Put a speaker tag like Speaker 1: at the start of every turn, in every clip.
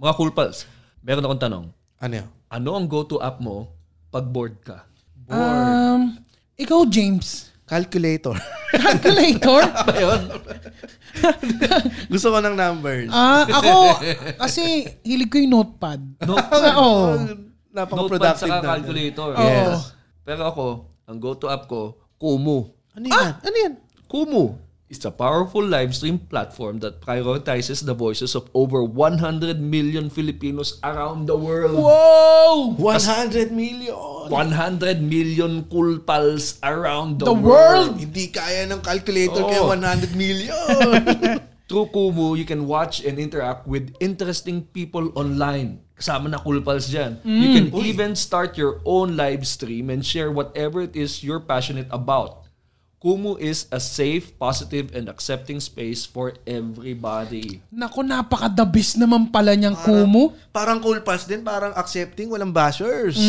Speaker 1: Mga cool pals, meron akong tanong.
Speaker 2: Ano yun?
Speaker 1: Ano ang go-to app mo pag bored ka?
Speaker 3: Um, ikaw, James.
Speaker 2: Calculator.
Speaker 3: Calculator?
Speaker 2: Gusto ko ng numbers.
Speaker 3: Ah, ako, kasi hilig ko yung notepad.
Speaker 1: No,
Speaker 3: Oo.
Speaker 1: notepad
Speaker 2: Ah, Napaka-productive
Speaker 1: sa
Speaker 2: na.
Speaker 1: calculator.
Speaker 3: Yes.
Speaker 1: Pero ako, ang go-to app ko, Kumu.
Speaker 2: Ano yan? Ano yan?
Speaker 1: Kumu is a powerful live stream platform that prioritizes the voices of over 100 million Filipinos around the world.
Speaker 3: Wow!
Speaker 2: 100 million!
Speaker 1: 100 million cool pals around the,
Speaker 3: The
Speaker 1: world.
Speaker 3: world!
Speaker 2: Hindi kaya ng calculator
Speaker 1: Oo.
Speaker 2: kaya 100 million!
Speaker 1: Through Kumu, you can watch and interact with interesting people online. Kasama na cool pals dyan. You can even start your own live stream and share whatever it is you're passionate about. Kumu is a safe, positive, and accepting space for everybody.
Speaker 3: Naku, napaka-the best naman pala niyang kumu.
Speaker 2: parang cool pass din, parang accepting, walang bashers.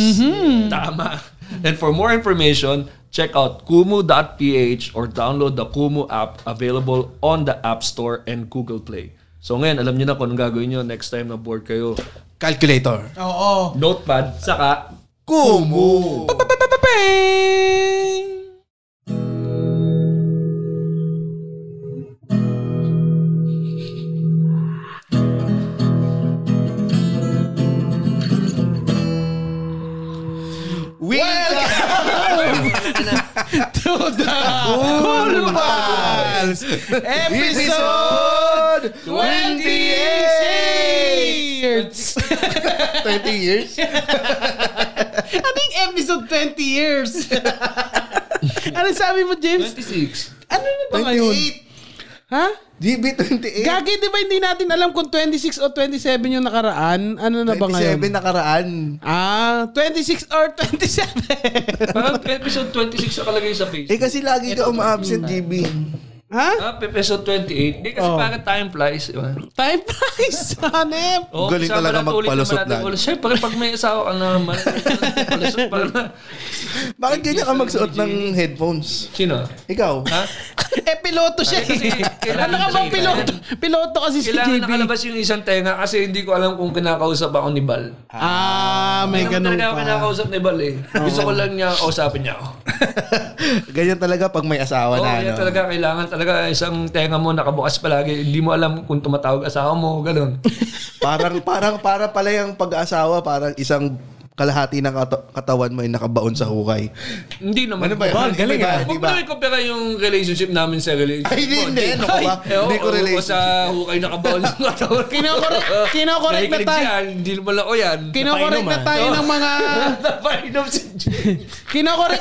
Speaker 1: Tama. And for more information, check out kumu.ph or download the Kumu app available on the App Store and Google Play. So ngayon, alam niyo na kung anong gagawin niyo next time na bored kayo.
Speaker 2: Calculator.
Speaker 3: Oo.
Speaker 1: Notepad, saka
Speaker 2: Kumu! We
Speaker 3: To the
Speaker 2: Cool Pals! Episode 28! 20 years?
Speaker 3: I think episode 20 years. ano sabi mo, James?
Speaker 1: 26.
Speaker 3: Ano na ba ngayon?
Speaker 2: 28!
Speaker 3: Ha?
Speaker 2: GB 28!
Speaker 3: Gagi, di ba hindi natin alam kung 26 o 27 yung nakaraan? Ano na ba ngayon?
Speaker 2: 27 nakaraan.
Speaker 3: Ah, 26 or 27.
Speaker 1: Parang Ah, episode 26 nakalagay sa
Speaker 2: Eh
Speaker 1: Facebook.
Speaker 2: kasi lagi ka umaabsent, GB.
Speaker 3: ha?
Speaker 1: Ah, episode 28. Hindi kasi
Speaker 3: Oh.
Speaker 1: parang time flies. Diba?
Speaker 3: Time flies, hanep.
Speaker 1: Oh,
Speaker 2: Galing talaga magpalusot
Speaker 1: lang.
Speaker 2: lang.
Speaker 1: Siyempre, pag may asawa ka naman, palusot pa na.
Speaker 2: Bakit ganyan ka magsuot ng headphones?
Speaker 1: Sino?
Speaker 2: Ikaw?
Speaker 1: Ha?
Speaker 3: Eh, piloto siya
Speaker 1: Kasi
Speaker 3: eh.
Speaker 1: kailangan
Speaker 3: Ano ka bang
Speaker 1: siya
Speaker 3: piloto? Piloto kasi si
Speaker 1: Kailangan
Speaker 3: JB.
Speaker 1: nakalabas yung isang tenga kasi hindi ko alam kung kinakausap ako ni Bal.
Speaker 3: Ah, may
Speaker 1: Hindi naman
Speaker 3: ganun
Speaker 1: talaga ako
Speaker 3: pa.
Speaker 1: kinakausap ni Bal eh. Gusto ko lang niya kausapin niya ako.
Speaker 2: ganyan talaga pag may asawa
Speaker 1: Oo,
Speaker 2: na.
Speaker 1: kaya
Speaker 2: ano.
Speaker 1: talaga kailangan talaga isang tenga mo nakabukas palagi. Hindi mo alam kung tumatawag asawa mo, ganun.
Speaker 2: parang parang para pala yung pag-asawa, parang isang kalahati ng kato- katawan mo ay nakabaon sa hukay.
Speaker 1: hindi naman.
Speaker 2: Ano ba yun? Ba, galing ah.
Speaker 1: Huwag mo na ikumpira yung relationship namin sa relationship
Speaker 2: Ay, hindi,
Speaker 1: mo.
Speaker 2: hindi. Ano ka ba?
Speaker 1: Eh, oo,
Speaker 2: Hindi ko
Speaker 1: oo,
Speaker 2: relationship.
Speaker 1: sa hukay nakabaon yung katawan.
Speaker 3: Kinokorek, kinokorek na
Speaker 1: Nakikinig
Speaker 3: tayo.
Speaker 1: siya, Hindi naman lang o yan.
Speaker 3: Kinokorek na tayo ng mga...
Speaker 1: Napainom si Jim.
Speaker 3: Kinokorek...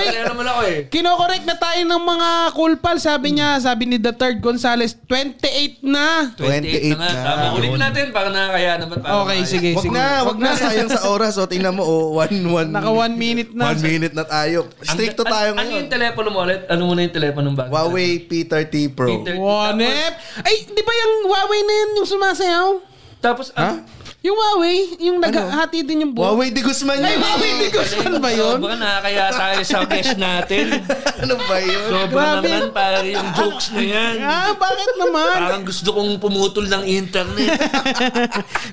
Speaker 3: Uy,
Speaker 1: Kaya naman ako eh.
Speaker 3: kinokorek na tayo ng mga cool pal. Sabi niya, sabi ni The Third Gonzales, 28 na.
Speaker 1: 28 na nga.
Speaker 2: 28 na.
Speaker 1: Tama, ulit
Speaker 2: Yun.
Speaker 1: natin. Baka nakakaya naman. para
Speaker 3: Okay,
Speaker 1: makaya.
Speaker 3: sige,
Speaker 2: Wag
Speaker 3: sige.
Speaker 2: na, wag na. Sayang sa oras. O, tingnan mo, oh, one, one.
Speaker 3: Naka one minute na.
Speaker 2: One minute na tayo.
Speaker 1: Ang-
Speaker 2: Stricto
Speaker 1: an-
Speaker 2: tayo
Speaker 1: Ano
Speaker 2: ngayon.
Speaker 1: yung telepono mo ulit? Ano muna yung telepono ng bago?
Speaker 2: Huawei P30 Pro.
Speaker 1: Peter-
Speaker 3: Wanep! Ay, di ba yung Huawei na yun yung sumasayaw?
Speaker 1: Tapos,
Speaker 2: Ha?
Speaker 1: ano?
Speaker 3: Yung Huawei, yung naghahati din yung buhok.
Speaker 2: Huawei de Guzman
Speaker 3: Ay,
Speaker 2: yun.
Speaker 3: Huawei ni Guzman ba yun?
Speaker 1: Baka nakakaya tayo sa guest natin.
Speaker 2: ano ba yun?
Speaker 1: Sobrang
Speaker 3: Grabe.
Speaker 1: naman para yung jokes na yan.
Speaker 3: Ah, bakit naman?
Speaker 1: Parang gusto kong pumutol ng internet.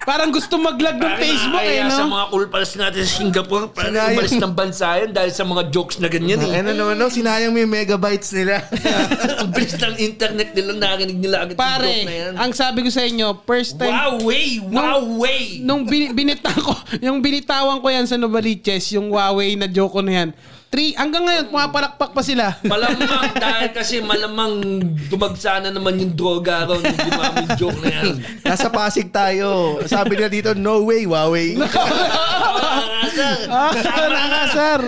Speaker 3: Parang gusto maglag
Speaker 1: Parang
Speaker 3: ng Facebook eh,
Speaker 1: nakakaya sa
Speaker 3: no?
Speaker 1: mga kulpals natin sa Singapore. Parang
Speaker 2: Sinayang.
Speaker 1: umalis ng bansa yan dahil sa mga jokes na ganyan eh.
Speaker 2: Ano naman, no? Sinayang mo yung megabytes nila.
Speaker 1: Ang bilis ng internet nila, narinig nila agad
Speaker 3: Pare,
Speaker 1: yung joke na yan.
Speaker 3: ang sabi ko sa inyo, first time,
Speaker 1: Huawei! Huawei!
Speaker 3: nung bin, binita ko, yung binitawan ko yan sa Novaliches, yung Huawei na joke ko na yan, three, hanggang ngayon, pumapalakpak pa sila.
Speaker 1: Malamang dahil kasi malamang dumagsa na naman yung droga ron yung gumawa yung joke na yan.
Speaker 2: Nasa Pasig tayo. Sabi nila dito, no way, Huawei.
Speaker 3: ah, nakasar.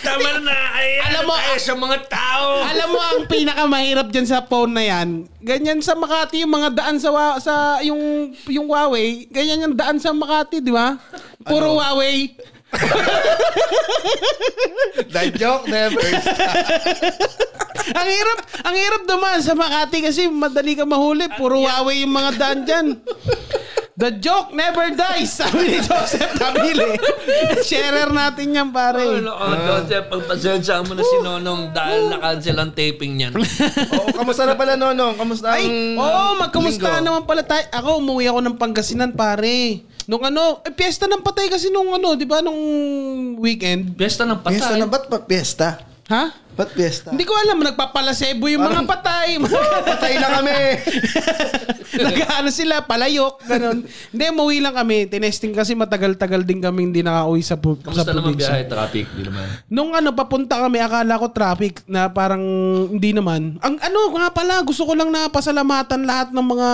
Speaker 1: Tama na na. Ay,
Speaker 3: Alam mo- ah-
Speaker 1: tayo sa mga tao.
Speaker 3: Alam mo ang pinakamahirap diyan sa phone na 'yan. Ganyan sa Makati yung mga daan sa wa- sa yung yung Huawei, ganyan yung daan sa Makati, di ba? Puro Huawei.
Speaker 2: That joke never
Speaker 3: Ang hirap, ang hirap naman sa Makati kasi madali ka mahuli, puro Huawei yung mga daan diyan. The joke never dies, sabi ni Joseph Tabile. Sharer natin yan,
Speaker 1: Ay,
Speaker 3: pare.
Speaker 1: nako, Ano, Joseph, pagpasensya mo na si Nonong dahil nakancel ang taping niyan.
Speaker 2: Oo, kamusta na pala, Nonong? Kamusta ang...
Speaker 3: Ay, oo, oh, magkamusta
Speaker 2: linggo?
Speaker 3: naman pala tayo. Ako, umuwi ako ng Pangasinan, pare. Nung ano, eh, piyesta ng patay kasi nung ano, di ba, nung weekend.
Speaker 1: Pesta ng patay.
Speaker 2: Piyesta na, ba't pa piyesta?
Speaker 3: Ha?
Speaker 2: Ba't piyesta?
Speaker 3: Hindi ko alam, nagpapalasebo yung mga
Speaker 2: Parang-
Speaker 3: patay.
Speaker 2: Patay na kami!
Speaker 3: Nag-ano sila, palayok, ganun. Hindi, umuwi lang kami. Tinesting kasi matagal-tagal din kami hindi nakauwi sa, pu- sa
Speaker 1: Kamusta naman
Speaker 3: probinsya.
Speaker 1: biyahe? Traffic, di naman.
Speaker 3: Nung ano, papunta kami, akala ko traffic na parang hindi naman. Ang ano, nga pala, gusto ko lang napasalamatan lahat ng mga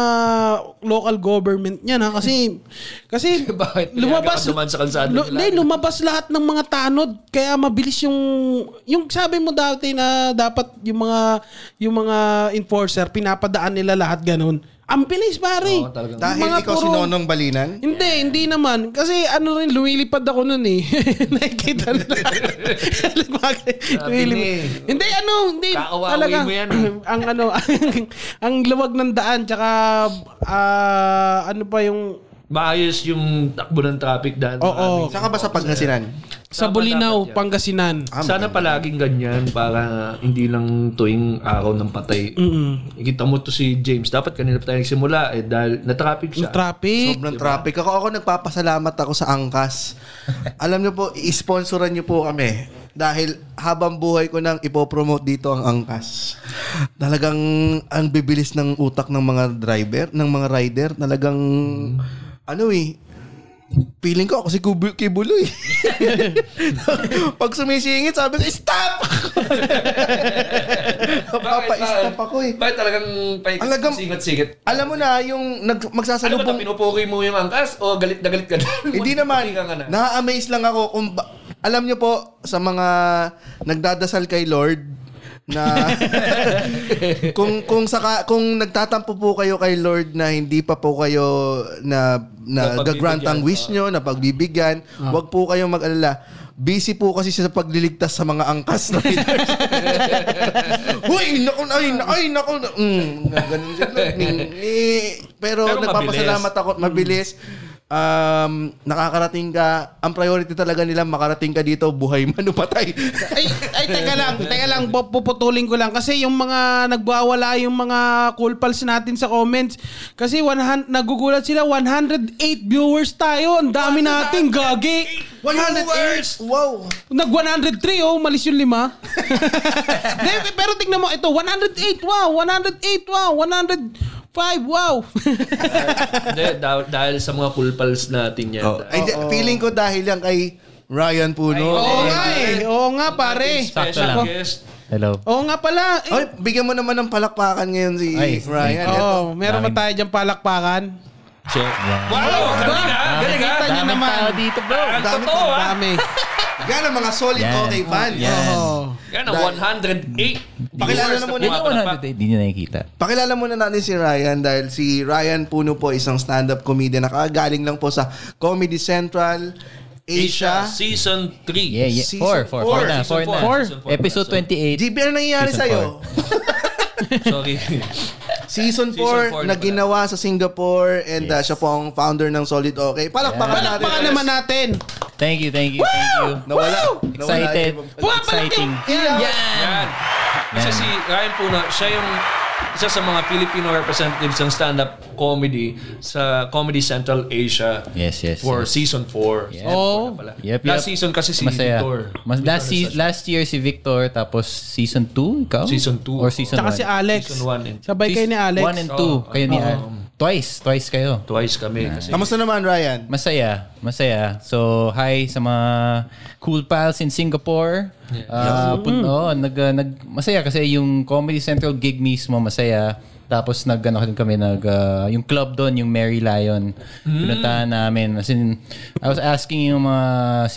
Speaker 3: local government niya na kasi kasi
Speaker 1: Bakit?
Speaker 3: lumabas
Speaker 1: Kaya ka dumaan sa kalsada
Speaker 3: lu-
Speaker 1: nila.
Speaker 3: hindi, lumabas lahat ng mga tanod kaya mabilis yung yung sabi mo dati na dapat yung mga yung mga enforcer pinapadaan nila lahat ganun. Ang bilis pare.
Speaker 1: Oo, talagang.
Speaker 2: Dahil
Speaker 3: Mga
Speaker 2: ikaw si
Speaker 3: puro-
Speaker 2: Nonong Balinan?
Speaker 3: hindi, hindi naman. Kasi ano rin, lumilipad ako nun eh. Nakikita rin ako. Lumag- lumilipad.
Speaker 1: eh.
Speaker 3: Hindi, ano, hindi.
Speaker 1: Kakawawi
Speaker 3: talaga,
Speaker 1: mo yan. ah.
Speaker 3: ang ano, ang, ang luwag ng daan, tsaka ah, ano pa yung
Speaker 1: Maayos yung takbo ng traffic dahil
Speaker 3: Oo.
Speaker 1: maraming-
Speaker 2: Saka ba sa Pangasinan?
Speaker 3: sa
Speaker 1: Tama,
Speaker 3: Bulinaw,
Speaker 1: dapat yan.
Speaker 3: Pangasinan.
Speaker 1: Sana palaging ganyan para hindi lang tuwing araw ng patay.
Speaker 3: Mm-mm.
Speaker 1: Ikita mo to si James. Dapat kanina pa tayo nagsimula eh dahil na-traffic siya.
Speaker 3: Traffic.
Speaker 2: Sobrang traffic. Ako, ako nagpapasalamat ako sa Angkas. Alam niyo po, i-sponsoran niyo po kami. Dahil habang buhay ko nang ipopromote dito ang Angkas. Talagang ang bibilis ng utak ng mga driver, ng mga rider. Talagang, ano eh, feeling ko ako si Kubu, Kibuloy. Pag sumisingit, sabi ko, stop! Napapa-stop ako eh.
Speaker 1: Bakit talagang pay-
Speaker 2: Alagang-
Speaker 1: singat-singat?
Speaker 2: Alam mo na, yung nag,
Speaker 1: Ano ba
Speaker 2: magsasalubong...
Speaker 1: ito? Pinupukoy mo yung angkas o galit na galit ka na?
Speaker 2: Hindi naman.
Speaker 1: Ka nga na.
Speaker 2: Na-amaze lang ako kung ba- alam nyo po sa mga nagdadasal kay Lord na kung kung saka kung nagtatampo po kayo kay Lord na hindi pa po kayo na na
Speaker 1: Napagbibigyan.
Speaker 2: gagrant ang wish nyo, na pagbibigyan, wag po kayong mag-alala. Busy po kasi siya sa pagliligtas sa mga angkas na leaders. Huy, naku, ay, na- ay, naku. na- Mm, ganun siya. Mm, eh, pero,
Speaker 1: Pero
Speaker 2: nagpapasalamat ako, mabilis. Um, nakakarating ka, ang priority talaga nila makarating ka dito, buhay man o patay.
Speaker 3: ay, ay, teka lang, teka lang, pu- puputulin ko lang. Kasi yung mga nagwawala yung mga cool pals natin sa comments, kasi 100, nagugulat sila, 108 viewers tayo. Ang dami nating gagi.
Speaker 2: 108! Wow!
Speaker 3: Nag 103, oh, malis yung lima. Hindi, pero tignan mo, ito, 108, wow, 108, wow, 105, wow.
Speaker 1: Hindi, dah- dahil sa mga cool pals natin yan.
Speaker 2: Oh, ay, di- feeling ko dahil yan kay Ryan Puno.
Speaker 3: Oo nga eh, oo nga pare.
Speaker 1: Special
Speaker 3: Ako-
Speaker 1: guest.
Speaker 4: Hello.
Speaker 3: Oo nga pala. Eh,
Speaker 2: Ay, bigyan mo naman ng palakpakan ngayon si
Speaker 4: Ay,
Speaker 2: Ryan. Eto.
Speaker 3: oh, meron ba tayo diyang palakpakan?
Speaker 4: Che, wow.
Speaker 1: Wow! Galing ha! Galing ha!
Speaker 3: Kita niyo
Speaker 4: Daming
Speaker 3: naman.
Speaker 4: tao dito, bro.
Speaker 1: Ang
Speaker 2: Dami
Speaker 1: totoo ah. ha!
Speaker 4: ah.
Speaker 3: Dami.
Speaker 2: Yan ang mga solid
Speaker 4: Yan.
Speaker 2: okay fans.
Speaker 4: Yan.
Speaker 3: Oo.
Speaker 1: Yan ang 108.
Speaker 2: Mm. Pakilala
Speaker 1: viewers
Speaker 2: na muna.
Speaker 4: Yan
Speaker 1: pumapa-
Speaker 4: yung 100 hindi nyo nakikita.
Speaker 2: Pakilala muna natin si Ryan dahil si Ryan Puno po isang stand-up comedian na kagaling lang po sa Comedy Central Asia.
Speaker 1: Season 3.
Speaker 4: Yeah, yeah.
Speaker 2: Season
Speaker 4: 4, 4,
Speaker 2: four.
Speaker 4: 4 na, 4 na.
Speaker 1: Four.
Speaker 4: Episode 28.
Speaker 2: JB, ano nangyayari
Speaker 4: Season
Speaker 2: sa'yo?
Speaker 1: Sorry.
Speaker 2: Season
Speaker 1: Season
Speaker 2: 4
Speaker 1: four
Speaker 2: na
Speaker 1: na pala.
Speaker 2: ginawa sa Singapore and uh, siya po ang founder ng Solid Okay. Palakpakan natin.
Speaker 3: Palakpakan naman natin.
Speaker 4: Thank you, thank you, thank you.
Speaker 2: Nawala. nawala
Speaker 4: Excited.
Speaker 2: yung-
Speaker 3: Wow,
Speaker 4: Exciting.
Speaker 3: Yan.
Speaker 1: Yan. Kasi
Speaker 4: Yan.
Speaker 1: si Ryan Puno, siya yung isa sa mga Filipino representatives ng stand-up comedy sa Comedy Central Asia
Speaker 4: Yes, yes.
Speaker 1: for season 4.
Speaker 4: Yeah.
Speaker 3: Oh.
Speaker 4: Yep,
Speaker 1: Last
Speaker 4: yep.
Speaker 1: season kasi si
Speaker 4: Masaya.
Speaker 1: Victor.
Speaker 4: Mas last, se-
Speaker 1: Victor
Speaker 4: last year si Victor, tapos season 2, ikaw?
Speaker 1: Season two
Speaker 4: Or
Speaker 1: ako.
Speaker 4: season 1?
Speaker 3: Tsaka si Alex.
Speaker 1: Season one and-
Speaker 3: Sabay kayo ni Alex.
Speaker 4: 1 and 2,
Speaker 1: Oh,
Speaker 4: kayo ni Al. Twice, twice kayo.
Speaker 1: Twice kami. Kasi
Speaker 2: Kamusta naman, Ryan?
Speaker 4: Masaya, masaya. So, hi sa mga cool pals in Singapore. Ah, pun- oo, nag, nag, masaya kasi yung Comedy Central gig mismo, masaya. Tapos nag ano din kami nag ah, yung club doon yung Mary Lion. Pinuntahan namin as in I was asking yung mga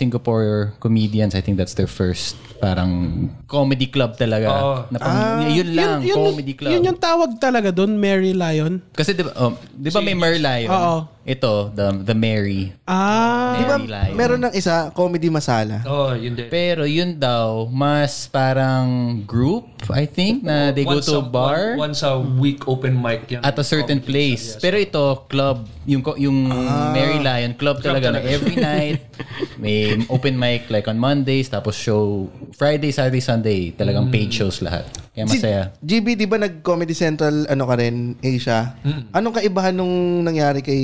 Speaker 4: Singapore comedians I think that's their first parang comedy club talaga.
Speaker 1: Oo.
Speaker 4: Na pang- Ah, yun lang comedy club.
Speaker 3: Yun yung tawag talaga doon, Mary Lion.
Speaker 4: kasi 'di ba, oh, 'di ba may Mary Lion?
Speaker 3: Oo.
Speaker 4: Ito, the, the Mary.
Speaker 3: Ah.
Speaker 2: Di
Speaker 4: Mary
Speaker 2: ba,
Speaker 4: Lion.
Speaker 2: meron ng isa, comedy masala.
Speaker 1: Oh, yun din.
Speaker 4: Pero yun daw, mas parang group, I think, na they
Speaker 1: Once
Speaker 4: go to a
Speaker 1: a-
Speaker 4: bar
Speaker 1: one- once a week open mic yan.
Speaker 4: at a certain place. Pero ito, club, yung ko- yung
Speaker 3: Ah.
Speaker 4: Mary Lion club talaga na every night may open mic like on Mondays tapos show Friday, Saturday, Sunday, talagang paid shows lahat. Kaya
Speaker 2: Si-
Speaker 4: masaya.
Speaker 2: GB, di ba nag-Comedy Central, ano ka rin, Asia? Anong kaibahan nung nangyari kay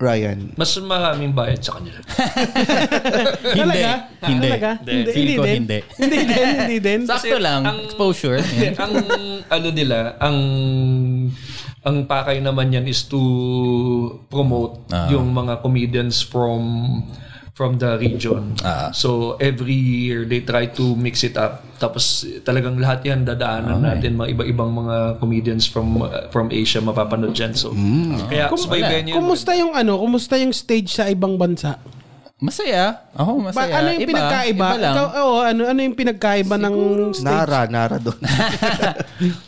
Speaker 2: Ryan?
Speaker 1: Mas maraming bayad sa kanila.
Speaker 4: hindi. Hindi.
Speaker 3: Ah, Talaga?
Speaker 4: Hindi. Feel ko hindi.
Speaker 3: Hindi din, hindi din.
Speaker 4: Sakto lang.
Speaker 1: ang-
Speaker 4: exposure. Yeah.
Speaker 1: ang ano nila, ang ang pakay naman yan is to promote yung mga comedians from from the region. So every year they try to mix it up. Tapos talagang lahat yan dadaanan natin mga iba-ibang mga comedians from uh, from Asia mapapanood dyan. So kaya subaybayan niyo. yun.
Speaker 3: Kumusta yung ano? Kumusta yung stage sa ibang bansa?
Speaker 4: Masaya. Ako,
Speaker 3: Ba,
Speaker 4: masaya.
Speaker 3: ano yung
Speaker 4: Iba.
Speaker 3: pinagkaiba?
Speaker 4: Iba lang.
Speaker 3: Ikaw, oo, ano, ano yung pinagkaiba ng stage?
Speaker 2: Nara, Nara doon.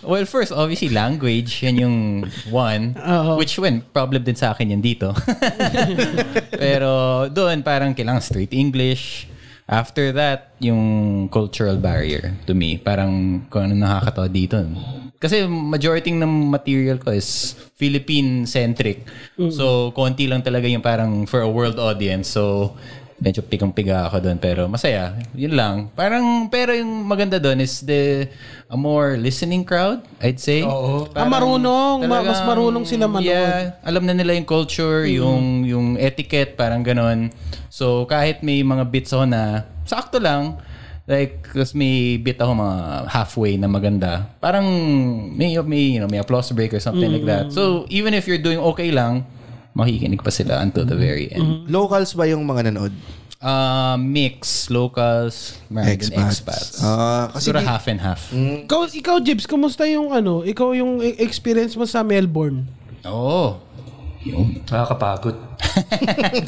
Speaker 4: well, first, obviously, language. Yan yung one.
Speaker 3: Oo.
Speaker 4: Which, when, problem din sa akin yan dito. Pero doon, parang kailangan straight English. After that, yung cultural barrier to me. Parang kung ano nakakatawa dito. Kasi majority ng material ko is Philippine-centric. So, konti lang talaga yung parang for a world audience. So, medyo pigang-piga ako doon pero masaya yun lang parang pero yung maganda doon is the a more listening crowd I'd say Oo.
Speaker 3: Ah, marunong. Ma- mas marunong sila manood. Mm-hmm.
Speaker 4: yeah alam na nila yung culture yung yung etiquette parang ganon so kahit may mga bits ako na sakto lang like kasi may bit ako mga halfway na maganda parang may may you know may applause break or something like that
Speaker 3: Mm-hmm.
Speaker 4: so even if you're doing okay lang makikinig pa sila until the very end
Speaker 3: Mm-hmm.
Speaker 2: Locals ba yung mga nanood?
Speaker 4: Uh, mix, locals, married expats. and expats.
Speaker 2: Ah, kasi
Speaker 4: Siguro
Speaker 2: di-
Speaker 4: half and half.
Speaker 3: Ikaw, ikaw, Jibs, kumusta yung ano? Ikaw yung e- experience mo sa Melbourne?
Speaker 4: Oo. Yun.
Speaker 1: Nakakapagod.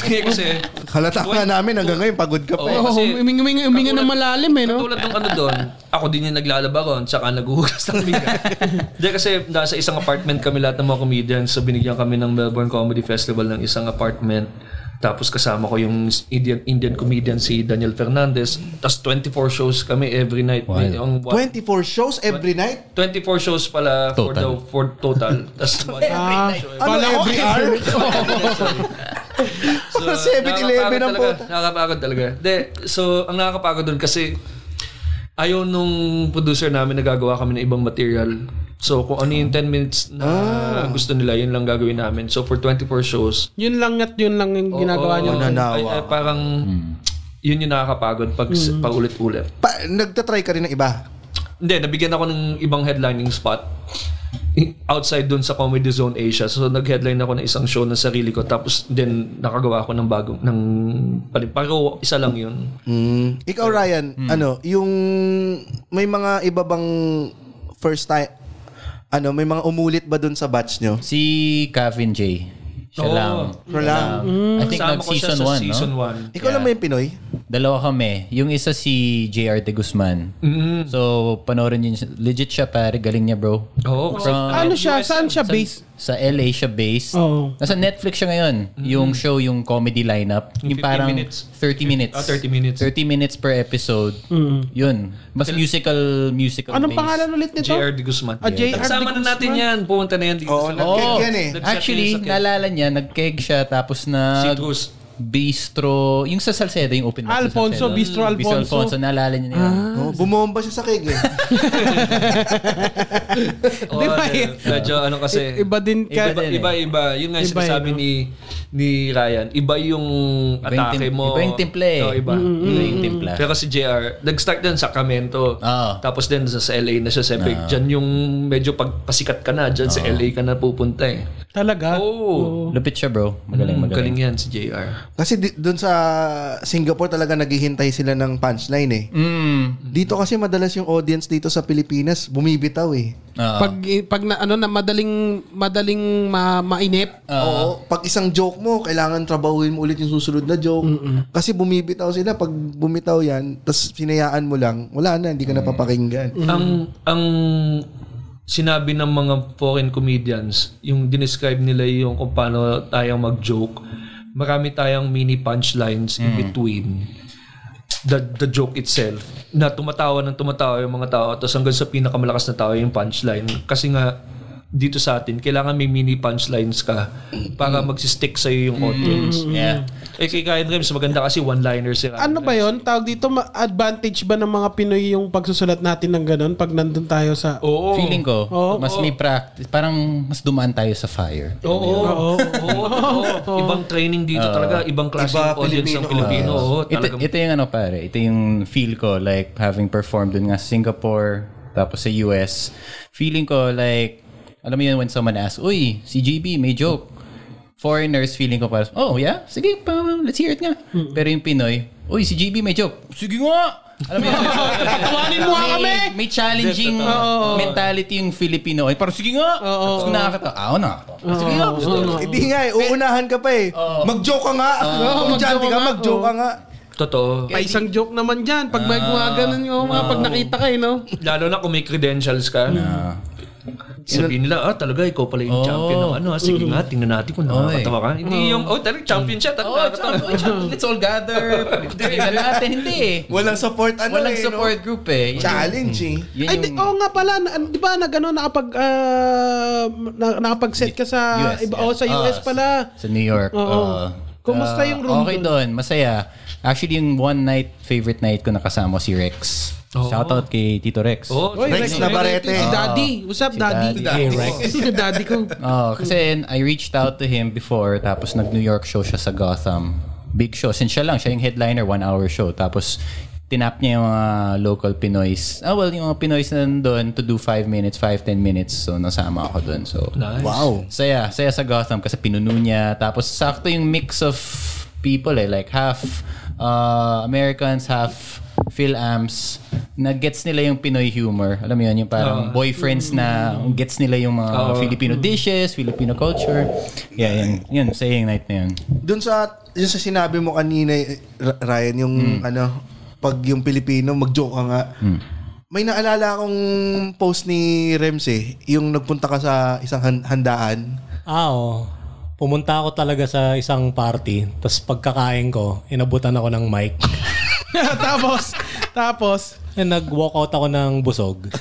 Speaker 1: kasi
Speaker 2: halata nga namin hanggang ngayon, pagod ka pa. eh.
Speaker 1: Oo, kasi-
Speaker 3: uminga, ng malalim eh, no?
Speaker 1: Katulad ng ano doon, ako din yung naglalaba ron, tsaka naguhugas ng biga. Hindi kasi nasa isang apartment kami lahat ng mga comedians, so binigyan kami ng Melbourne Comedy Festival ng isang apartment. Tapos kasama ko yung Indian Indian comedian si Daniel Fernandez. Tapos 24 shows kami every night. Ang
Speaker 2: 24 shows every night?
Speaker 1: 24 shows pala for the
Speaker 4: Total.
Speaker 1: for total. Tapos
Speaker 3: Ah,
Speaker 2: Ano, every hour?
Speaker 1: So,
Speaker 2: 7-Eleven ang
Speaker 1: nakakapagod talaga.
Speaker 2: puta.
Speaker 1: Nakakapagod talaga. De, so, ang nakakapagod doon kasi ayaw nung producer namin nagagawa kami ng ibang material. So, kung ano yung 10 minutes na
Speaker 3: Ah.
Speaker 1: gusto nila, yun lang gagawin namin. So, for 24 shows,
Speaker 3: Yun lang at yun lang yung ginagawa
Speaker 1: oo,
Speaker 3: niyo. Hmm.
Speaker 1: ay- ay, parang, yun yung nakakapagod pag, pag ulit-ulit.
Speaker 2: Pa, nagtatry ka rin ng iba.
Speaker 1: Hindi, nabigyan ako ng ibang headlining spot outside dun sa Comedy Zone Asia. So nag-headline ako ng isang show ng sarili ko tapos then nakagawa ako ng bagong ng palit. Pero isa lang 'yun.
Speaker 2: Mm. Ikaw, Ryan, ano, yung may mga iba bang first time, ano, may mga umulit ba dun sa batch nyo?
Speaker 4: Si Kevin J.
Speaker 1: Oo.
Speaker 4: Siya lang.
Speaker 2: Siya lang.
Speaker 4: Um,
Speaker 3: Mm.
Speaker 4: I think
Speaker 1: Kasama ko siya
Speaker 4: nag-season
Speaker 1: sa
Speaker 4: 1,
Speaker 1: season
Speaker 4: no?
Speaker 1: 1.
Speaker 2: Ikaw lang ba yung Pinoy?
Speaker 4: Dalawa kami. Yung isa si JR De Guzman.
Speaker 1: Mm. Mm-hmm.
Speaker 4: So, panoorin yun. siya. Legit siya pare. Galing niya bro.
Speaker 1: Oo, kasi
Speaker 3: Ano siya? Saan siya based?
Speaker 4: Sa LA siya based.
Speaker 3: Oo.
Speaker 4: Nasa Netflix siya ngayon. Yung show, yung comedy lineup. Yung
Speaker 1: 15
Speaker 4: parang
Speaker 1: Mm. minutes.
Speaker 4: 30 minutes.
Speaker 1: Ah, 30 minutes.
Speaker 4: 30 minutes per episode. Yun. Mas musical, musical
Speaker 3: Mm. Anong
Speaker 4: based.
Speaker 3: pangalan ulit nito?
Speaker 1: JR De Guzman.
Speaker 3: Ah, JR De
Speaker 1: Kasama na natin
Speaker 3: Guzman.
Speaker 1: 'yan. Pumunta na 'yan dito.
Speaker 2: Oo,
Speaker 1: sa-
Speaker 2: nag-keg
Speaker 4: Oo.
Speaker 2: yan eh.
Speaker 1: Nag-shot
Speaker 4: Actually,
Speaker 1: yun sa keg.
Speaker 4: naalala niya, nag-keg siya, tapos na
Speaker 1: Citrus.
Speaker 4: bistro, yung sa Salcedo, yung open mic sa
Speaker 3: Alfonso,
Speaker 4: Salcedo.
Speaker 3: Bistro
Speaker 4: Bistro
Speaker 3: Alfonso. Ah.
Speaker 4: Alfonso, naalala niya na yun.
Speaker 2: Oh, bumomba siya sa keg eh.
Speaker 1: Oo,
Speaker 3: Di ba
Speaker 1: de-
Speaker 3: yun?
Speaker 1: medyo ano kasi
Speaker 3: Iba din ka.
Speaker 4: Iba
Speaker 1: Iba,
Speaker 4: din eh.
Speaker 1: iba, iba. Yun nga yung
Speaker 3: Iba
Speaker 1: sinasabi
Speaker 3: yun, no?
Speaker 1: ni ni Ryan. Iba yung
Speaker 4: Iba yung
Speaker 1: atake
Speaker 4: tim-
Speaker 1: mo.
Speaker 4: iba yung timple eh.
Speaker 1: Oo, iba.
Speaker 3: Mm-hmm.
Speaker 4: Iba yung timpla.
Speaker 1: Pero si JR, nag-start din sa Sacramento.
Speaker 4: Oo.
Speaker 1: Tapos din sa sa LA na siya sa Epic. Diyan yung medyo pagpasikat ka na. Diyan sa LA ka na pupunta eh.
Speaker 3: Talaga?
Speaker 1: Oo.
Speaker 4: Lupit siya bro, magaling
Speaker 1: Ang
Speaker 4: magaling.
Speaker 1: galing yan si JR.
Speaker 2: Kasi di, dun sa Singapore talaga naghihintay sila ng punchline eh.
Speaker 4: Mm.
Speaker 2: Dito kasi madalas yung audience dito sa Pilipinas bumibitaw eh.
Speaker 4: Oo.
Speaker 3: Pag pag na, ano na madaling madaling ma, mainip.
Speaker 2: Oo. Pag isang joke mo, kailangan trabahuin mo ulit yung susunod na joke. Kasi bumibitaw sila. Pag bumitaw Mm.
Speaker 3: Mm.
Speaker 2: yan, tapos sinayaan mo lang, wala na, hindi ka napapakinggan.
Speaker 1: Ang ang sinabi ng mga foreign comedians, yung dinescribe nila yung kung paano tayong mag-joke, marami tayong mini punchlines
Speaker 3: Mm.
Speaker 1: in between the the joke itself na tumatawa ng tumatawa yung mga tao tapos hanggang sa pinakamalakas na tao yung punchline kasi nga dito sa atin kailangan may mini punchlines ka para
Speaker 3: Mm.
Speaker 1: magsistick sa yung audience
Speaker 4: Yeah.
Speaker 1: eh kay Ryan Rems maganda kasi one-liners si Ryan
Speaker 3: Ano ba yon Tawag dito, ma- advantage ba ng mga Pinoy yung pagsusulat natin ng ganun pag nandun tayo sa...
Speaker 1: Oo.
Speaker 4: Feeling ko,
Speaker 3: Oo,
Speaker 4: mas may practice. Parang mas dumaan tayo sa fire.
Speaker 1: Oo. Oo. Oo. Ibang training dito talaga. Ibang klase ng
Speaker 2: Iba,
Speaker 1: audience ng Pilipino. Oo.
Speaker 4: ito,
Speaker 1: talagang-
Speaker 4: ito yung ano pare, ito yung feel ko like having performed dun nga sa Singapore tapos sa US. Feeling ko like alam mo yun when someone asks, "Uy, si GB may joke." Foreigners feeling ko parang, "Oh, yeah. Sige, pa, let's hear it nga."
Speaker 3: Hmm.
Speaker 4: Pero yung Pinoy, "Uy, si GB may joke." Sige nga. Alam mo yun?
Speaker 3: Patawanin mo nga kami!
Speaker 4: May, may challenging mentality yung Filipino. Eh, Parang, sige nga! Gusto ko nakakatawa. Ah, ano? Sige nga, gusto ko.
Speaker 2: Hindi nga eh, uunahan ka pa eh. Mag-joke ka nga. Komedyante ka, mag-joke ka nga.
Speaker 1: Totoo.
Speaker 3: Pa isang joke naman dyan. Pag
Speaker 4: Ah,
Speaker 3: may mga ganun yung mga pag nakita kayo, no?
Speaker 1: Lalo na kung may credentials ka.
Speaker 4: Ah.
Speaker 1: Sabihin nila, ah, talaga, ikaw pala yung
Speaker 4: Oo.
Speaker 1: champion ng ano. ah. Sige nga, tingnan natin kung nakakatawa ka. Hindi yung, oh, talaga, champion siya. Talaga,
Speaker 4: Oh,
Speaker 1: nakakatawa.
Speaker 4: let's all gather. Tingnan natin. Hindi eh.
Speaker 2: Walang support ano eh,
Speaker 4: Walang
Speaker 2: no?
Speaker 4: support group eh. Yun
Speaker 2: Challenge eh.
Speaker 4: yung- Yun
Speaker 3: Ay, di,
Speaker 4: yung,
Speaker 3: oo nga pala. Na, di ba na gano'n, nakapag, ah, na, nakapag-set ka sa...
Speaker 4: US,
Speaker 3: iba,
Speaker 4: yeah.
Speaker 3: oh, sa
Speaker 4: Ah,
Speaker 3: US pala.
Speaker 4: Sa New York.
Speaker 3: Oo.
Speaker 4: oo.
Speaker 3: Kumusta
Speaker 4: Ah,
Speaker 3: yung room
Speaker 4: Okay doon. Masaya. Actually, yung one night, favorite night ko nakasama si Rex. Shout out kay Tito Rex. Ah.
Speaker 1: Oo,
Speaker 3: Oy,
Speaker 2: Rex Navarrete.
Speaker 3: Si Daddy. What's up,
Speaker 4: Si
Speaker 3: Daddy?
Speaker 4: Daddy. Hey, Rex.
Speaker 3: Daddy ko.
Speaker 4: Oh, kasi
Speaker 3: Hmm.
Speaker 4: I reached out to him before tapos nag-New York show siya sa Gotham. Big show. Since siya lang, siya yung headliner, one hour show. Tapos tinap niya yung mga local Pinoys. Ah, well, yung mga Pinoys na nandun to do 5 minutes, 5, 10 minutes. So, nasama ako dun. So,
Speaker 2: Wow.
Speaker 4: saya. Saya sa Gotham kasi pinuno niya. Tapos, sakto yung mix of people eh. Like, half uh, Americans, half Phil-Ams na gets nila yung Pinoy humor. Alam mo yun, yung parang boyfriends na gets nila yung mga Filipino dishes, Filipino culture. Yeah, yun. Yun, saying night na yun.
Speaker 2: Doon sa, yung sa sinabi mo kanina, eh, Ra- Ryan, yung ano, pag yung Pilipino, mag-joke ka nga. May naalala akong post ni Rems eh, yung nagpunta ka sa isang han- handaan.
Speaker 5: Ah, oo. Pumunta ako talaga sa isang party. Tapos pagkakain ko, inabutan ako ng mic.
Speaker 3: tapos, tapos,
Speaker 5: And nag-walk out ako ng busog.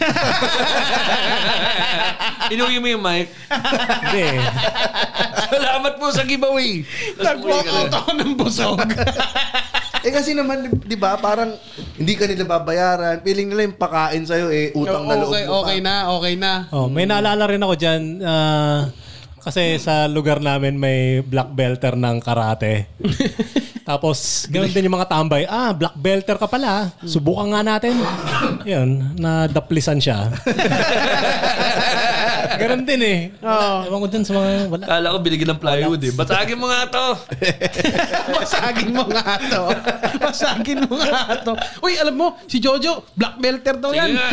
Speaker 1: Inuwi mo yung mic.
Speaker 5: Hindi. eh.
Speaker 1: Salamat po sa giveaway.
Speaker 3: nag-walk out ako ng busog.
Speaker 2: eh kasi naman, di- di ba, parang hindi ka nila babayaran. Piling nila yung pakain sa'yo eh, utang na loob
Speaker 3: okay,
Speaker 2: mo
Speaker 3: okay
Speaker 2: pa.
Speaker 3: na, okay na.
Speaker 5: Oh, may naalala rin ako dyan. ah, kasi sa lugar namin may black belter ng karate. Tapos, ganoon din yung mga tambay. Ah, black belter ka pala. Subukan nga natin. Yun, nadaplisan siya. ganoon din eh.
Speaker 3: Oh.
Speaker 5: Wala, ewan ko dyan sa mga... Wala.
Speaker 1: Kala ko binigyan ng plywood eh. Batagin mo nga to.
Speaker 3: Basagin mo nga to. Basagin mo nga to. Uy, alam mo, si Jojo, black belter daw
Speaker 1: Sige
Speaker 3: yan.
Speaker 1: nga.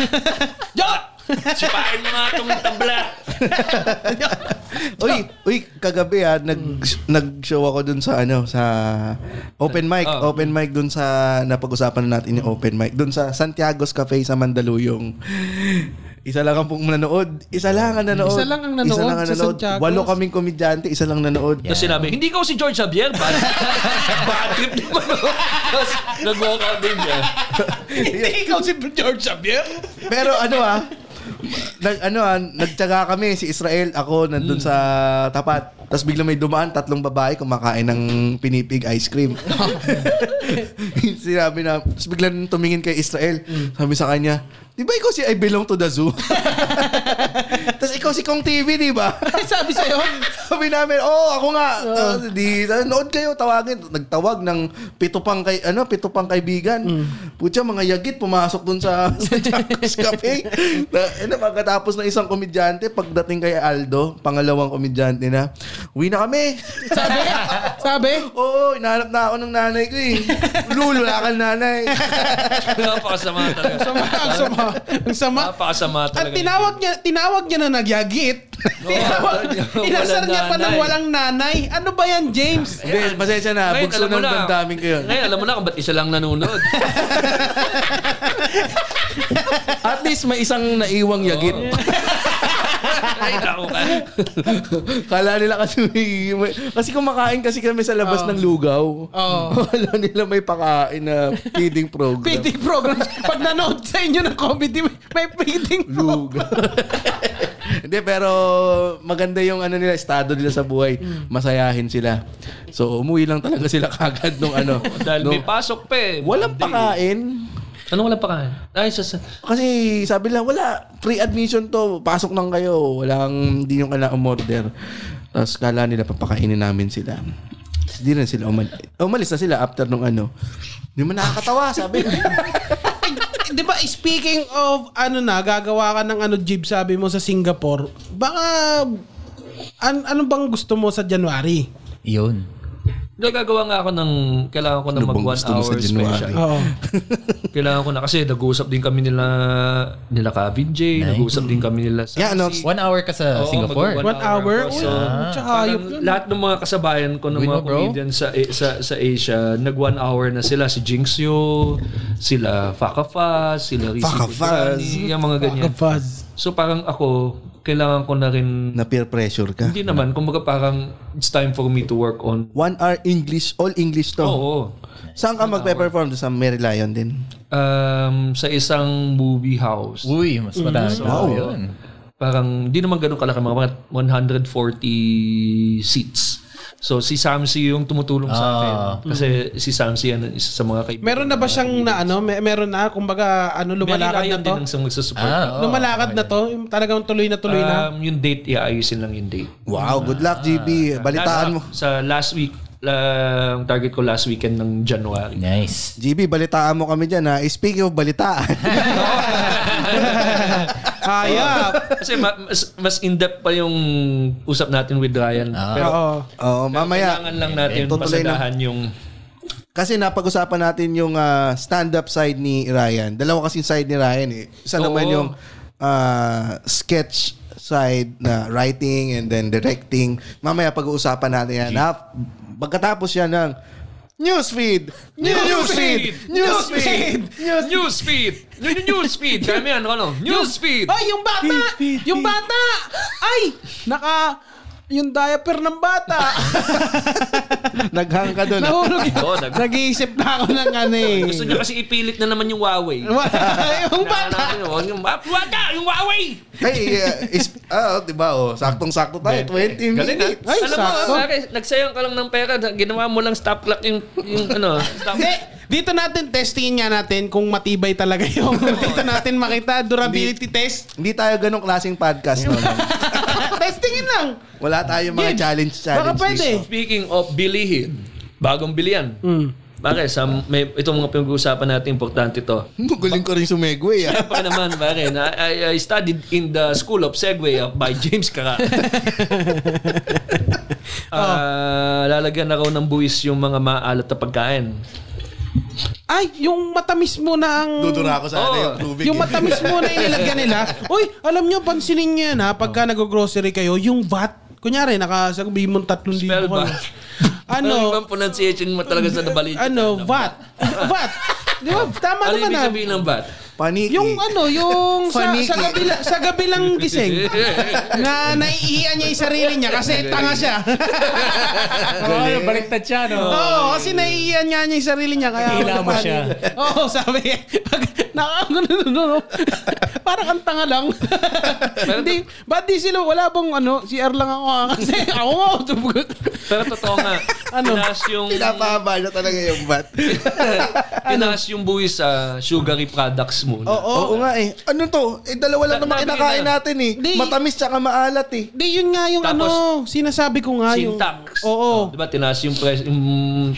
Speaker 3: Jojo!
Speaker 1: Sipain mo nga tong tabla.
Speaker 2: Uy, uy, kagabi ah, nag, nag-show ako dun sa ano, sa open mic.
Speaker 3: Oh.
Speaker 2: Open mic dun sa, napag-usapan na natin yung
Speaker 3: Mm.
Speaker 2: open mic. Dun sa Santiago's Cafe sa Mandaluyong. Isa lang ang pong nanood. Isa lang ang nanood.
Speaker 3: Isa lang ang nanood
Speaker 2: Isa lang ang
Speaker 3: sa
Speaker 2: nanood.
Speaker 3: Santiago's.
Speaker 2: Walo kaming komedyante, isa lang nanood.
Speaker 1: Tapos sinabi, hindi ka si George Javier. Bad, bad trip naman. Tapos nag-walk out din niya.
Speaker 3: Hindi ikaw si George Xavier.
Speaker 2: Pero ano ah, nag ano ah, nagtiyaga kami si Israel, ako nandun sa tapat. Tapos biglang may dumaan tatlong babae kumakain ng pinipig ice cream. Sinabi na, tapos biglang tumingin kay Israel. Sabi sa kanya, Di ba ikaw si I belong to the zoo? Tapos ikaw si Kong TV, di ba?
Speaker 3: Sabi sa'yo,
Speaker 2: Sabi namin, oh, ako nga. Tapos di, nood kayo, tawagin. Nagtawag ng pito pang, kay, ano, pito pang kaibigan. Putya, mga yagit, pumasok dun sa, sa Jacob's Cafe. na, ano, pagkatapos ng isang komedyante, pagdating kay Aldo, pangalawang komedyante na, uwi na kami.
Speaker 3: sabi, sabi,
Speaker 2: Oo, inahanap na ako ng nanay ko eh. Lulu, wala kang nanay.
Speaker 1: Napakasama talaga.
Speaker 3: sama, ang sama, ang sama.
Speaker 1: Napakasama
Speaker 3: At
Speaker 1: talaga.
Speaker 3: tinawag niya, tinawag niya na nagyagit. tinawag,
Speaker 1: walang
Speaker 3: inasar niya pa ng
Speaker 1: nanay.
Speaker 3: walang nanay. Ano ba yan, James?
Speaker 2: Hindi, pasensya na.
Speaker 1: Ngayon,
Speaker 2: Bugso
Speaker 1: alam mo
Speaker 2: ng
Speaker 1: na.
Speaker 2: damdamin ko yun.
Speaker 1: Ngayon, alam mo na kung ba't isa lang nanonood.
Speaker 2: At least may isang naiwang yagit.
Speaker 1: Ay, naku ka.
Speaker 2: Kala nila kasi may, may- kasi kumakain kasi kami sa
Speaker 1: Oh.
Speaker 2: labas ng lugaw.
Speaker 3: Oo.
Speaker 2: Kala nila may pakain na feeding program.
Speaker 3: Feeding programs. Pag nanood sa inyo ng comedy, may, may feeding program.
Speaker 2: Lugaw. Hindi, pero maganda yung ano nila, estado nila sa buhay.
Speaker 1: Hmm.
Speaker 2: Masayahin sila. So, umuwi lang talaga sila kagad nung ano.
Speaker 1: Dahil may
Speaker 2: nung,
Speaker 1: pasok pa eh.
Speaker 2: walang
Speaker 1: Monday.
Speaker 2: pakain.
Speaker 1: Anong walang pakain? Ay, sa... sa
Speaker 2: Kasi sabi lang, wala, free admission to, pasok lang kayo, walang, hindi nyo kailangan umorder. Tapos kala nila, papakainin namin sila. Tapos Hindi rin sila umalis. Umalis na sila after nung ano. Hindi mo nakakatawa, sabi.
Speaker 3: Di ba, speaking of, ano na, gagawa ka ng ano, jib, sabi mo sa Singapore, baka, an, ano bang gusto mo sa January?
Speaker 4: Yun.
Speaker 1: nagagawa nga ako ng... Kailangan ko na
Speaker 2: Ano
Speaker 1: mag
Speaker 2: bang
Speaker 1: one
Speaker 2: gusto mo sa
Speaker 1: hour
Speaker 2: January?
Speaker 1: special.
Speaker 3: Oo.
Speaker 1: Kailangan ko na kasi nag-uusap din kami nila nila Kevin J, nag-uusap din kami nila sa
Speaker 2: yeah, ano,
Speaker 4: One hour ka sa
Speaker 1: Oo,
Speaker 4: Singapore. Ah.
Speaker 1: mag-
Speaker 3: One hour?
Speaker 1: hour,
Speaker 3: Uy,
Speaker 1: so,
Speaker 3: tsaka
Speaker 1: Parang
Speaker 3: ayop yun.
Speaker 1: lahat ng mga kasabayan ko ng
Speaker 4: We
Speaker 1: mga
Speaker 4: know, bro.
Speaker 1: comedian sa, sa sa Asia, nag one hour na sila. Si Jinxio, sila Fakafa, sila Rizzi
Speaker 2: Fakafaz.
Speaker 1: Pugliani, yung mga ganyan.
Speaker 3: Kapaz.
Speaker 1: So parang ako, kailangan ko na rin,
Speaker 2: na peer pressure ka.
Speaker 1: hindi naman, kumbaga parang it's time for me to work on.
Speaker 2: One hour English, all English to.
Speaker 1: Oo.
Speaker 2: Saan ka magpe-perform? Sa Mary Lion din.
Speaker 1: Um, sa isang movie house.
Speaker 4: Uy, mas mataas.
Speaker 2: Wow.
Speaker 4: Yun.
Speaker 1: parang di naman ganun kalaki mga 140 seats. So si Samsi yung tumutulong sa akin
Speaker 2: Ah.
Speaker 1: kasi si Samsi yan ang isa sa mga kaibigan.
Speaker 3: Meron na ba siyang na ano? May, meron na? Kumbaga, ano, lumalakad na to?
Speaker 1: din ang isang nagsusupport.
Speaker 4: Ah, oo.
Speaker 3: Lumalakad na to? Yung Talagang tuloy na tuloy na?
Speaker 1: Um, yung date, iayusin lang yung date.
Speaker 2: Wow, good luck,
Speaker 1: Ah,
Speaker 2: GB. Balitaan mo.
Speaker 1: Sa last week, la- ang target ko last weekend ng January.
Speaker 4: Nice.
Speaker 2: GB, balitaan mo kami dyan ha. Speaking of balitaan.
Speaker 3: Kaya.
Speaker 1: Kasi ma- mas, mas in-depth pa yung usap natin with Ryan. Pero
Speaker 3: Oo.
Speaker 2: Oo, Ah. mamaya. Eh,
Speaker 1: kailangan lang natin
Speaker 2: Tutuloy na.
Speaker 1: pasadahan yung...
Speaker 2: Kasi napag-usapan natin yung ah, stand-up side ni Ryan. Dalawa kasi side ni Ryan eh. Isa
Speaker 1: Oo.
Speaker 2: naman yung ah, sketch side na writing and then directing. Mamaya pag-uusapan natin yan. Na, pagkatapos yan ng newsfeed! Newsfeed! Newsfeed!
Speaker 1: Newsfeed! Newsfeed! Kami yan, ano? Newsfeed!
Speaker 3: Ay, yung bata! Yung bata! Ay! Naka... Yung diaper ng bata.
Speaker 2: Naghang ka ah. doon.
Speaker 3: Nahulog yun.
Speaker 1: Oo, Oh, nag-
Speaker 3: Nag-iisip na ako ng ano eh.
Speaker 1: Gusto nyo kasi ipilit na naman yung Huawei.
Speaker 3: yung bata.
Speaker 1: Nahanapin mo, Yung bata! Yung Huawei!
Speaker 2: Ay, ah, is, ah, diba, oh, saktong-sakto tayo.
Speaker 3: eh.
Speaker 2: 20
Speaker 1: Galing ah.
Speaker 2: minutes.
Speaker 3: Ay,
Speaker 1: Alam mo,
Speaker 3: sakto.
Speaker 1: pare, nagsayang ka lang ng pera. Ginawa mo lang stop clock yung, yung ano, stop
Speaker 3: Hindi, dito natin testingin nga natin kung matibay talaga yung dito natin makita durability test.
Speaker 2: Hindi tayo ganong klaseng podcast. No?
Speaker 3: Testingin lang.
Speaker 2: Wala tayong mga
Speaker 3: Gibbs,
Speaker 2: challenge-challenge.
Speaker 3: Baka pwede.
Speaker 2: dito.
Speaker 1: Speaking of bilihin, bagong bilian.
Speaker 3: Hmm.
Speaker 1: Pare, sa, may, itong mga pinag-uusapan natin, importante to.
Speaker 2: Guling ko rin sumegway ah.
Speaker 6: pa naman, pare.
Speaker 1: And I, I, I studied in the School of Segway of- by James Carra. Ah, lalagyan na raw ng buwis yung mga maalat na pagkain.
Speaker 3: Ay, yung matamis mo na ang...
Speaker 2: Dudura ako sana
Speaker 1: Oo.
Speaker 2: yung tubig.
Speaker 3: Yung
Speaker 2: eh.
Speaker 3: matamis mo na inilagyan nila. Uy, alam nyo, pansinin nyo yan ha.
Speaker 1: Oh.
Speaker 3: Pagka nag-grocery kayo, yung VAT. Kunyari, nakasabi mong 3,000
Speaker 1: Spell
Speaker 3: kayo.
Speaker 1: ba? Ano? Ano
Speaker 3: Ano?
Speaker 1: yung pronunciation mo talaga sa nabalit?
Speaker 3: ano? VAT. VAT. Di ba? Tama
Speaker 1: Ano ibig
Speaker 3: naman na.
Speaker 1: sabihin ng bat?
Speaker 2: Paniki.
Speaker 3: Yung ano, yung sa,
Speaker 2: Faniki.
Speaker 3: sa, gabila, sa gabilang gising na naiiya niya yung sarili niya kasi tanga siya.
Speaker 5: Oh, baliktad
Speaker 1: Eh.
Speaker 5: siya, no?
Speaker 1: Ah,
Speaker 3: Oo, kasi naiiyan niya niya yung sarili niya. Kaya
Speaker 5: Hila mo siya.
Speaker 3: Oo, sabi niya. Pag, naka, ano, ano, ano, ano, parang ang tanga lang. Hindi, ba't di sila, wala bang ano, CR lang ako ha? Kasi ako nga, oh, tubugot.
Speaker 1: Pero totoo nga,
Speaker 3: Ano?
Speaker 1: tinaas yung,
Speaker 2: Pinapahaba na talaga yung bat.
Speaker 1: tinaas yung buwis sa sugary products mo.
Speaker 2: Oo, nga eh. Ano to? Eh dalawa lang
Speaker 1: Na-
Speaker 2: naman
Speaker 1: nabili
Speaker 2: kinakain
Speaker 1: na.
Speaker 2: natin eh.
Speaker 3: Di-
Speaker 2: Matamis tsaka maalat eh.
Speaker 3: Hindi, yun nga yung
Speaker 1: Tapos,
Speaker 3: ano, sinasabi ko nga yung...
Speaker 1: Syntax.
Speaker 3: Oo.
Speaker 1: Diba, tinaas yung, pres- yung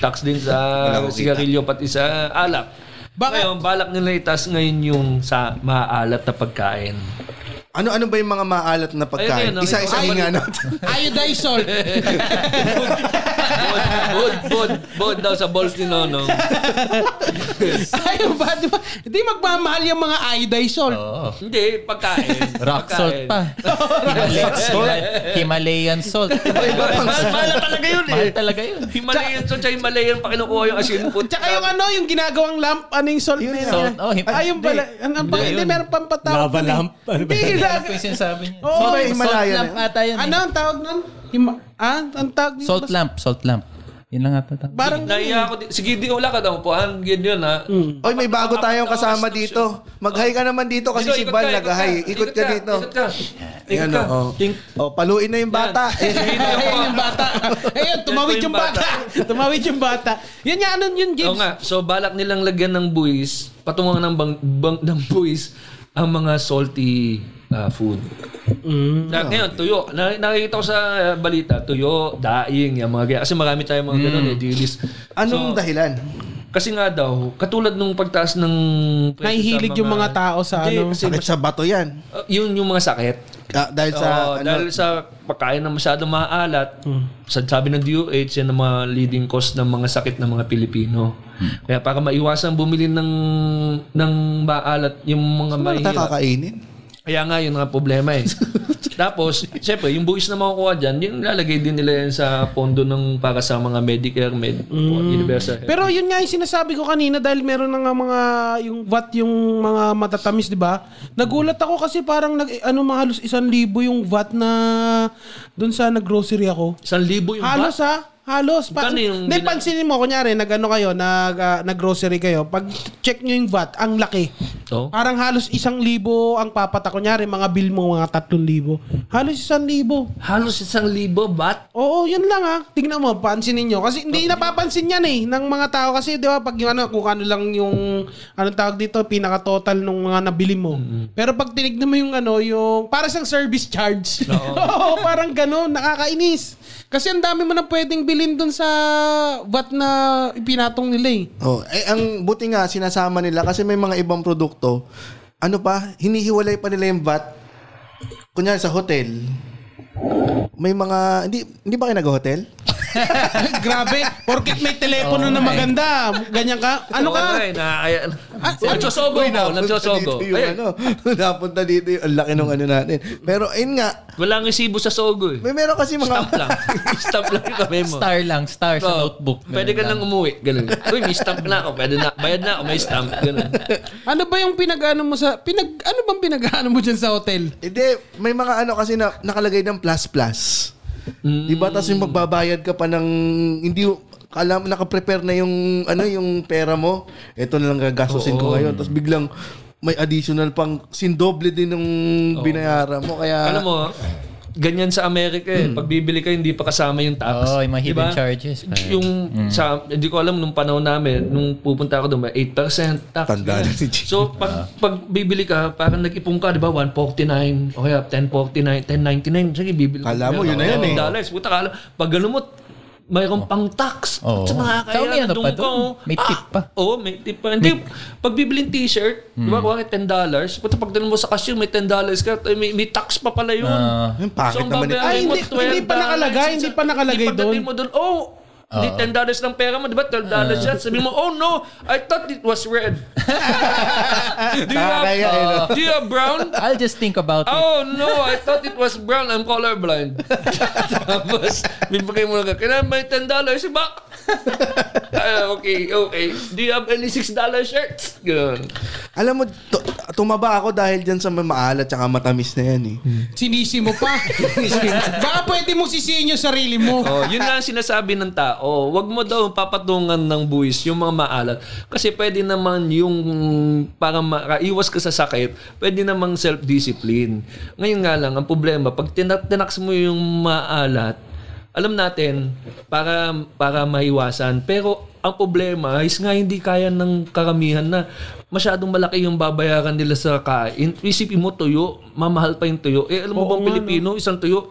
Speaker 1: tax din sa
Speaker 2: Wala akong kita.
Speaker 1: sigarilyo pati sa alak.
Speaker 3: Bakit?
Speaker 1: Ngayon, balak nila itas ngayon yung sa maalat na pagkain.
Speaker 2: Ano-ano Ano, ba yung mga maalat na pagkain?
Speaker 1: Ayun, ayun, ayun.
Speaker 2: Isa-isa
Speaker 1: Ay,
Speaker 2: nga natin.
Speaker 3: Iodized salt.
Speaker 1: Bud, bud, bud. Bukod, bukod daw sa balls ni Nonong.
Speaker 3: Ayaw ba? Di ba? Di magmamahal yung mga iodizol.
Speaker 4: Oh.
Speaker 1: Hindi, pagkain.
Speaker 4: Rock salt
Speaker 1: Pagkain.
Speaker 4: pa. Himalayan salt. Himalayan
Speaker 1: Mahal,
Speaker 4: salt.
Speaker 1: mahal talaga yun eh.
Speaker 4: Mahal talaga yun.
Speaker 1: Himalayan, so siya Himalayan pa kinukuha yung asin po.
Speaker 3: Tsaka yung ano, yung ginagawang lamp, ano yung salt
Speaker 2: Yun
Speaker 3: na yun?
Speaker 4: Salt. Oh, him-
Speaker 3: Ay, yung pala. Ang ang pang, hindi, meron pang patawag.
Speaker 5: Lava
Speaker 3: dun eh.
Speaker 5: lamp. Ano ba?
Speaker 3: Hindi,
Speaker 4: Alam ko
Speaker 3: lava-
Speaker 4: yung sinasabi niya.
Speaker 3: Oo,
Speaker 4: Salt-
Speaker 3: may
Speaker 2: Himalaya
Speaker 4: Salt lamp
Speaker 2: na yun.
Speaker 4: ata yan. eh.
Speaker 3: Ano ang tawag nun? Hima- ah, ang tawag nun?
Speaker 4: Salt
Speaker 3: Basta-
Speaker 4: lamp. Salt lamp. Yun lang ata. tawag.
Speaker 3: Parang,
Speaker 1: Naiya ako. di- Sige, di wala ka daw po. Han, ganyan yun ha.
Speaker 3: Hmm.
Speaker 2: Oy, may bago tayong kasama dito. Mag-hi ka naman dito kasi
Speaker 1: Dito,
Speaker 2: si
Speaker 1: ikot
Speaker 2: Val
Speaker 1: ka, ikot
Speaker 2: nag-hi. Ikot ka dito.
Speaker 1: Ikot ka. Ikot
Speaker 2: Ayan,
Speaker 1: ka.
Speaker 2: oh. Oh, paluin na yung bata. Eh,
Speaker 1: Hindi ako,
Speaker 3: ayun
Speaker 1: ah.
Speaker 3: yung bata. Ayun, tumawid yung bata. tumawid yung bata. Yun nga, ano yun,
Speaker 1: Oo
Speaker 3: James?
Speaker 1: nga. So, balak nilang lagyan ng buwis, patungan ng, bang, bang, ng buwis, ang mga salty ah, food.
Speaker 3: Mm,
Speaker 1: Na, ngayon, tuyo. Na, nakikita ko sa ah, balita, tuyo, daing, yung mga ganyan. Kasi marami tayong mga
Speaker 3: Mm.
Speaker 1: ganun eh, dilis.
Speaker 2: anong dahilan?
Speaker 1: Kasi nga daw, katulad nung pagtaas ng presyo sa
Speaker 3: Nahihilig yung mga tao sa
Speaker 1: Hindi,
Speaker 3: ano.
Speaker 1: kasi
Speaker 2: Sakit sa bato yan.
Speaker 1: ah, yun yung mga sakit.
Speaker 2: Ah, dahil sa,
Speaker 1: Oo,
Speaker 2: ano,
Speaker 1: dahil sa pagkain na masyadong maaalat, sa sabi ng DOH, yan ang mga leading cause ng mga sakit ng mga Pilipino. Kaya para maiwasan bumili ng ng maalat yung mga
Speaker 2: ano
Speaker 1: mahirap.
Speaker 2: nakakainin?
Speaker 1: Kaya nga, yun nga problema eh. Tapos, syempre, yung buwis na makukuha dyan, yun lalagay din nila yan sa pondo ng para sa mga Medicare, Med, Universal Health.
Speaker 3: Pero yun nga yung sinasabi ko kanina dahil meron na nga mga yung VAT yung mga matatamis, di ba? Nagulat ako kasi parang nag, ano, mga halos isang libo yung VAT na doon sa nag-grocery ako.
Speaker 1: Isang libo yung
Speaker 3: Halos
Speaker 1: ba?
Speaker 3: ha? Halos. Pa-
Speaker 1: Magkano yung
Speaker 3: Hindi,
Speaker 1: gina-
Speaker 3: pansinin mo, kunyari, nag-ano kayo, nag, ah, nag-grocery kayo, pag check nyo yung VAT, ang laki.
Speaker 1: Oo.
Speaker 3: Parang halos isang libo ang papata. Kunyari, mga bill mo, mga tatlong libo. Halos isang libo.
Speaker 1: Halos isang libo, bat?
Speaker 3: Oo, yun lang ha. Tingnan mo, pansinin nyo. Kasi hindi napapansin yan eh, ng mga tao. Kasi di ba, pag yung ano, kung ano lang yung, anong tawag dito, pinaka-total nung mga nabili mo. Pero pag tinignan mo yung ano, yung, para siyang service charge. Oo, parang ganun, nakakainis. Kasi ang dami mo na pwedeng bilhin dun sa VAT na ipinatong nila eh.
Speaker 2: Oh, eh, ang buti nga sinasama nila kasi may mga ibang produkto. Ano pa, hinihiwalay pa nila yung VAT. Kunyari sa hotel. May mga hindi hindi ba kayo nag-hotel?
Speaker 3: Grabe, porket may telepono
Speaker 4: Oo
Speaker 3: na
Speaker 4: nga eh.
Speaker 3: maganda, ganyan ka. Ano
Speaker 1: Oo nga
Speaker 3: ka?
Speaker 1: eh, na, ay, nagsosogo
Speaker 2: Uy,
Speaker 1: ko,
Speaker 2: napunta
Speaker 1: nagsosogo.
Speaker 2: Dito yung
Speaker 1: Ay,
Speaker 2: ano, napunta dito yung ang laki ng ano natin. Pero ayun nga,
Speaker 1: walang isibo sa sogo eh.
Speaker 2: may meron kasi
Speaker 1: Stamp
Speaker 2: mga
Speaker 1: lang. stamp lang yung kamay mo.
Speaker 4: Star lang. Star sa
Speaker 1: Oo.
Speaker 4: notebook.
Speaker 1: Pwede ka nang umuwi. Ganun. Uy, may stamp na ako. Pwede na. Bayad na ako. May stamp. Ganun.
Speaker 3: Ano ba yung pinag-ano mo sa, pinag, ano bang pinag-ano mo dyan sa hotel?
Speaker 2: Hindi, may mga ano kasi na nakalagay ng plus plus.
Speaker 1: Mm.
Speaker 2: Di ba? Tapos yung magbabayad ka pa ng hindi alam naka-prepare na yung ano yung pera mo. Ito na lang gagastusin ko ngayon. Tapos biglang may additional pang sindoble din ng binayaran
Speaker 1: Alam
Speaker 2: mo kaya
Speaker 1: mo, ganyan sa Amerika eh. Pag bibili ka, hindi pa kasama yung tax.
Speaker 4: Oo, Hmm. Oh, yung mga hidden
Speaker 1: Diba?
Speaker 4: charges. Hmm.
Speaker 1: Yung sa, hindi ko alam nung panahon namin, nung pupunta ako doon, may 8% tax.
Speaker 2: Tanda na si Jay.
Speaker 1: So,
Speaker 4: Ah.
Speaker 1: pag, pag bibili ka, parang nag-ipon ka, di ba? 149, o kaya 1049, 1099. Sige, bibili ka.
Speaker 2: Kala mo, yun na yan eh.
Speaker 1: Dollars. Puta, kala. Pag ganun mo,
Speaker 4: Oh.
Speaker 1: mayroon pang tax.
Speaker 4: Oo.
Speaker 1: Sa
Speaker 4: Saka may
Speaker 1: nakakaya,
Speaker 4: ano
Speaker 1: nandun
Speaker 4: pa
Speaker 1: ka.
Speaker 4: doon.
Speaker 1: oh.
Speaker 4: May tip pa.
Speaker 1: Oo, may tip pa. Hindi, pag bibili ng t-shirt, di ba, kuha $10, puta, pag dalhin mo sa cashier, may $10 ka, ay, may, may tax pa pala yun.
Speaker 4: Ah.
Speaker 2: Yung pangit naman eh. ito.
Speaker 1: babayaran
Speaker 3: Ay,
Speaker 1: mo
Speaker 3: hindi- hindi pa
Speaker 1: $12.
Speaker 3: nakalagay, hindi pa nakalagay
Speaker 1: Hindi, pagdating
Speaker 3: doon.
Speaker 1: mo doon, oh, Hindi, $10 ng pera mo, di ba? $12 yan. Sabi mo, oh no, I thought it was red. do, you
Speaker 2: Nakakaya eh, no?
Speaker 1: have, do you have brown?
Speaker 4: I'll just think about it.
Speaker 1: Oh no, I thought it was brown. I'm colorblind. Tapos, bibigay mo lang, can I have my $10? Si Bak? Ah, okay, okay. Do you have any $6 shirts? Ganun.
Speaker 2: Alam mo tu- tumaba ako dahil diyan sa may maalat tsaka matamis na yan eh.
Speaker 1: Hmm.
Speaker 3: Sinisi mo pa. Baka pwede mong sisihin yung sarili mo.
Speaker 1: Oh, yun lang ang sinasabi ng tao. Huwag mo daw papatungan ng buwis yung mga maalat. Kasi pwede naman yung para makaiwas ka sa sakit, pwede namang self-discipline. Ngayon nga lang, ang problema, pag tinak- tinaks mo yung maalat, alam natin, para, para maiwasan. Pero ang problema is nga hindi kaya ng karamihan na masyadong malaki yung babayaran nila sa kain. Isipin mo, tuyo, mamahal pa yung tuyo. Eh, alam mo bang Pilipino, isang tuyo,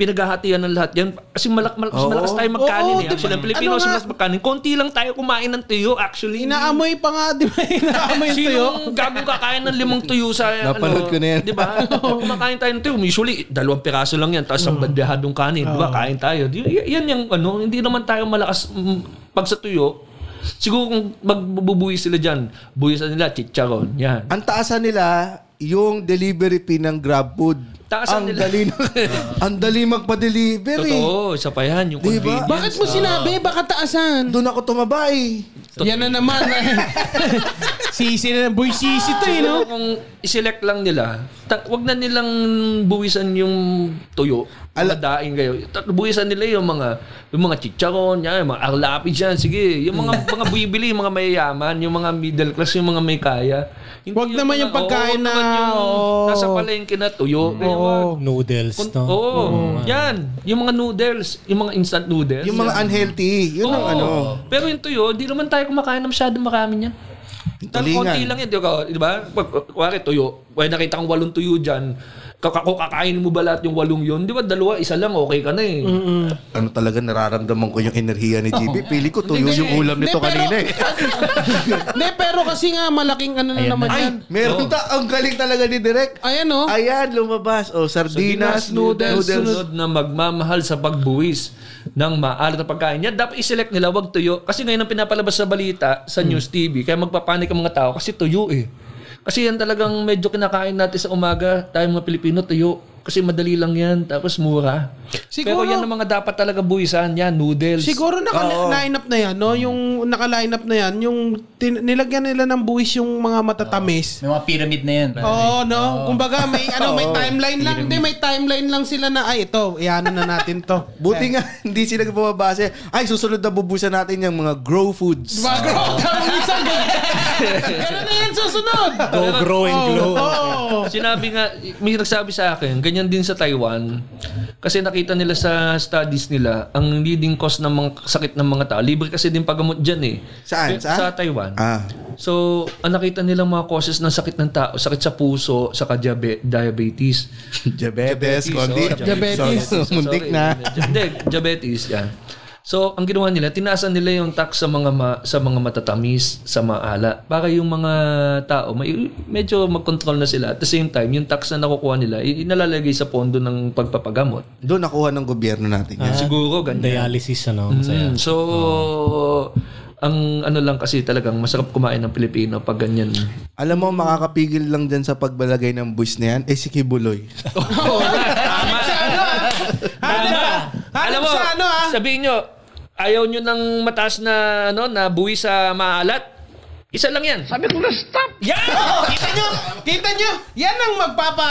Speaker 1: pinaghahatian ng lahat yan. Kasi malak, mal- mas malakas tayo magkanin
Speaker 3: Oo,
Speaker 1: eh.
Speaker 3: diba?
Speaker 1: Actually, ang Pilipino
Speaker 3: Ano
Speaker 1: mas
Speaker 3: nga?
Speaker 1: malakas magkanin. Konti lang tayo kumain ng tuyo actually.
Speaker 3: Inaamoy pa nga, di ba? Inaamoy yung tuyo.
Speaker 1: Sinong gagawin kakain ng limang tuyo sa... ano?
Speaker 2: Napanood ko na yan.
Speaker 1: Di ba? Kumakain tayo ng tuyo. Usually, dalawang piraso lang yan. Tapos ang bandehadong kanin. Di ba? Kain tayo. Di- y- yan yung ano. Hindi naman tayo malakas mm, pag sa tuyo. Siguro kung magbubuhi sila dyan, buhisan nila, chicharon. Yan.
Speaker 2: Ang taasan nila, yung delivery fee ng Grab food.
Speaker 1: Taasan
Speaker 2: ang
Speaker 1: nila.
Speaker 2: Dali, ang dali magpa-delivery.
Speaker 1: Totoo, isa pa yan. Yung
Speaker 2: Di
Speaker 1: convenience.
Speaker 2: ba?
Speaker 3: Bakit mo sinabi? Baka taasan.
Speaker 2: Doon ako tumaba eh.
Speaker 3: Yan na naman. sisi na. Boy, sisi to eh, no?
Speaker 1: Siguro kung iselect lang nila, ta- wag na nilang buwisan yung tuyo. Ala daing kayo. Ta- Buwisan nila yung mga yung mga chicharon, yan, yung mga arlapi dyan. Sige, yung mga mga bibili, yung mga mayayaman, yung mga middle class, yung mga may kaya. Hindi
Speaker 3: Wag naman
Speaker 1: mga-
Speaker 3: yung pagkain
Speaker 1: oo, wag naman
Speaker 3: na- oo.
Speaker 1: yung nasa palengke na tuyo. Kaya wag.
Speaker 5: Noodles,
Speaker 1: Kun-
Speaker 5: no?
Speaker 1: Oo. Yan. Yung mga noodles. Yung mga instant noodles.
Speaker 2: Yung mga unhealthy. Yun ang
Speaker 1: Oo.
Speaker 2: ano.
Speaker 3: Oh.
Speaker 1: Pero yung tuyo, di naman tayo kumakain ng masyadong marami niyan. Tal-
Speaker 2: Tulingan.
Speaker 1: konti lang yun, di ba? Di ba? Pag, kuwari, tuyo. Kaya nakita kang walong tuyo dyan. Kaka- Kung kakainin mo ba lahat yung walong yun? Di ba? Dalawa, isa lang, okay ka na eh.
Speaker 2: Ano talaga nararamdaman ko yung enerhiya ni GB. Pili ko tuyo yung ulam nito
Speaker 3: Hindi, pero-
Speaker 2: kanina eh.
Speaker 3: Hindi, pero kasi nga malaking ano na
Speaker 4: Ayan
Speaker 3: naman
Speaker 4: na.
Speaker 3: yan.
Speaker 2: Ay, meron ta. Ang galing talaga ni Direk.
Speaker 3: Ayan, oh. no?
Speaker 2: Ayan, lumabas. O, sardinas, noodles.
Speaker 1: Sunod na magmamahal sa pagbuwis ng maalat na pagkain. Yan, dapat iselect nila, wag tuyo. Kasi ngayon ang pinapalabas sa balita, sa news TV, kaya magpapanik ang mga tao kasi tuyo eh. Kasi yan talagang medyo kinakain natin sa umaga, tayong mga Pilipino, tuyo. Kasi madali lang yan, tapos mura.
Speaker 3: Siguro-
Speaker 1: Pero yan ang mga dapat talaga buwisan. Yan, noodles.
Speaker 3: Siguro naka-line up na yan, no? Yung naka-line up na yan, yung tin- nilagyan nila ng buwis yung mga matatamis.
Speaker 4: May mga pyramid na yan.
Speaker 3: Oo, no? Kumbaga, may, ano, may timeline lang. Hindi, may timeline lang sila na, ay, ito, iano na natin to.
Speaker 2: Buti nga, hindi sila bumabase. Ay, susunod na bubusan natin yung mga grow foods.
Speaker 3: Diba, bro? Isang Ganun na yan susunod.
Speaker 5: Go grow and glow.
Speaker 3: Oo.
Speaker 1: Sinabi nga, may nagsabi sa akin, ganyan din sa Taiwan. Kasi nakita nila sa studies nila, ang leading cause ng mga sakit ng mga tao, libre kasi din paggamot dyan eh.
Speaker 2: Saan?
Speaker 1: Sa-
Speaker 2: Saan?
Speaker 1: Sa Taiwan.
Speaker 2: Ah.
Speaker 1: So, ang nakita nilang mga causes ng sakit ng tao, sakit sa puso, saka diabe- diabetes.
Speaker 2: Diabetes, kundi.
Speaker 1: oh,
Speaker 2: Diabetes.
Speaker 1: Sorry,
Speaker 2: Muntik na.
Speaker 1: Hindi, diabetes yan. So, ang ginawa nila, tinaasan nila yung tax sa mga ma- sa mga matatamis, sa maala para yung mga tao may, medyo mag-control na sila. At the same time, yung tax na nakukuha nila, i- inalalagay sa pondo ng pagpapagamot.
Speaker 2: Doon nakuha ng gobyerno natin.
Speaker 1: Ah.
Speaker 2: Yan.
Speaker 1: Siguro ganyan.
Speaker 5: Dialysis, ano? Masaya.
Speaker 1: Mm, so, ang ano lang kasi talagang masarap kumain ng Pilipino pag ganyan.
Speaker 2: Alam mo, makakapigil lang dyan sa pagbalagay ng buwis na yan, eh si Kibuloy.
Speaker 3: Oh.
Speaker 1: Tama.
Speaker 3: ano,
Speaker 1: Tama.
Speaker 3: ah? Hanap sa ano, ah?
Speaker 1: Sabihin nyo, ayaw nyo ng mataas na, ano, na buwi sa maalat. Isa lang yan. Sabi ko na stop. Yan!
Speaker 3: Kita nyo, kita nyo, yan ang magpapa,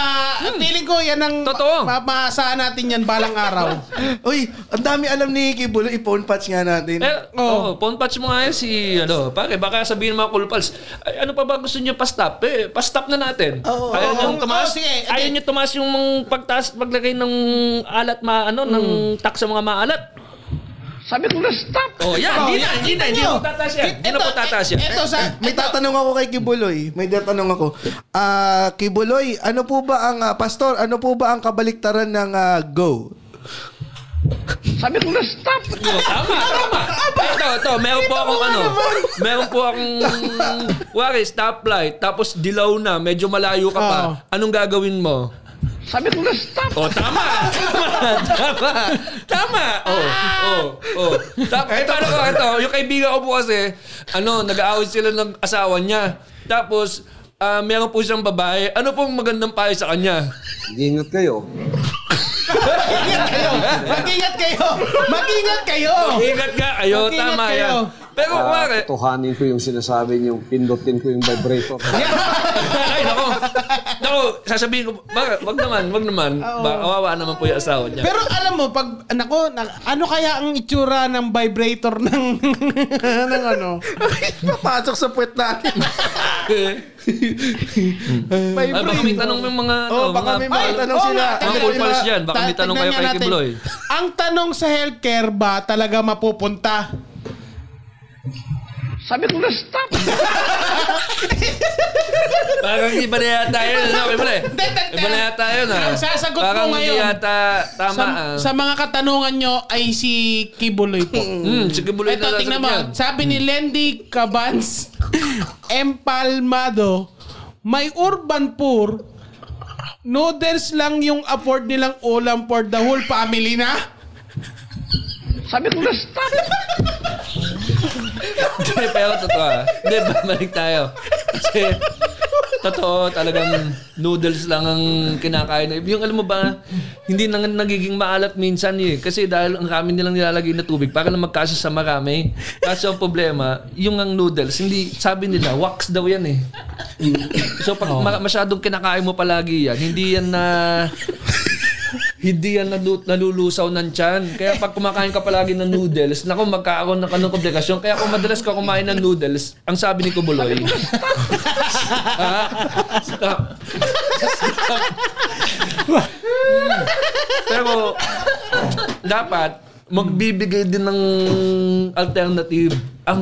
Speaker 3: feeling ko, yan ang
Speaker 1: Totoo.
Speaker 3: ma- maasahan natin yan balang araw.
Speaker 2: Uy, ang dami alam ni Kibuloy. I-phone patch nga natin.
Speaker 1: Eh, oh. phone patch mo nga yan si, ano, pare, baka sabihin ng mga cool pals, ay, ano pa ba gusto nyo pa-stop? Eh, pa-stop na natin.
Speaker 3: Oh,
Speaker 2: Oo,
Speaker 1: ayaw
Speaker 2: oo,
Speaker 1: nyo
Speaker 3: oo.
Speaker 1: tumaas,
Speaker 3: Oo, sige, okay.
Speaker 1: ayaw nyo tumaas yung mga pagtaas, paglagay ng alat, ma, ano, ng
Speaker 3: Mm.
Speaker 1: tax sa mga maalat. Sabi ko na stop. Oh, yan, hindi na, hindi na, hindi na po tataas yan. Hindi na po tataas yan.
Speaker 3: Ito eh, sa,
Speaker 2: May tatanong ako kay Kibuloy. May tatanong ako. Ah, Kibuloy, ano po ba ang, ah, Pastor, ano po ba ang kabaliktaran ng ah, go?
Speaker 1: Oo, tama, tama. Ito, ito, meron po akong ano. Meron po akong, wari, stoplight, tapos dilaw na, medyo malayo ka pa.
Speaker 3: Oo.
Speaker 1: Anong gagawin mo? Sabi ko na stop. Oh, tama. tama. Tama. Oh, oh, oh. Tap, eh, paano ko ito? Yung kaibigan ko po kasi, ano, nag-aawit sila ng asawa niya. Tapos, ah, meron po siyang babae. Ano pong magandang payo sa kanya?
Speaker 7: Ingat kayo.
Speaker 3: mag-ingat kayo, mag-ingat kayo, mag-ingat kayo.
Speaker 1: Ingat ka. Ayo,
Speaker 3: Oh. Mag-ingat
Speaker 1: tama
Speaker 3: kayo.
Speaker 1: yan. Pero,
Speaker 7: Ah.
Speaker 1: wari,
Speaker 7: Tuhanin ko yung sinasabi niyo, pindutin ko yung vibrator.
Speaker 1: Ay, nako. Nako, sasabihin ko, baka, wag naman, wag naman. Baka kawawa naman po yung asawa niya.
Speaker 3: Pero alam mo, pag, nako, na- ano kaya ang itsura ng vibrator ng, ng ano?
Speaker 2: Papasok sa puwet natin.
Speaker 1: Ay, hmm. baka may tanong yung mga, ano,
Speaker 2: Oh, baka
Speaker 1: mga,
Speaker 2: may mga tanong
Speaker 3: oo
Speaker 2: sila.
Speaker 3: nga,
Speaker 1: mga
Speaker 3: tanong
Speaker 1: cool
Speaker 2: Yung
Speaker 1: pals
Speaker 2: mga-
Speaker 1: dyan. Baka may
Speaker 3: Ta-
Speaker 1: tanong kayo
Speaker 3: tignan
Speaker 1: kay
Speaker 3: nga natin.
Speaker 1: Kibloy.
Speaker 3: Ang tanong sa healthcare ba talaga mapupunta?
Speaker 8: Sabi ko na stop.
Speaker 1: Parang iba na yata yun. Ano? Iba na. eh.
Speaker 3: Hindi, hindi,
Speaker 1: Iba na yata yun. ah.
Speaker 3: Sasagot mo
Speaker 1: Parang
Speaker 3: ngayon.
Speaker 1: hindi yata tama. ah.
Speaker 3: Sa, sa mga katanungan nyo ay si Kibuloy po.
Speaker 1: Hmm, sige buloy na
Speaker 3: Ito,
Speaker 1: lang
Speaker 3: tingnan mo. Sabi ni Lendy Cabans, empalmado, may urban poor, noodles lang yung afford nilang ulam for the whole family na.
Speaker 8: Sabi ko na stop.
Speaker 1: Hindi, pero totoo ah. Hindi, balik tayo. Kasi, totoo, talagang noodles lang ang kinakain. Yung alam mo ba, hindi na nga nagiging maalat minsan eh. Kasi dahil ang rami nilang nilalagay na tubig para lang magkasya sa marami. Kaso ang problema, yung ang noodles, hindi, sabi nila, wax daw yan eh. So pag ma- masyadong kinakain mo palagi yan, hindi yan na hindi yan nalu- nalulusaw ng tiyan. Kaya pag kumakain ka palagi ng noodles, naku, magkakaroon ng kanong komplikasyon. Kaya kung madalas ka kumain ng noodles, ang sabi ni Kubuloy, ha? Stop. Stop. Pero, dapat, magbibigay din ng alternative ang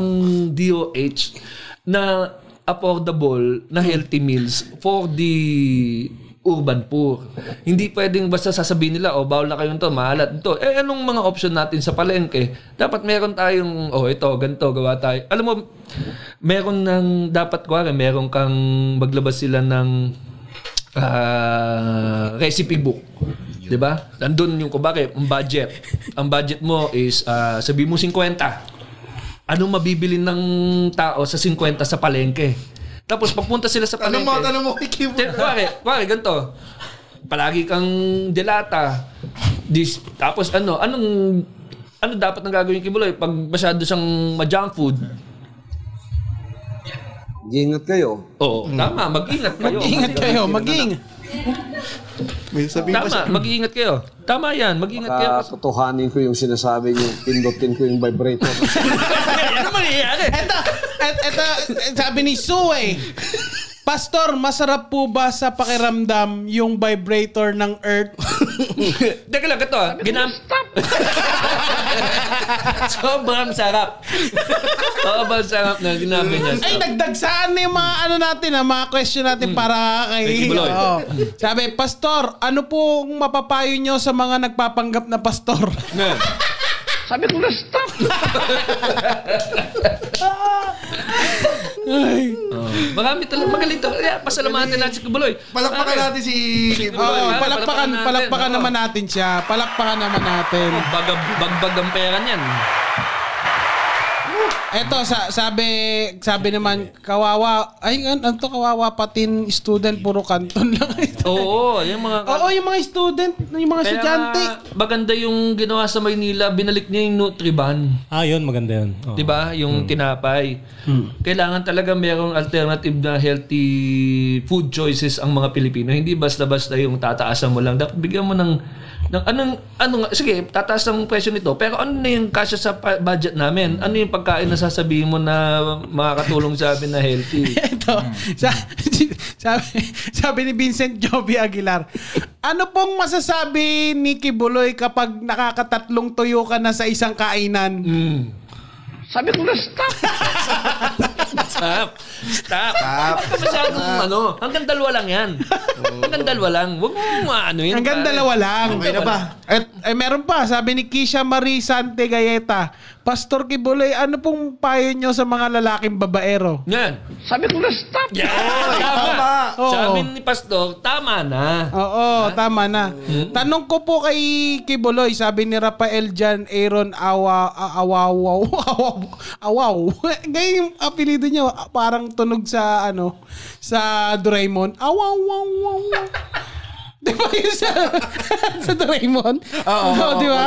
Speaker 1: DOH na affordable na healthy meals for the urban poor. Hindi pwedeng basta sasabihin nila, oh, bawal na kayong to, mahalat to. Eh, anong mga option natin sa palengke? Dapat meron tayong, oh, ito, ganito, gawa tayo. Alam mo, meron ng, dapat, kuwari, meron kang, maglabas sila ng ah, recipe book. 'Di ba? Nandun yung kubake, ang budget. Ang budget mo is ah, sabi mo 50. Anong mabibili ng tao sa 50 sa palengke? Tapos pagpunta sila sa palengke.
Speaker 2: Tanong mo, tanong mo kay Kibo.
Speaker 1: Te- Pare, pare, ganito. Palagi kang delata. This, tapos ano, anong ano dapat nang gagawin kay Buloy pag masyado siyang ma-junk food?
Speaker 7: Gingat kayo.
Speaker 1: Oo, Oh, tama, mag-ingat kayo.
Speaker 3: Ingat kayo, maging.
Speaker 2: May sabihin pa
Speaker 1: Tama,
Speaker 2: siya.
Speaker 1: mag-iingat kayo. Tama yan, mag-ingat kayo.
Speaker 7: Kaya Ah, totohanin ko yung sinasabi niyo, pindutin ko yung vibrator.
Speaker 1: ano mangyayari?
Speaker 3: Eto, et, eto, sabi ni Sue, eh. Pastor, masarap po ba sa pakiramdam yung vibrator ng Earth?
Speaker 1: Teka lang, ito ah. Ginam... Sobrang sarap. Sobrang sarap na ginabi niya.
Speaker 3: Ay, dagdag saan na yung mga ano natin, ah, mga question natin para kay...
Speaker 1: Kay Kibuloy.
Speaker 3: Oo. Sabi, Pastor, ano pong mapapayo nyo sa mga nagpapanggap na pastor?
Speaker 8: Sabi ko na stop.
Speaker 1: Oh. Marami talaga magaling to. Kaya pasalamatan natin si Kubuloy.
Speaker 2: Palakpakan
Speaker 1: Pare,
Speaker 2: natin si Kibo.
Speaker 3: Oo,
Speaker 1: Palakpakan,
Speaker 3: palakpakan,
Speaker 1: palakpakan
Speaker 3: palakpakan
Speaker 1: natin.
Speaker 3: naman natin siya. Palakpakan naman natin.
Speaker 1: Bagab, bagbag ang pera niyan.
Speaker 3: Eto, sa, sabi, sabi naman, kawawa, ay, an- ano to, kawawa patin student, puro kanton lang ito.
Speaker 1: Oo, yung mga...
Speaker 3: Oo, yung mga student, yung mga estudyante.
Speaker 1: maganda yung ginawa sa Maynila, binalik niya yung Nutriban.
Speaker 5: Ah, yun. Maganda yun. Oo.
Speaker 1: 'di ba? Yung
Speaker 3: Mm.
Speaker 1: tinapay. Kailangan talaga merong alternative na healthy food choices ang mga Pilipino. Hindi basta-basta yung tataasan mo lang. Dapat bigyan mo ng ng anong ano nga sige, tataas ang presyo nito. Pero ano na yung kasya sa pa- budget namin? Ano yung pagkain na sasabihin mo na makakatulong sa amin na healthy?
Speaker 3: Ito, sa, sabi, sabi ni Vincent Joby Aguilar, ano pong masasabi ni Kibuloy kapag nakakatatlong tuyo ka na sa isang kainan?
Speaker 1: Mm.
Speaker 8: Sabi ko na stop.
Speaker 1: Stop. Stop. Stop. Masyadong ano. Hanggang dalawa lang yan. Hanggang dalawa lang. Huwag mo ano yun.
Speaker 3: Hanggang
Speaker 1: pare.
Speaker 3: dalawa lang.
Speaker 2: Okay na ba?
Speaker 3: At ay, meron pa, sabi ni Kisha Marie Sante Galleta, Pastor Kibuloy, ano pong payo nyo sa mga lalaking babaero?
Speaker 1: Yan.
Speaker 8: Sabi ko na stop.
Speaker 1: Yeah, tama.
Speaker 3: Oo.
Speaker 1: Sabi ni Pastor, tama na.
Speaker 3: Oo, tama na. Tanong ko po kay Kibuloy, sabi ni Rafael Jan Aaron Awa A- Awawaw. Awaw. Awaw. Ngayon yung apelido niya parang tunog sa ano sa Doraemon. Awaw wow wow. wow. Di ba yun sa, sa Doraemon?
Speaker 1: Ah.
Speaker 3: Oo,
Speaker 1: Oh,
Speaker 3: di ba?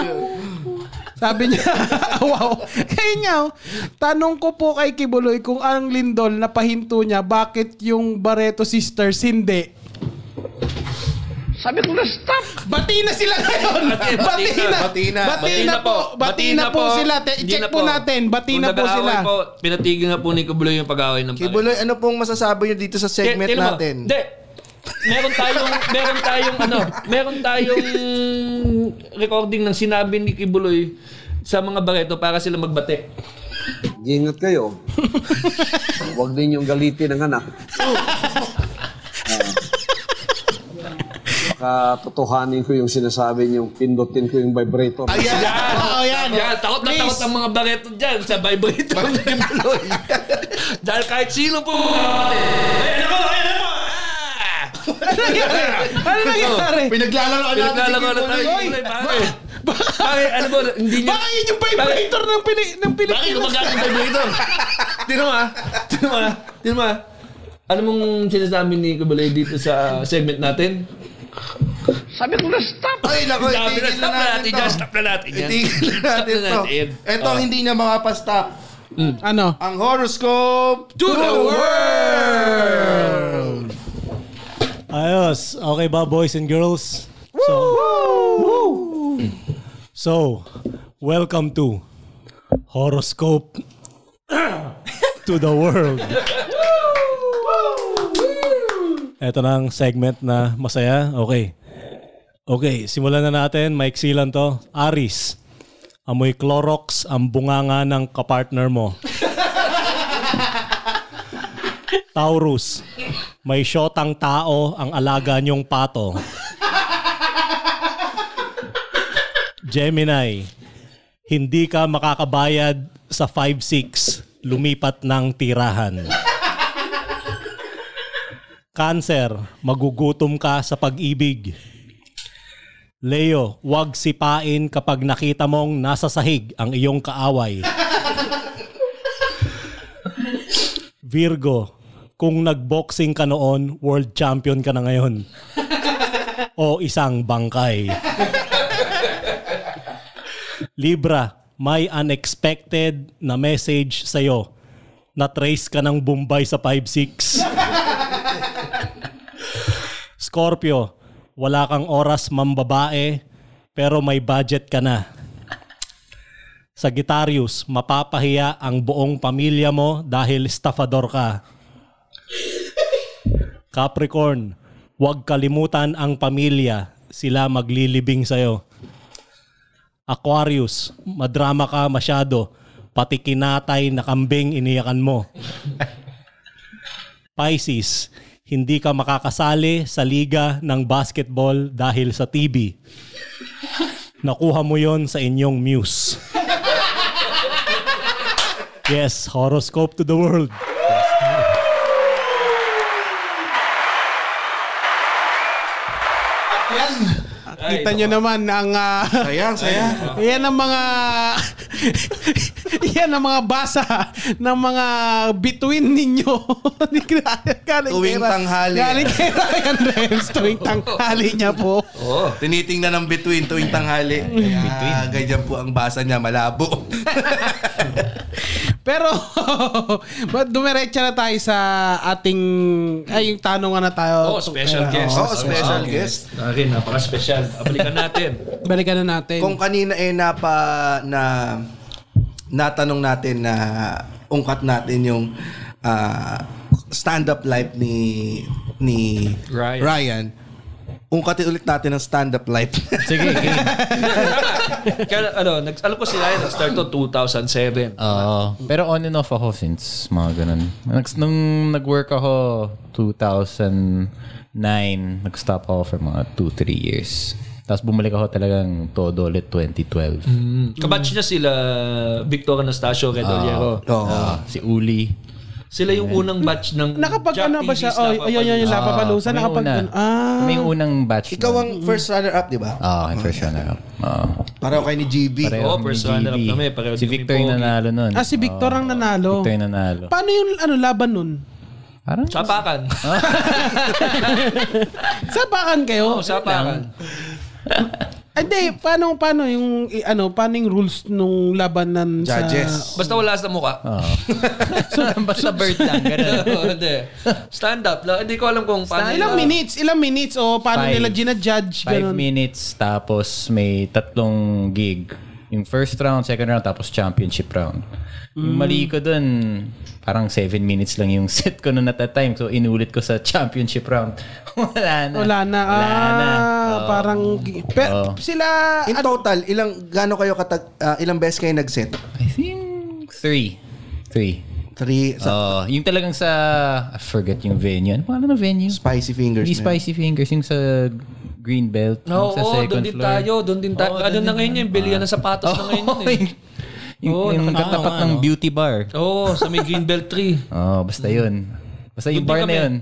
Speaker 3: Sabi niya, wow. Kaya nga, oh, tanong ko po kay Kibuloy kung ang lindol na pahinto niya, bakit yung Barreto Sisters hindi?
Speaker 8: Sabi ko na stop.
Speaker 3: Bati na sila ngayon.
Speaker 1: Bati, bati
Speaker 3: Bati
Speaker 2: bati na.
Speaker 3: na. Bati na po. Bati na po sila. Te-
Speaker 1: Hindi
Speaker 3: Check po natin. Bati
Speaker 1: Kung
Speaker 3: na po
Speaker 1: nag-aaway
Speaker 3: sila.
Speaker 1: Po, pinatigil na po ni Kibuloy yung pag-aaway ng pare.
Speaker 2: Kibuloy, ano pong masasabi nyo dito sa
Speaker 1: Ti-
Speaker 2: segment
Speaker 1: tingnan mo.
Speaker 2: natin?
Speaker 1: Hindi. Meron tayong meron tayong ano, meron tayong recording ng sinabi ni Kibuloy sa mga bareto para sila magbate.
Speaker 7: Gingat kayo. Huwag ninyong galitin ang anak. Ah. Baka totohanin ko yung sinasabi niyong pindutin ko yung vibrator.
Speaker 1: Yan!
Speaker 3: Oo, Oh, yan.
Speaker 1: Yan, takot na takot ang mga bareto dyan sa vibrator ng employee. Dahil kahit sino po mga kapatid. Ayan ako, ayan ako! Ah!
Speaker 3: Ano nangyari?
Speaker 2: Pinaglalaro na.
Speaker 1: Pinaglalago na tayo.
Speaker 3: Oy!
Speaker 1: Kulay, pare. Pare, ano ba, hindi niya...
Speaker 3: Baka yun yung vibrator ng, pili, ng
Speaker 1: Bakit
Speaker 3: Pilipinas.
Speaker 1: gumagamit tayo dito? Tino ma, tino ma, tino ma. Ano mong sinasabi ni Kubalay dito sa segment natin?
Speaker 9: Sabi ko na stop!
Speaker 2: Ay, nako,
Speaker 1: Sabi na,
Speaker 2: itigil
Speaker 1: stop na natin yan,
Speaker 2: na natin to.
Speaker 1: stop na natin yan.
Speaker 2: Itigil na
Speaker 1: Stop na Oh.
Speaker 2: natin to.
Speaker 1: natin.
Speaker 2: Ito ang hindi na makapastop.
Speaker 3: Ano?
Speaker 2: Ang horoscope
Speaker 1: To the world!
Speaker 5: Ayos. Okay ba, boys and girls? So, so welcome to Horoscope to the World. Ito na ang segment na masaya. Okay. Okay, simulan na natin. Maiksi lang to. Aris, amoy Clorox ang bunganga ng kapartner mo. Taurus, may shotang tao ang alaga niyong pato. Gemini, hindi ka makakabayad sa 5-6. Lumipat ng tirahan. Cancer, magugutom ka sa pag-ibig. Leo, wag sipain kapag nakita mong nasa sahig ang iyong kaaway. Virgo, kung nagboxing ka noon, world champion ka na ngayon. o isang bangkay. Libra, may unexpected na message sa'yo. Na-trace ka ng Bombay sa 5-6. Scorpio, wala kang oras mambabae, pero may budget ka na. Sagittarius, mapapahiya ang buong pamilya mo dahil stafador ka. Capricorn, huwag kalimutan ang pamilya. Sila maglilibing sa'yo. Aquarius, madrama ka masyado. Pati kinatay na kambing iniyakan mo. Pisces, hindi ka makakasali sa liga ng basketball dahil sa TV. Nakuha mo yon sa inyong muse. Yes, horoscope to the world.
Speaker 3: Kita nyo naman ang... ah,
Speaker 2: Sayang, sayang.
Speaker 3: yan ang mga... yan ang mga basa ng mga between ninyo. Ni Kra- Galing
Speaker 2: Tuwing
Speaker 3: kay Ra-
Speaker 2: tanghali.
Speaker 3: Galing kay Ryan Rems. Tuwing tanghali niya po.
Speaker 2: Oh. Tinitingnan ng between tuwing tanghali. Kaya ganyan po ang basa niya, malabo.
Speaker 3: Pero, but dumiretso na tayo sa ating, ay yung tanungan na
Speaker 1: Oh,
Speaker 3: tayo.
Speaker 1: special guest.
Speaker 2: Oo, special guest.
Speaker 1: Akin, napaka-special. Abalikan natin.
Speaker 3: Balikan na natin.
Speaker 2: Kung kanina eh napa na natanong natin na ungkat natin yung ah, stand-up life ni ni
Speaker 1: Ryan.
Speaker 2: Ungkatin ulit natin ang stand-up life.
Speaker 4: Sige, game.
Speaker 1: Kaya ano, nag, alam ko si Ryan nag-start to 2007.
Speaker 4: Oo. pero on and off ako since mga ganun. Nags, nung nag-work ako 2009, nag-stop ako for mga 2-3 years. Tapos bumalik ako talagang todo ulit 2012.
Speaker 1: Mm. Kabatch niya sila Victor Anastasio Redoliero.
Speaker 2: Oo.
Speaker 4: Mm. Ah, si Uli.
Speaker 1: Sila yung unang batch ng
Speaker 3: Nakapag
Speaker 1: Jack
Speaker 3: ano ba
Speaker 1: TV's
Speaker 3: siya? Oh,
Speaker 1: Lapapalusa.
Speaker 3: ayun, ayun, yung lapapalusa.
Speaker 4: kami yung
Speaker 3: Nakapag,
Speaker 4: Ah, una.
Speaker 3: ah,
Speaker 4: Kami yung unang batch.
Speaker 2: Ikaw ang
Speaker 1: Mm-hmm.
Speaker 2: first runner-up, di ba?
Speaker 4: Ah, oh, first runner up. Oo.
Speaker 2: Pareho kay ni GB.
Speaker 4: Pareho
Speaker 1: Oo,
Speaker 4: kami
Speaker 1: first
Speaker 4: GB.
Speaker 1: runner up kami. Pareho
Speaker 4: si
Speaker 1: kami
Speaker 4: Victor
Speaker 1: pogi.
Speaker 4: yung nanalo nun.
Speaker 3: ah, si Victor ang nanalo.
Speaker 4: Victor yung nanalo.
Speaker 3: Paano yung ano, laban nun?
Speaker 4: Parang
Speaker 1: Sapakan.
Speaker 4: Ah.
Speaker 3: Sapakan kayo?
Speaker 1: Oo, sapakan.
Speaker 3: Hindi, paano, paano yung, i- ano, paano yung rules nung labanan sa...
Speaker 2: Judges.
Speaker 1: Basta wala sa mukha.
Speaker 4: Ah. so, basta bird lang. Ganun.
Speaker 1: Oo, Hindi. Stand up lang. Hindi ko alam kung paano.
Speaker 3: Ah, ilang
Speaker 1: nila-
Speaker 3: minutes, ilang minutes, o paano
Speaker 4: Five.
Speaker 3: nila ginajudge,
Speaker 4: Five
Speaker 3: ganun.
Speaker 4: minutes, tapos may tatlong gig. Yung first round, second round, tapos championship round. Yung
Speaker 1: Hmm.
Speaker 4: mali ko dun, parang seven minutes lang yung set ko noon at that time. So, inulit ko sa championship round. Wala na.
Speaker 3: Wala na.
Speaker 4: Wala
Speaker 3: ah,
Speaker 4: na. Oo.
Speaker 3: parang... Pe-
Speaker 4: Oo.
Speaker 3: Sila...
Speaker 2: In
Speaker 3: ano-
Speaker 2: total, ilang gaano kayo katag, ah, ilang beses kayo nag-set?
Speaker 4: I think three. Three.
Speaker 2: Three, sa
Speaker 4: Oh, yung talagang sa, I forget yung venue. Ano pangalan ng venue?
Speaker 2: spicy fingers. na
Speaker 4: Hindi
Speaker 2: yun.
Speaker 4: Spicy Fingers, yung sa Greenbelt. yung
Speaker 1: No,
Speaker 4: sa
Speaker 1: oh, doon din tayo. Doon din tayo.
Speaker 4: Oo,
Speaker 1: ano
Speaker 4: doon
Speaker 1: na
Speaker 4: din Oh,
Speaker 1: ngayon yung bilihan na sapatos na ngayon yun eh.
Speaker 4: Yung,
Speaker 1: Oo,
Speaker 4: yung
Speaker 5: nakakatawa
Speaker 4: katapat
Speaker 5: nga,
Speaker 4: ng
Speaker 5: no?
Speaker 4: beauty bar.
Speaker 1: Oo, sa may Greenbelt Tree.
Speaker 4: Oh, basta yun. Basta yung
Speaker 1: Doon din
Speaker 4: bar na
Speaker 1: kami.
Speaker 4: yun.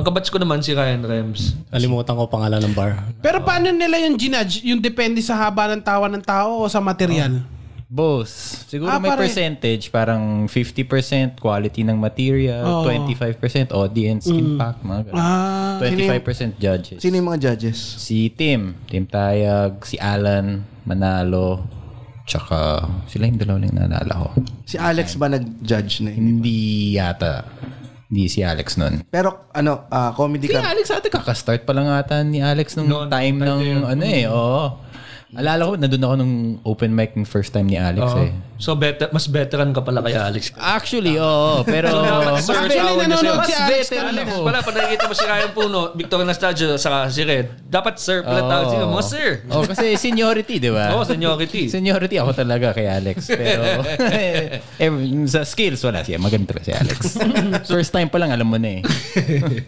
Speaker 1: Ang kabatch ko naman si Ryan Rems.
Speaker 5: Kalimutan ko pangalan ng bar.
Speaker 3: Pero paano nila yung ginudge? Yung depende sa haba ng tawa ng tao o sa material?
Speaker 4: Both. Siguro
Speaker 3: Ah,
Speaker 4: may
Speaker 3: pare.
Speaker 4: percentage, parang 50% quality ng
Speaker 3: Oo.
Speaker 4: material, 25% audience impact, mga ganun.
Speaker 3: Ah,
Speaker 4: 25% judges.
Speaker 2: Sino yung mga judges?
Speaker 4: Si Tim, Tim Tayag, si Alan, Manalo, tsaka sila yung dalawa lang naalala ko.
Speaker 2: Si Alex ba nag-judge na yun?
Speaker 4: Hindi yata. Hindi si Alex nun.
Speaker 2: Pero ano, ah, comedy
Speaker 4: Si
Speaker 2: ka.
Speaker 4: Alex ate kakastart pa lang ata ni Alex nung time ng ano eh. Oo. Alala ko, nandun ako nung open mic ng first time ni Alex eh.
Speaker 1: So, better, mas veteran ka pala kay Alex.
Speaker 4: Actually, oo. Pero mas
Speaker 1: Sir,
Speaker 3: Actually,
Speaker 1: tawag na sa'yo.
Speaker 3: nanonood si Alex
Speaker 1: Mas veteran
Speaker 3: kanina.
Speaker 1: ako. Wala pa nakikita mo si Ryan Puno, Victor Anastasio, saka si Red. Dapat sir, pala
Speaker 4: Oo.
Speaker 1: tawag sila. Mga sir.
Speaker 4: Oh, kasi seniority, di ba?
Speaker 1: Oo, seniority.
Speaker 4: Seniority ako talaga kay Alex. Pero eh, sa skills, wala siya. Maganda talaga si Alex. First time pa lang, alam mo na eh.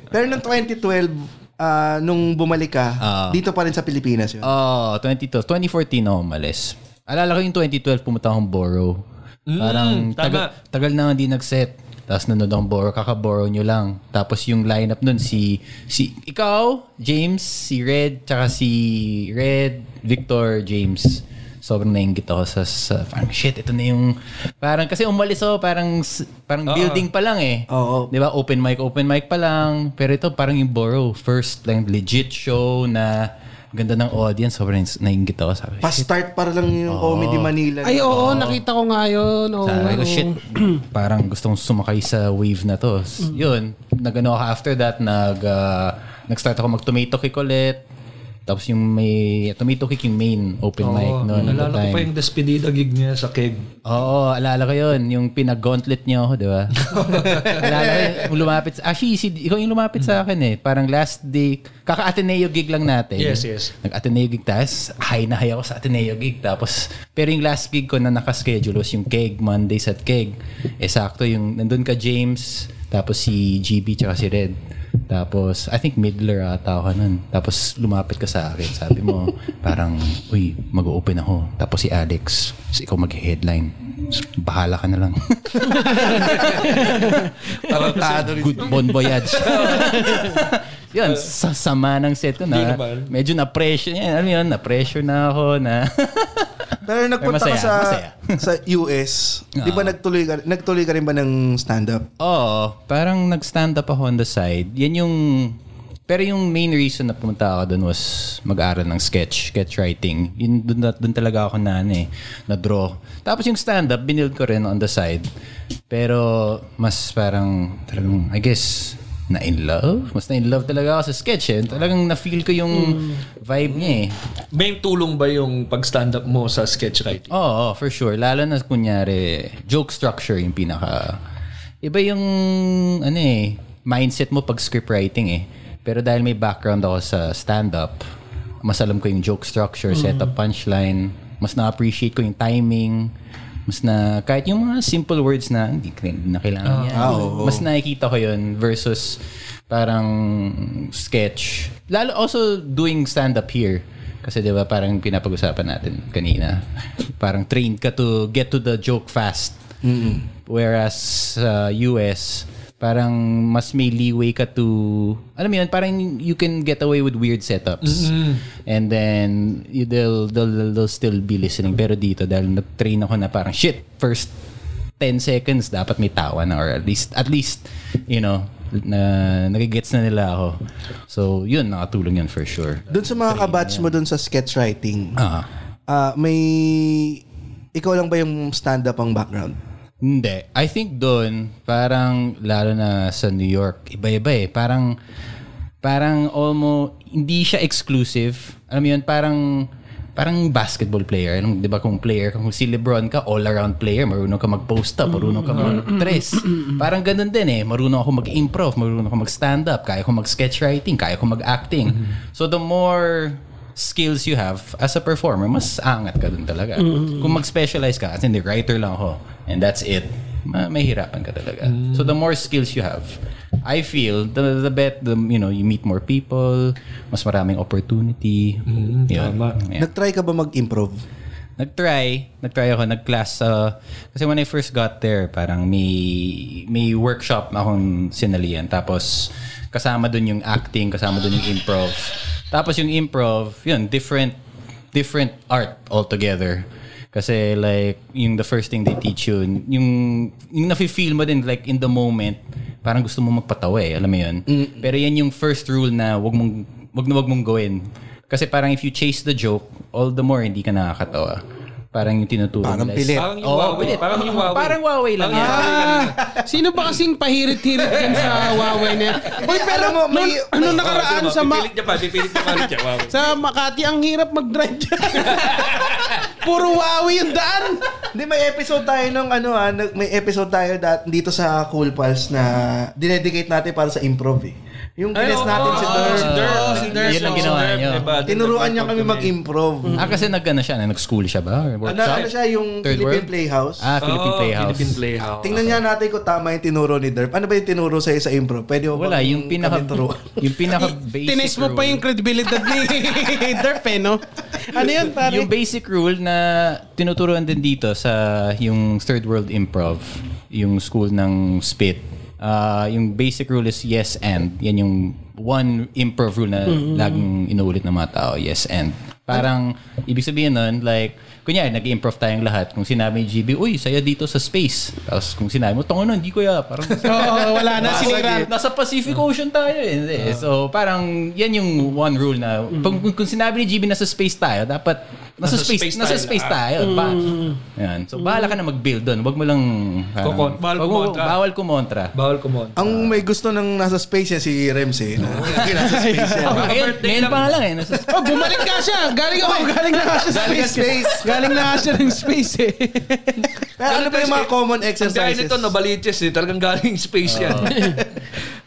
Speaker 2: Pero nung 2012, ah, nung bumalik ka,
Speaker 4: Ah. Oh,
Speaker 2: dito pa rin sa Pilipinas yun.
Speaker 4: Oo, 2012. 2014 ako umalis. Alala ko yung 2012, pumunta akong Boro.
Speaker 2: Mm,
Speaker 4: Parang tagal, tagal na hindi nag-set. Tapos nanood akong Boro, kaka-Boro nyo lang. Tapos yung lineup nun, si, si ikaw, James, si Red, tsaka si Red, Victor, James. Sobrang nainggit ako sa, sa parang, shit, ito na yung, parang kasi umalis ako, parang, s- parang building pa lang eh.
Speaker 2: Oo.
Speaker 4: Di ba? Open mic, open mic pa lang. Pero ito parang yung Boro. First lang legit show na ganda ng audience. Sobrang ins- nainggit ako. Sabi, shit. Oh.
Speaker 2: Pa-start para lang yung Comedy Manila.
Speaker 3: Ay, oh, oo, nakita ko nga yun. Oo,
Speaker 4: Sabi ko,
Speaker 3: oo.
Speaker 4: shit, parang gustong sumakay sa wave na
Speaker 1: Mm.
Speaker 4: to. S- Yun, nagano ako after that, nag, ah, nag-start ako mag-tomato kick ulit. Tapos yung may, tomato kick yung main open mic noon. at the
Speaker 1: Nalala ko
Speaker 4: time.
Speaker 1: pa yung despedida gig niya sa keg.
Speaker 4: Oo, alala ko yun. Yung pinag-gauntlet niya ako, di ba? alala ko yung lumapit. Sa, actually, si, ikaw yung lumapit sa akin eh. Parang last day, kaka-Ateneo gig lang natin.
Speaker 1: Yes, yes.
Speaker 4: Nag-Ateneo gig tapos high na high ako sa Ateneo gig. Tapos, pero yung last gig ko na nakaschedule was yung keg, Mondays at keg. Eh, sakto yung, nandun ka James, tapos si GB tsaka si Red. Tapos, I think middler ata ako nun. Tapos, lumapit ka sa akin. Sabi mo, parang, uy, mag-open ako. Tapos si Alex, so ikaw mag-headline. So, Bahala ka na lang.
Speaker 2: Ah,
Speaker 4: Good bon voyage. yun, sa sama ng set ko na. Medyo na-pressure. Yan, alam mo yun, na-pressure na ako na.
Speaker 2: Pero nagpunta
Speaker 4: Masaya,
Speaker 2: ka sa
Speaker 4: masaya. Ah.
Speaker 2: sa US, 'di ba nagtuloy ka, nagtuloy ka rin ba ng stand-up?
Speaker 4: Oo, parang nag-stand up ako on the side. Yan yung... Pero yung main reason na pumunta ako doon was mag-aaral ng sketch, sketch writing. Yun, doon, na- doon talaga ako na, ano eh, na-draw. Tapos yung stand-up, binild ko rin on the side. Pero mas parang, talagang, I guess, na in love? Mas na in love talaga ako sa sketch eh. Talagang na-feel ko yung vibe niya eh.
Speaker 1: May tulong ba yung pag-stand-up mo sa sketch writing?
Speaker 4: Oo, oh, for sure. Lalo na kunyari, joke structure yung pinaka... Iba yung, ano eh, mindset mo pag script writing eh. Pero dahil may background ako sa stand-up, mas alam ko yung joke structure, setup punchline, mas na-appreciate ko yung timing, mas na, kahit yung mga simple words na hindi ko na kailangan yan. Mas nakikita ko yun versus parang sketch. Lalo also doing stand-up here. Kasi 'di ba parang pinapag-usapan natin kanina. Parang trained ka to get to the joke fast. Whereas sa US, parang mas may leeway ka to alam mo yun, parang you can get away with weird setups. And then you, they'll, they'll, they'll still be listening. Pero dito dahil nag-train ako na parang shit, first 10 seconds dapat may tawa na or at least at least you know na nagigets na nila ako. So, yun nakatulong yun for sure.
Speaker 2: Doon sa mga kabatch mo doon sa sketch writing,
Speaker 4: Ah.
Speaker 2: ah, may ikaw lang ba yung stand-up ang background?
Speaker 4: Hindi. I think doon, parang lalo na sa New York, iba-iba eh. Parang, parang almost, hindi siya exclusive. Alam mo yun, parang, parang basketball player. Alam, mo, di ba kung player, kung si Lebron ka, all-around player, marunong ka mag-post up, marunong ka mag-tres. Parang ganun din eh. Marunong ako mag-improv, marunong ako mag-stand up, kaya ko mag-sketch writing, kaya ko mag-acting. So the more skills you have as a performer, mas angat ka dun talaga. Kung mag-specialize ka, as in, the writer lang ako, and that's it. ma- mahihirapan ka talaga. So the more skills you have, I feel the the bet the you know, you meet more people, mas maraming opportunity. Yun. Yeah.
Speaker 2: Nagtry ka ba mag-improve?
Speaker 4: Nag-try. Nag-try ako. Nag-class sa... kasi when I first got there, parang may, may workshop akong sinalian. Tapos kasama dun yung acting, kasama dun yung improv. Tapos yung improv, yun, different different art altogether. Kasi like, yung the first thing they teach you, yung, yung nafe-feel mo din, like in the moment, parang gusto mo magpatawa eh, alam mo yun?
Speaker 2: Mm.
Speaker 4: Pero yan yung first rule na wag mong, wag na wag mong gawin. Kasi parang if you chase the joke, all the more hindi ka nakakatawa. Parang yung tinuturo
Speaker 2: Parang
Speaker 4: nila is-
Speaker 2: pilit.
Speaker 10: Parang yung
Speaker 4: Oo,
Speaker 10: Huawei.
Speaker 4: pilit.
Speaker 10: Parang yung Huawei.
Speaker 4: Oh, Parang Huawei lang yan.
Speaker 3: Ah, sino ba kasing pahirit-hirit dyan sa Huawei na yan? Uy, pero
Speaker 2: Alam mo,
Speaker 3: nung,
Speaker 2: may-
Speaker 3: nung nakaraan sa, ma-
Speaker 10: Pipilit niya pa, pipilit niya pa. Pipilit niya, Huawei.
Speaker 3: sa Makati, ang hirap mag-drive dyan. Puro Huawei yung daan.
Speaker 2: Hindi, may episode tayo nung ano ah, nag- may episode tayo dat- dito sa Cool Pals na dinedicate natin para sa improv eh. Yung kines natin si Derp.
Speaker 10: Derp. Si Derp.
Speaker 4: Yun ang ginawa niyo.
Speaker 10: Diba?
Speaker 2: Tinuruan niya kami mag-improve.
Speaker 4: Ah, kasi nag ano siya, nag-school siya ba? Or
Speaker 2: Ano,
Speaker 4: Workshop?
Speaker 2: ano siya, yung
Speaker 4: Third
Speaker 2: Philippine
Speaker 4: World?
Speaker 2: Playhouse.
Speaker 4: Ah,
Speaker 1: Oh,
Speaker 4: Philippine
Speaker 10: Oo,
Speaker 4: Playhouse.
Speaker 10: Philippine Playhouse.
Speaker 2: Tingnan nga natin kung tama yung tinuro ni Derp. Ano ba yung tinuro sa'yo sa improv? Pwede mo
Speaker 4: Wala,
Speaker 2: bang
Speaker 4: yung pinaka
Speaker 2: kami turuan?
Speaker 4: yung pinaka basic
Speaker 3: Tinis mo pa
Speaker 4: rule.
Speaker 3: yung credibility ni Derp eh, no? Ano yun, pare?
Speaker 4: Yung basic rule na tinuturuan din dito sa yung third world improv, yung school ng spit. Ah, yung basic rule is yes and. Yan yung one improv rule na
Speaker 3: Mm-hmm.
Speaker 4: laging inuulit ng mga tao, yes and. Parang, ibig sabihin nun, like, kunyari, nag-improv tayong lahat. Kung sinabi ni GB, uy, saya dito sa space. Tapos kung sinabi mo, tungo nun, di ko ya. Parang,
Speaker 3: Oo, wala na, sinira.
Speaker 4: Nasa Pacific Ocean tayo. eh. Hindi. so, parang yan yung one rule na pag, kung sinabi ni GB nasa space tayo, dapat nasa, space,
Speaker 10: space
Speaker 4: nasa
Speaker 10: tayo
Speaker 4: space
Speaker 10: lahat.
Speaker 4: tayo. Pa, yan. So, bahala ka na mag-build doon. Huwag mo lang... parang-
Speaker 10: Kokon- bawal
Speaker 4: wag mo-
Speaker 10: kumontra.
Speaker 4: Bawal kumontra.
Speaker 10: Bawal kumon.
Speaker 2: Ang may gusto ng nasa space yan, si Rems eh. Na, nasa space yan.
Speaker 4: Ngayon, ngayon pa nga lang eh. Nasa,
Speaker 3: Oh, bumalik nga siya. Galing ako. Galing na nga siya sa
Speaker 2: Galing
Speaker 3: space.
Speaker 2: sa space.
Speaker 3: Galing na nga siya ng space eh.
Speaker 2: Pero ano ba yung
Speaker 1: eh.
Speaker 2: mga common
Speaker 10: Ang gaya
Speaker 2: exercises?
Speaker 10: nito, nabaliches eh. Talagang galing space yan.
Speaker 4: Oh.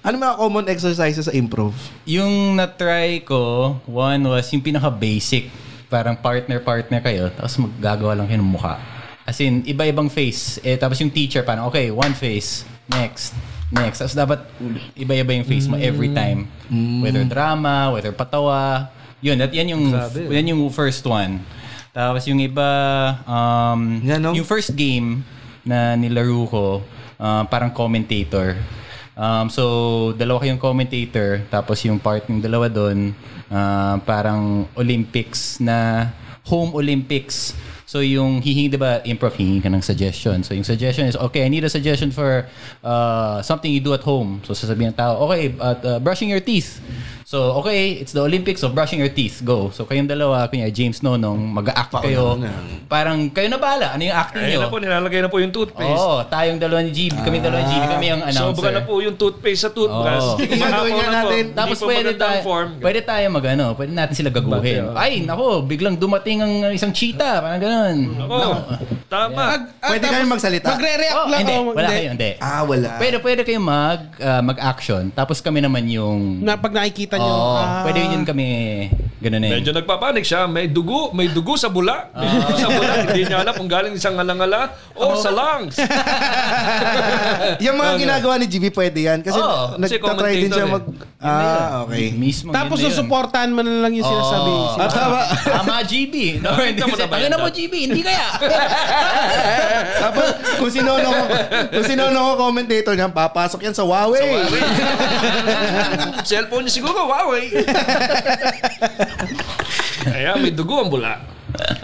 Speaker 2: Ano mga common exercises sa improv?
Speaker 4: yung na-try ko, one was yung pinaka-basic. Parang partner-partner kayo, tapos maggagawa lang kayo ng mukha. As in, iba-ibang face. Eh, tapos yung teacher, parang, okay, one face, next, next. Tapos dapat iba-iba yung face mo every
Speaker 2: Mm.
Speaker 4: time. Whether drama, whether patawa. Yun, at yan yung, yan yung first one. Tapos yung iba, um,
Speaker 2: Yan, no?
Speaker 4: yung first game na nilaro ko, ah, parang commentator. Um, so, dalawa kayong commentator, tapos yung part ng dalawa doon, ah, parang Olympics na home Olympics. So, yung hihingi, di ba, improv, hihingi ka ng suggestion. So, yung suggestion is, okay, I need a suggestion for ah, something you do at home. So, sasabihin ng tao, okay, at, ah, brushing your teeth. So, okay, it's the Olympics of brushing your teeth. Go. So, kayong dalawa, kunya James Nonong, mag-act kayo. Parang, kayo na bahala. Ano yung acting
Speaker 10: Ayun
Speaker 4: nyo?
Speaker 10: na po, nilalagay na po yung toothpaste.
Speaker 4: Oo, tayong dalawa ni GB. Kami dalawa ni GB. Kami ang Oh, announcer.
Speaker 10: Sobra na po yung toothpaste sa toothbrush.
Speaker 4: Oo.
Speaker 10: Mahapo
Speaker 2: Gagawin nga
Speaker 10: na po.
Speaker 2: natin.
Speaker 10: Hindi
Speaker 4: Tapos
Speaker 10: po
Speaker 4: pwede
Speaker 10: maganda ang
Speaker 4: tayo,
Speaker 10: form. oh.
Speaker 4: pwede tayo mag ano, pwede natin sila gaguhin. Ay, nako, biglang dumating ang isang cheetah. Parang ganun.
Speaker 10: Oo. Oh, Tama.
Speaker 3: Ah,
Speaker 2: Pwede kami magsalita.
Speaker 3: Magre-react
Speaker 4: Oh,
Speaker 3: lang.
Speaker 4: hindi.
Speaker 3: Oh,
Speaker 4: Wala kayo, hindi.
Speaker 2: Ah, wala.
Speaker 4: Pwede, pwede kayo mag, ah, mag-action. Tapos kami naman yung...
Speaker 3: Na pag nakikita nyo.
Speaker 4: Oo,
Speaker 3: ah,
Speaker 4: pwede yun kami ganun eh.
Speaker 10: Medyo nagpapanik siya. May dugo. May dugo sa bula. May dugo sa bula.
Speaker 2: Ah.
Speaker 10: Hindi niya alam kung galing isang ngalangala
Speaker 2: Oh.
Speaker 10: o sa lungs.
Speaker 2: yung mga ginagawa ni GB pwede yan. Kasi
Speaker 4: Oo,
Speaker 10: kasi
Speaker 2: nagtatry din siya
Speaker 10: commentator
Speaker 2: mag... Ah, okay.
Speaker 4: Mismo,
Speaker 3: Tapos
Speaker 4: yun Oh. na yun.
Speaker 3: susuportahan mo na lang yung sinasabi.
Speaker 4: Oo. Ah,
Speaker 3: Sinasabi.
Speaker 4: Tama, GB. No, hindi.
Speaker 10: Nakita mo na ba
Speaker 4: Tanga
Speaker 10: yan?
Speaker 4: na mo, GB. Hindi kaya.
Speaker 2: Tapos, kung sino ano ko, kung sino ano ko commentator niyan, papasok yan sa Huawei.
Speaker 10: Cellphone niya siguro. Huawei. Kaya may dugo ang bula.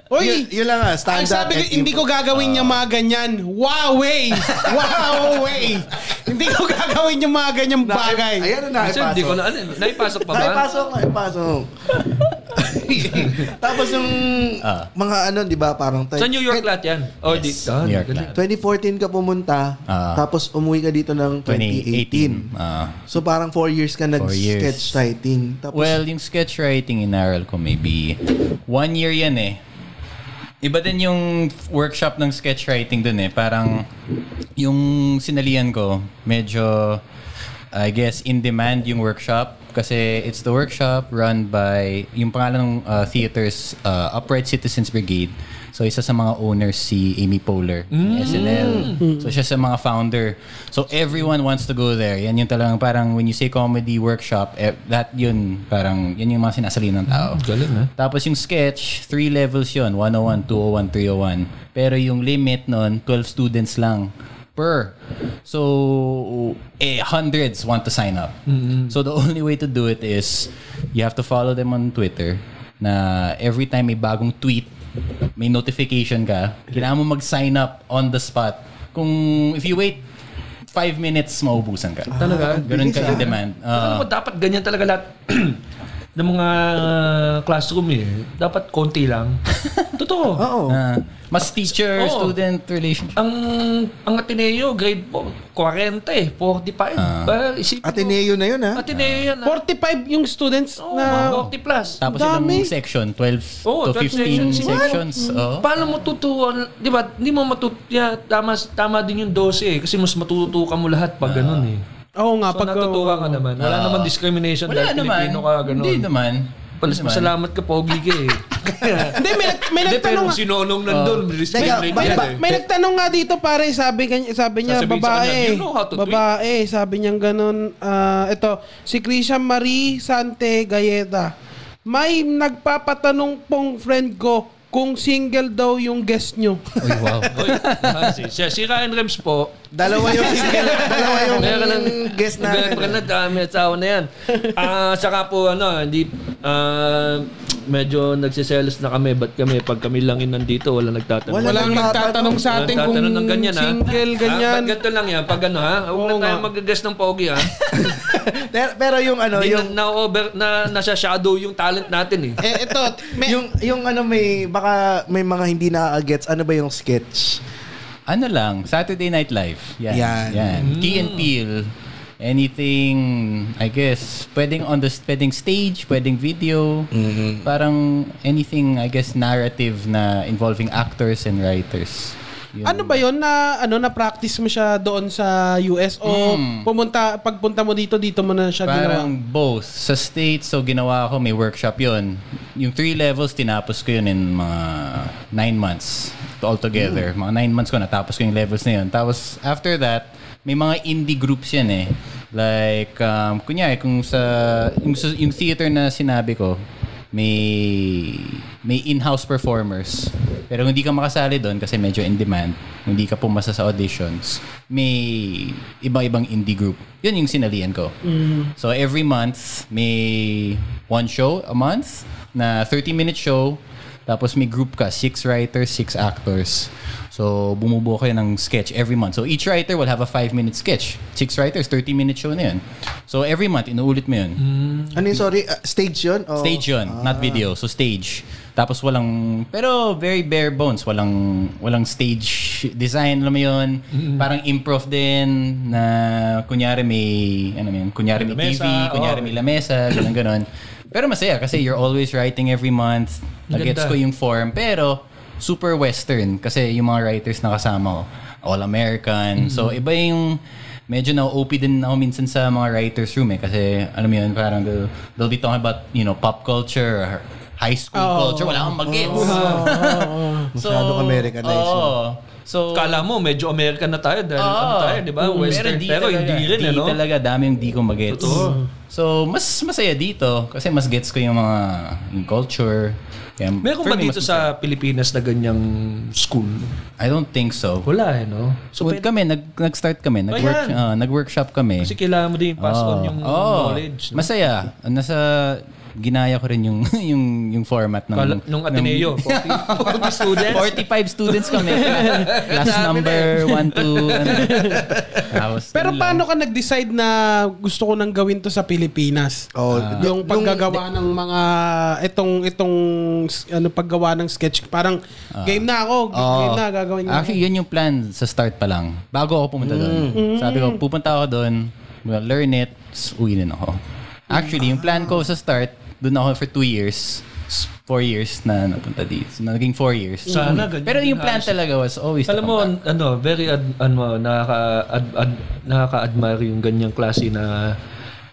Speaker 3: Uy!
Speaker 2: Yun, yun lang ah,
Speaker 3: Ang
Speaker 2: stand up.
Speaker 3: sabi ko, hindi ko gagawin yung mga ganyan. Huawei! Huawei! hindi ko gagawin yung mga ganyang bagay.
Speaker 2: Ayan na,
Speaker 10: Kasi hindi ko
Speaker 2: naipasok.
Speaker 10: na alam. Naipasok pa ba?
Speaker 2: Naipasok, naipasok. Tapos yung
Speaker 4: Ah.
Speaker 2: mga ano, di ba, parang... tayo-
Speaker 10: Sa New York lahat yan. Oh, di. Ah,
Speaker 4: New York
Speaker 10: galing.
Speaker 2: 2014
Speaker 4: lang.
Speaker 2: ka pumunta,
Speaker 4: Ah.
Speaker 2: tapos umuwi ka dito ng 2018.
Speaker 4: 2018. Ah.
Speaker 2: So parang 4 years ka
Speaker 4: years.
Speaker 2: nag-sketch writing. Tapos,
Speaker 4: Well, yung sketch writing inaral ko maybe one year yan eh. Iba din yung workshop ng sketch writing dun eh. Parang yung sinalian ko, medyo I guess in demand yung workshop kasi it's the workshop run by yung pangalan ng uh, theaters uh, Upright Citizens Brigade. So isa sa mga owners si Amy Poehler, ng SNL. So siya sa mga founder. So everyone wants to go there. Yan yung talagang parang when you say comedy workshop, eh, that yun, parang yun yung mga sinasalinan ng tao.
Speaker 1: Galing, ha?
Speaker 4: Tapos yung sketch, three levels yun. 101, 201, 301. Pero yung limit nun, 12 students lang per. So, eh, hundreds want to sign up. So, the only way to do it is you have to follow them on Twitter na every time may bagong tweet, may notification ka, kailangan mo mag-sign up on the spot. Kung, if you wait five minutes, maubusan ka.
Speaker 1: Talaga?
Speaker 4: Ganun ka yung demand.
Speaker 1: Alam
Speaker 4: Ah.
Speaker 1: mo, Ano dapat ganyan talaga lahat ng mga classroom eh. Dapat konti lang. Totoo.
Speaker 4: Ah, mas teacher,
Speaker 1: Oo.
Speaker 4: student relationship.
Speaker 1: Ang ang Ateneo, grade 4, 40 eh, 45.
Speaker 4: Ah.
Speaker 1: Uh, isipin mo,
Speaker 2: Ateneo na yun, ha?
Speaker 1: Ateneo yan. ah.
Speaker 3: 45 yung students
Speaker 1: Oo,
Speaker 3: na...
Speaker 1: mga 40 plus.
Speaker 4: Tapos
Speaker 3: Dami.
Speaker 4: yung section, 12
Speaker 1: Oo,
Speaker 4: to
Speaker 1: 12
Speaker 4: 15
Speaker 1: sections.
Speaker 4: sections. Oo.
Speaker 1: Paano mo tutuan? Di ba? Hindi mo matut... Yeah, tama, tama din yung 12 eh. Kasi mas matututukan mo lahat
Speaker 4: Ah.
Speaker 1: pag ganun eh.
Speaker 3: Oo nga,
Speaker 1: So,
Speaker 3: pag...
Speaker 1: natutuwa ka naman. Wala naman discrimination
Speaker 4: Wala
Speaker 1: dahil
Speaker 4: naman.
Speaker 1: Pilipino ka, ganun.
Speaker 4: Hindi naman.
Speaker 1: Palas
Speaker 4: Hindi naman.
Speaker 1: masalamat ka, pogi ka eh.
Speaker 3: Hindi, may, nag- may
Speaker 1: Hindi,
Speaker 3: nagtanong...
Speaker 1: pero si Nonong nandun, discriminate
Speaker 2: ba-
Speaker 1: yan
Speaker 2: ba-
Speaker 1: eh.
Speaker 3: May nagtanong nga dito pare, sabi kanya, sabi niya
Speaker 1: Sasabihin sa
Speaker 3: babae.
Speaker 1: kanya, "You know how to tweet."
Speaker 3: babae, sabi niya ganun. ah, ito, si Christian Marie Sante Galleta. May nagpapatanong pong friend ko kung single daw yung guest nyo.
Speaker 4: Uy, wow.
Speaker 1: Oy, ah, si, siya- si Ryan Rems po,
Speaker 2: Dalawa yung single, dalawa yung
Speaker 1: Meron ng
Speaker 2: guest
Speaker 1: girlfriend
Speaker 2: natin.
Speaker 1: na, ah, may asawa na yan. Ah, saka po, ano, hindi, ah, medyo nagsiselos na kami. Ba't kami, pag kami lang yun nandito, wala nagtatanong.
Speaker 2: Wala
Speaker 3: Walang nagtatanong sa atin kung
Speaker 1: Tatanong ng ganyan, ha?
Speaker 3: single,
Speaker 1: Ah,
Speaker 3: ganyan.
Speaker 1: ba't ganito lang yan? Pag ano, ha? Huwag
Speaker 3: Oo
Speaker 1: na tayo
Speaker 3: nga.
Speaker 1: mag-guess ng pogi, ha?
Speaker 2: Pero, pero yung ano,
Speaker 1: Hindi
Speaker 2: yung...
Speaker 1: na, na-over, na, nasa shadow yung talent natin, eh.
Speaker 3: eh, ito, may,
Speaker 2: yung yung ano may baka may mga hindi na-gets ano ba yung sketch?
Speaker 4: ano lang, Saturday Night Live. Yan.
Speaker 2: Yan.
Speaker 4: Yan. Key and Peele. Anything, I guess, pwedeng on the pwedeng stage, pwedeng video. Parang anything, I guess, narrative na involving actors and writers. Yun.
Speaker 3: ano ba yon na ano na practice mo siya doon sa US o pumunta pagpunta mo dito dito mo na siya
Speaker 4: Hmm. Parang
Speaker 3: ginawa?
Speaker 4: both. Sa States, so ginawa ko, may workshop yon. Yung three levels, tinapos ko yun in mga nine months altogether.
Speaker 3: Hmm.
Speaker 4: Mga nine months ko, natapos ko yung levels na yun. Tapos, after that, may mga indie groups yan eh. Like, um, kunyari, kung sa, yung, sa- yung theater na sinabi ko, may may in-house performers. Pero kung hindi ka makasali doon kasi medyo in demand, kung hindi ka pumasa sa auditions, may iba-ibang indie group. Yun yung sinalian ko. So every month, may one show a month na 30-minute show. Tapos may group ka, six writers, six actors. So bumubuo kayo ng sketch every month. So each writer will have a five-minute sketch. Six writers, 30-minute show na yun. So every month, inuulit mo yun.
Speaker 2: Ano yung sorry, ah, stage 'yun? O-
Speaker 4: Stage yun, not video. So stage. Tapos walang, pero very bare bones. Walang, walang stage design, alam mo yun. Parang improv din na kunyari may, ano yun, kunyari may, TV,
Speaker 1: lamesa,
Speaker 4: kunyari
Speaker 1: oh.
Speaker 4: may lamesa, ganun ganun. Pero masaya kasi you're always writing every month. Nagets
Speaker 1: Ganda.
Speaker 4: ko yung form. Pero super western kasi yung mga writers na kasama ko, all American. So
Speaker 1: Mm-hmm.
Speaker 4: iba yung medyo na OP din ako minsan sa mga writers room eh kasi alam mo yun parang they'll, they'll be talking about you know pop culture or high school
Speaker 1: Oh.
Speaker 4: culture wala akong mag-gets.
Speaker 2: Oh, Masyadong Americanized, no?
Speaker 4: Oo. So
Speaker 1: Kala mo, medyo American na tayo dahil ano
Speaker 4: Oo.
Speaker 1: tayo, di ba?
Speaker 4: Mm,
Speaker 1: Western. Pero,
Speaker 4: di
Speaker 1: hindi
Speaker 4: talaga. Mm.
Speaker 1: rin,
Speaker 4: di
Speaker 1: ano?
Speaker 4: talaga. Dami yung di ko magets. So, mas masaya dito kasi mas gets ko yung mga yung culture. Kaya,
Speaker 1: Meron
Speaker 4: for
Speaker 1: ba
Speaker 4: me,
Speaker 1: dito
Speaker 4: mas-
Speaker 1: sa Pilipinas na ganyang school?
Speaker 4: I don't think so.
Speaker 1: Wala eh, no?
Speaker 4: So, kami, nag, nag-start kami.
Speaker 1: Ayan.
Speaker 4: Nag-work, ah, nag-workshop kami.
Speaker 1: Kasi kailangan mo din pass on yung
Speaker 4: Oo.
Speaker 1: knowledge. No?
Speaker 4: Masaya. Nasa ginaya ko rin yung yung yung format ng
Speaker 1: Kala- nung Ateneo, 40, 40 students.
Speaker 4: 45 students kami. Class number 1 to ano. Tapos
Speaker 3: Pero
Speaker 4: yun lang.
Speaker 3: paano ka nag-decide na gusto ko nang gawin to sa Pilipinas?
Speaker 2: Oh,
Speaker 4: Ah.
Speaker 3: yung paggagawa ng mga itong itong s- ano paggawa ng sketch parang game na ako g- game na gagawin ko
Speaker 4: Ah. Oh. Actually, yun yung plan sa start pa lang. Bago ako pumunta doon.
Speaker 1: Mm.
Speaker 4: Sabi ko, pupunta ako doon, will learn it, s- uwi na ako. Actually, yung plan ko sa start, doon ako for two years, s- four years na napunta dito. So, naging four years. Mm.
Speaker 1: Sana ganyan
Speaker 4: Pero yung
Speaker 1: din
Speaker 4: plan
Speaker 1: halos.
Speaker 4: talaga was always to
Speaker 1: Alam mo,
Speaker 4: come back.
Speaker 1: an- ano, very, ad, ano, nakaka, ad, ad- nakaka-admire yung ganyang klase na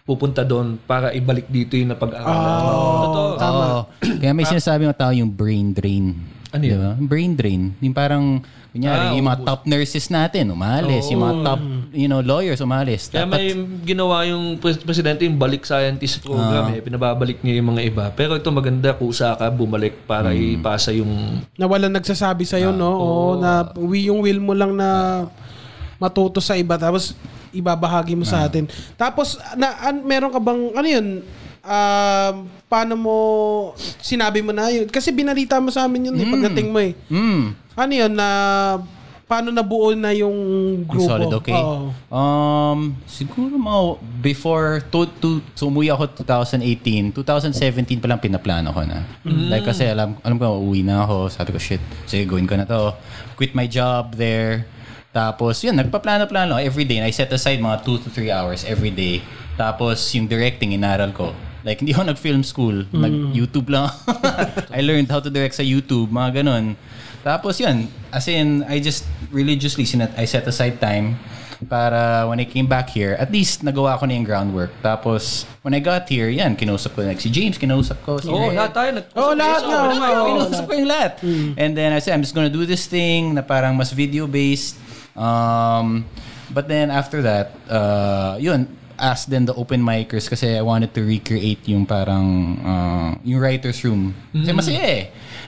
Speaker 1: pupunta doon para ibalik dito yung napag-aralan. Totoo.
Speaker 4: Oo. Kaya may sinasabi ng tao yung brain drain. Ano yun? Brain drain. Yung parang,
Speaker 1: Ah,
Speaker 4: kunyari, yung mga top nurses natin, umalis. Yung mga top, you know, lawyers, umalis.
Speaker 1: Kaya may
Speaker 4: Dapat,
Speaker 1: ginawa yung pres- presidente yung balik scientist program eh. Pinababalik niya yung mga iba. Pero ito maganda, kusa ka, bumalik para ipasa yung...
Speaker 3: Na walang nagsasabi sa'yo,
Speaker 4: Ah,
Speaker 3: no? Oo, na wi- yung will mo lang na matuto sa iba. Tapos, ibabahagi mo
Speaker 4: Ah.
Speaker 3: sa atin. Tapos, na, an, meron ka bang, ano yun, um, paano mo, sinabi mo na yun? Kasi binalita mo sa amin yun,
Speaker 4: Hmm.
Speaker 3: eh, pagdating mo eh.
Speaker 4: mm,
Speaker 3: Ano yun, na, paano nabuo na yung oh.
Speaker 4: Yung
Speaker 3: grupo?
Speaker 4: solid, okay.
Speaker 3: Oo.
Speaker 4: Um, siguro mga before, to, to, so umuwi ako 2018. 2017 pa lang pinaplano ko na. Like kasi alam, alam ko, uuwi na ako. Sabi ko, shit, sige, gawin ko na to. Quit my job there. Tapos, yun, nagpaplano-plano every day. And I set aside mga 2 to 3 hours every day. Tapos, yung directing, inaral ko. Like, hindi ako nag-film school. Nag-YouTube lang. I learned how to direct sa YouTube, mga ganun. Tapos yun, as in, I just religiously, sinat- I set aside time para when I came back here, at least nagawa ko na yung groundwork. Tapos, when I got here, yan, kinausap ko like, si James, kinausap ko. Si
Speaker 1: Oo, oh,
Speaker 4: Red.
Speaker 1: lahat tayo. Nag-
Speaker 3: Oo, lahat nga. oo nga,
Speaker 1: oh.
Speaker 3: oo.
Speaker 4: Kinausap ko yung lahat. And then I said, I'm just gonna do this thing na parang mas video-based. Um, but then after that, uh, yun, asked then the open micers kasi I wanted to recreate yung parang uh, yung writer's room. Kasi masaya eh.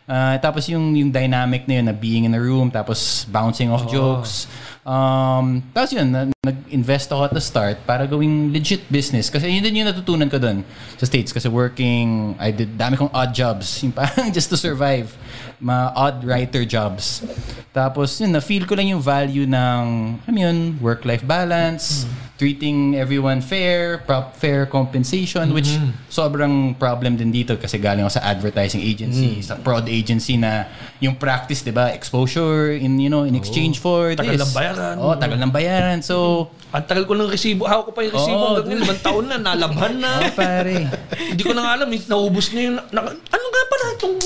Speaker 4: Uh, tapos yung, yung dynamic na yun na being in a room, tapos bouncing off jokes. Um, tapos yun, na- nag-invest ako at the start para gawing legit business. Kasi yun din yung natutunan ko dun sa States. Kasi working, I did dami kong odd jobs. Yung parang just to survive. Mga odd writer jobs. Tapos yun, na-feel ko lang yung value ng, alam yun, work-life balance, treating everyone fair, prop fair compensation, which sobrang problem din dito kasi galing ako sa advertising agency, sa prod agency na yung practice, di ba, exposure, in, you know, in exchange for
Speaker 1: Tagal
Speaker 4: this.
Speaker 1: ng bayaran.
Speaker 4: Oo, tagal ng bayaran. So,
Speaker 1: Ang tagal ko ng resibo. Hawak ko pa yung resibo.
Speaker 4: Oo,
Speaker 1: hanggang ngayon, limang taon na, nalaban na.
Speaker 4: pare.
Speaker 1: Hindi ko na nga alam, eh, naubos na yun. Na, ano nga pala itong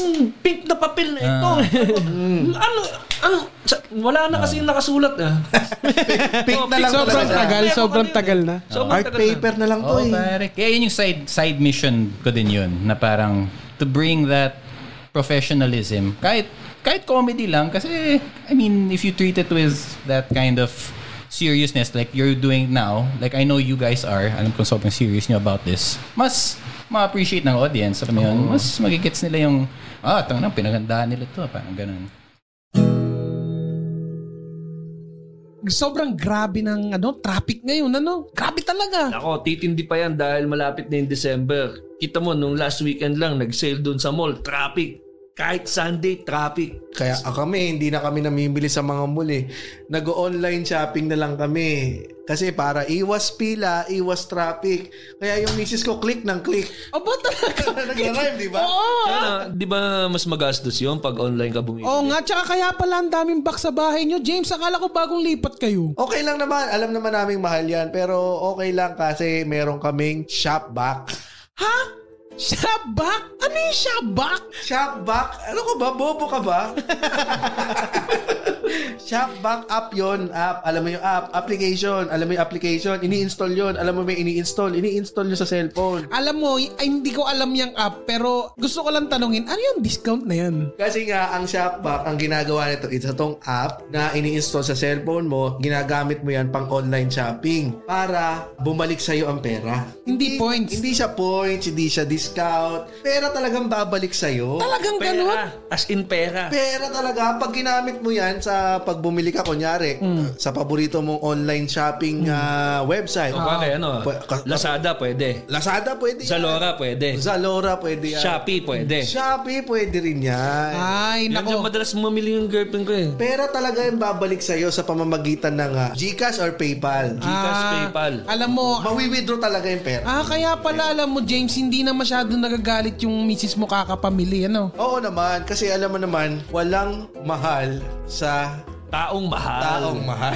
Speaker 1: pink na papel na
Speaker 3: Ah.
Speaker 1: ito? ano, ano, sa- wala na kasi yung nakasulat ah. Oh,
Speaker 2: Pink na lang
Speaker 3: Sobrang
Speaker 2: talaga.
Speaker 3: tagal, sobrang tagal na.
Speaker 1: eh. Sobrang
Speaker 2: Art
Speaker 1: tagal na.
Speaker 2: paper na lang to
Speaker 4: Oo,
Speaker 2: eh.
Speaker 4: pare. Kaya yun yung side, side mission ko din yun, na parang to bring that professionalism. Kahit, kahit comedy lang, kasi, I mean, if you treat it with that kind of seriousness like you're doing now, like I know you guys are, alam kong sobrang serious nyo about this, mas ma-appreciate ng audience. Alam mo yun? Mas magigets nila yung, ah, tangan na, pinagandahan nila to. Parang ganun.
Speaker 3: Sobrang grabe ng ano, traffic ngayon. Ano? Grabe talaga.
Speaker 1: Ako, titindi pa yan dahil malapit na yung December. Kita mo, nung last weekend lang, nag-sale doon sa mall, traffic. Kahit Sunday, traffic.
Speaker 2: Kaya ah, kami, hindi na kami namimili sa mga mall eh. Nag-online shopping na lang kami. Kasi para iwas pila, iwas traffic. Kaya yung misis ko, click ng click.
Speaker 3: Aba talaga.
Speaker 2: Nag-rhyme, di ba?
Speaker 1: Kaya, di ba mas magastos yun pag online ka bumili?
Speaker 3: Oo nga, tsaka kaya pala ang daming back sa bahay nyo. James, akala ko bagong lipat kayo.
Speaker 2: Okay lang naman. Alam naman naming mahal yan. Pero okay lang kasi meron kaming shop back.
Speaker 3: Ha? Shabak? Ano yung shabak?
Speaker 2: Shop back? Ano ko ba? Bobo ka ba? shop back app yon app alam mo yung app application alam mo yung application ini-install yon alam mo may ini-install ini-install yun sa cellphone
Speaker 3: Alam mo, y- ay, hindi ko alam yung app, pero gusto ko lang tanungin, ano yung discount na yan?
Speaker 2: Kasi nga, ang Shopback, ang ginagawa nito, isa tong app na ini-install sa cellphone mo, ginagamit mo yan pang online shopping para bumalik sa'yo ang pera.
Speaker 3: Hindi points.
Speaker 2: Hindi siya points, hindi siya discount. Pera talagang babalik sa'yo.
Speaker 3: Talagang ganun?
Speaker 1: Pera. As in pera.
Speaker 2: Pera talaga, pag ginamit mo yan sa pag bumili ka, kunyari,
Speaker 3: Hmm.
Speaker 2: sa paborito mong online shopping ah, website.
Speaker 1: O bagay, ano,
Speaker 2: Pa- ka-
Speaker 1: Lazada pwede.
Speaker 2: Lazada pwede yan.
Speaker 1: Zalora pwede.
Speaker 2: Zalora pwede yan.
Speaker 1: Shopee pwede.
Speaker 2: Shopee pwede rin yan.
Speaker 3: Ay,
Speaker 1: Yun yung
Speaker 3: nako.
Speaker 1: madalas mamili yung girlfriend ko eh.
Speaker 2: Pera talaga yung babalik sa'yo sa pamamagitan ng ah, Gcash or PayPal.
Speaker 1: Gcash,
Speaker 3: Ah.
Speaker 1: PayPal.
Speaker 3: Alam mo,
Speaker 2: Mawi-withdraw talaga yung pera.
Speaker 3: ah, kaya pala alam mo, James, hindi na masyado nagagalit yung misis mo kakapamili, ano?
Speaker 2: Oo naman, kasi alam mo naman, walang mahal sa
Speaker 1: Taong mahal.
Speaker 2: taong mahal.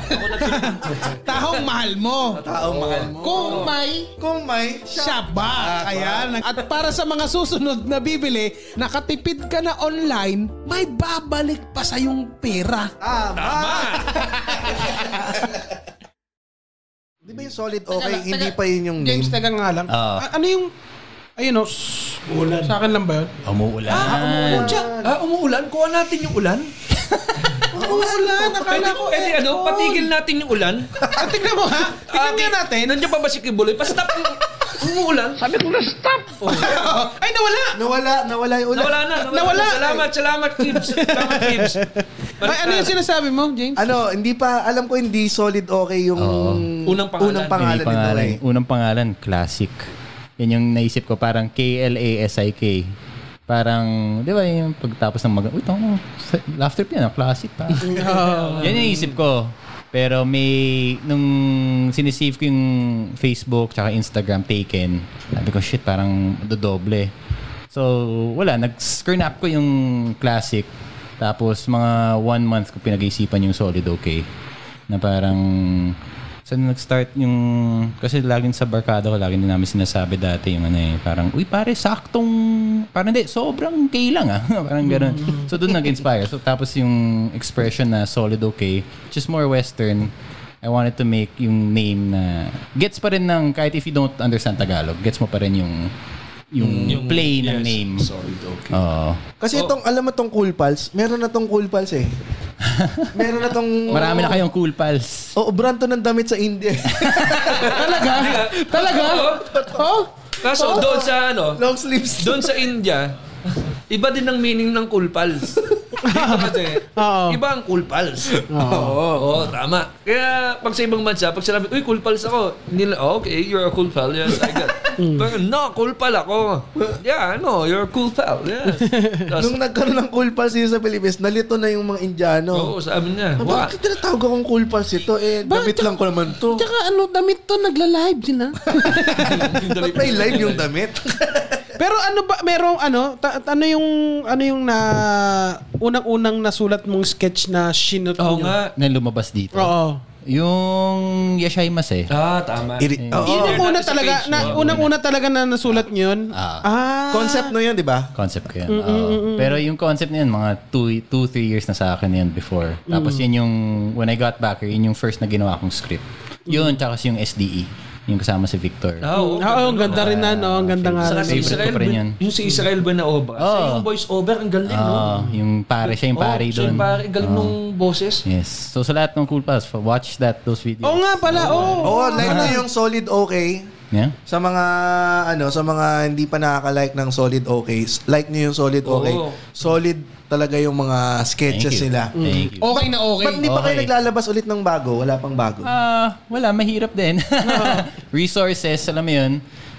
Speaker 3: Taong mahal mo.
Speaker 2: taong mahal mo.
Speaker 3: Kung may
Speaker 2: Kung may
Speaker 3: Shabak. Ayan. At para sa mga susunod na bibili, nakatipid ka na online, may babalik pa sa yung pera.
Speaker 2: Di ba yung solid okay, hindi pa yun yung name?
Speaker 3: James, taga nga lang.
Speaker 4: Oo.
Speaker 3: A- ano yung Ayun o. Ulan. Sa akin lang ba yun?
Speaker 4: Ah.
Speaker 3: Ah,
Speaker 4: Umuulan.
Speaker 1: Ah, umuulan? Kuha natin yung ulan?
Speaker 3: Ulan. Akala
Speaker 1: Pwede
Speaker 3: ko
Speaker 1: ko, eh, ano, patigil natin yung ulan. Ah,
Speaker 3: Ah, tignan mo ha. Tignan nga natin.
Speaker 1: Nandiyan pa ba si Kibuloy? Pa-stop yung umuulan. Oh.
Speaker 8: Sabi ko na stop!
Speaker 3: Ay, nawala.
Speaker 2: Nawala, nawala yung ulan.
Speaker 1: Nawala na.
Speaker 3: Nawala.
Speaker 1: Salamat, salamat, Kibs. Salamat, Kibs.
Speaker 3: Ay, ano yung sinasabi mo, James?
Speaker 2: Ano, hindi pa, alam ko hindi solid okay yung
Speaker 1: Unang pangalan.
Speaker 4: Hindi
Speaker 2: pangalan nito
Speaker 4: pangalan.
Speaker 2: eh.
Speaker 4: Unang pangalan, classic. Yan yung naisip ko, parang K-L-A-S-I-K. Parang, di ba yung pagtapos ng mag... Uy, tango, sa- laughter piano, classic pa. Yan yung naisip ko. Pero may, nung sinisave ko yung Facebook tsaka Instagram taken, sabi ko, shit, parang dodoble. So, wala, nag-screen up ko yung classic. Tapos, mga one month ko pinag-isipan yung solid okay na parang saan nag-start yung kasi laging sa barkada ko laging din namin sinasabi dati yung ano eh parang uy pare saktong parang hindi sobrang okay lang ah parang ganun so doon nag-inspire so tapos yung expression na solid okay which is more western I wanted to make yung name na gets pa rin ng kahit if you don't understand Tagalog gets mo pa rin yung Mm, yung, play ng name solid okay oo
Speaker 2: Kasi itong, alam mo tong Cool Pals, meron na tong Cool Pals eh. meron na tong...
Speaker 4: marami na kayong cool pals
Speaker 2: Oo, brand to ng damit sa India.
Speaker 1: Talaga? Talaga?
Speaker 3: Oh?
Speaker 1: Kaso doon sa ano,
Speaker 2: Long sleeves.
Speaker 1: doon sa India, iba din ang meaning ng cool pals. Dito kasi,
Speaker 3: Oo.
Speaker 1: iba ang cool pals. Oo, oo, tama. Kaya pag sa ibang bansa, pag sinabi, uy, cool pals ako, nila, "Oh, okay, you're a cool pal, yes, I got. Pero, no, cool pal ako. Yeah, no, you're a cool pal, yes. Tapos,
Speaker 2: Nung nagkaroon ng Cool Pals dito sa Pilipinas, nalito na yung mga Indiano.
Speaker 1: oo, sabi niya,
Speaker 2: Ah,
Speaker 1: "Wa-
Speaker 2: Bakit tinatawag akong Cool Pals ito? Eh, damit lang ko naman to.
Speaker 3: Tsaka ano, damit to, nagla-live sila.
Speaker 2: Ba't may live yung damit?
Speaker 3: Pero ano ba, merong ano, ta- ta- ano yung, ano yung na, unang-unang nasulat mong sketch na shinot
Speaker 1: Oo
Speaker 3: nyo?
Speaker 1: nga.
Speaker 4: na lumabas dito
Speaker 3: Oo.
Speaker 4: yung Yashay Mas eh
Speaker 1: Ah, tama.
Speaker 2: Iri- Oo.
Speaker 3: Yun yung una
Speaker 1: Natin sa
Speaker 3: talaga,
Speaker 1: page,
Speaker 3: na,
Speaker 1: no?
Speaker 3: unang-una talaga na nasulat nyo yun?
Speaker 4: Ah.
Speaker 3: Ah.
Speaker 2: Concept no yun, di ba?
Speaker 4: Concept ko yun. oo. Pero yung concept na yun, mga 2 two, 3 years na sa akin na yun before.
Speaker 1: Mm.
Speaker 4: Tapos yun yung, when I got back here, yun yung first na ginawa kong script. Yun, tsaka yung SDE. Yung kasama si Victor.
Speaker 1: Mm. Ah, oo,
Speaker 3: Oo, ang ganda rin na, no? Ang ganda nga
Speaker 1: Saka
Speaker 3: rin.
Speaker 1: si
Speaker 4: Favorite
Speaker 1: Israel,
Speaker 4: ko pa rin yun.
Speaker 1: Bin- yung si Israel Benaobra.
Speaker 4: Oo.
Speaker 1: Siya yung voice over, ang galing, no?
Speaker 4: Ah, yung pare, siya yung pare
Speaker 1: Oo, siya
Speaker 4: doon.
Speaker 1: yung pare, galing nung boses.
Speaker 4: Yes. So sa lahat ng Cool Pals, watch that, those videos.
Speaker 3: Oo nga pala, oo.
Speaker 2: Oo, like na yung solid okay.
Speaker 4: Yeah?
Speaker 2: Sa mga ano, sa mga hindi pa nakaka-like ng solid okay, s- like niyo yung solid okay.
Speaker 1: Oo.
Speaker 2: Solid talaga yung mga
Speaker 4: Thank
Speaker 2: sketches
Speaker 4: you.
Speaker 2: nila.
Speaker 3: Mm.
Speaker 4: Thank you.
Speaker 3: Okay na okay.
Speaker 2: Ba't hindi pa kayo
Speaker 4: Okay.
Speaker 2: naglalabas ulit ng bago? Wala pang bago.
Speaker 4: Ah, wala, mahirap din. Resources, alam mo 'yun.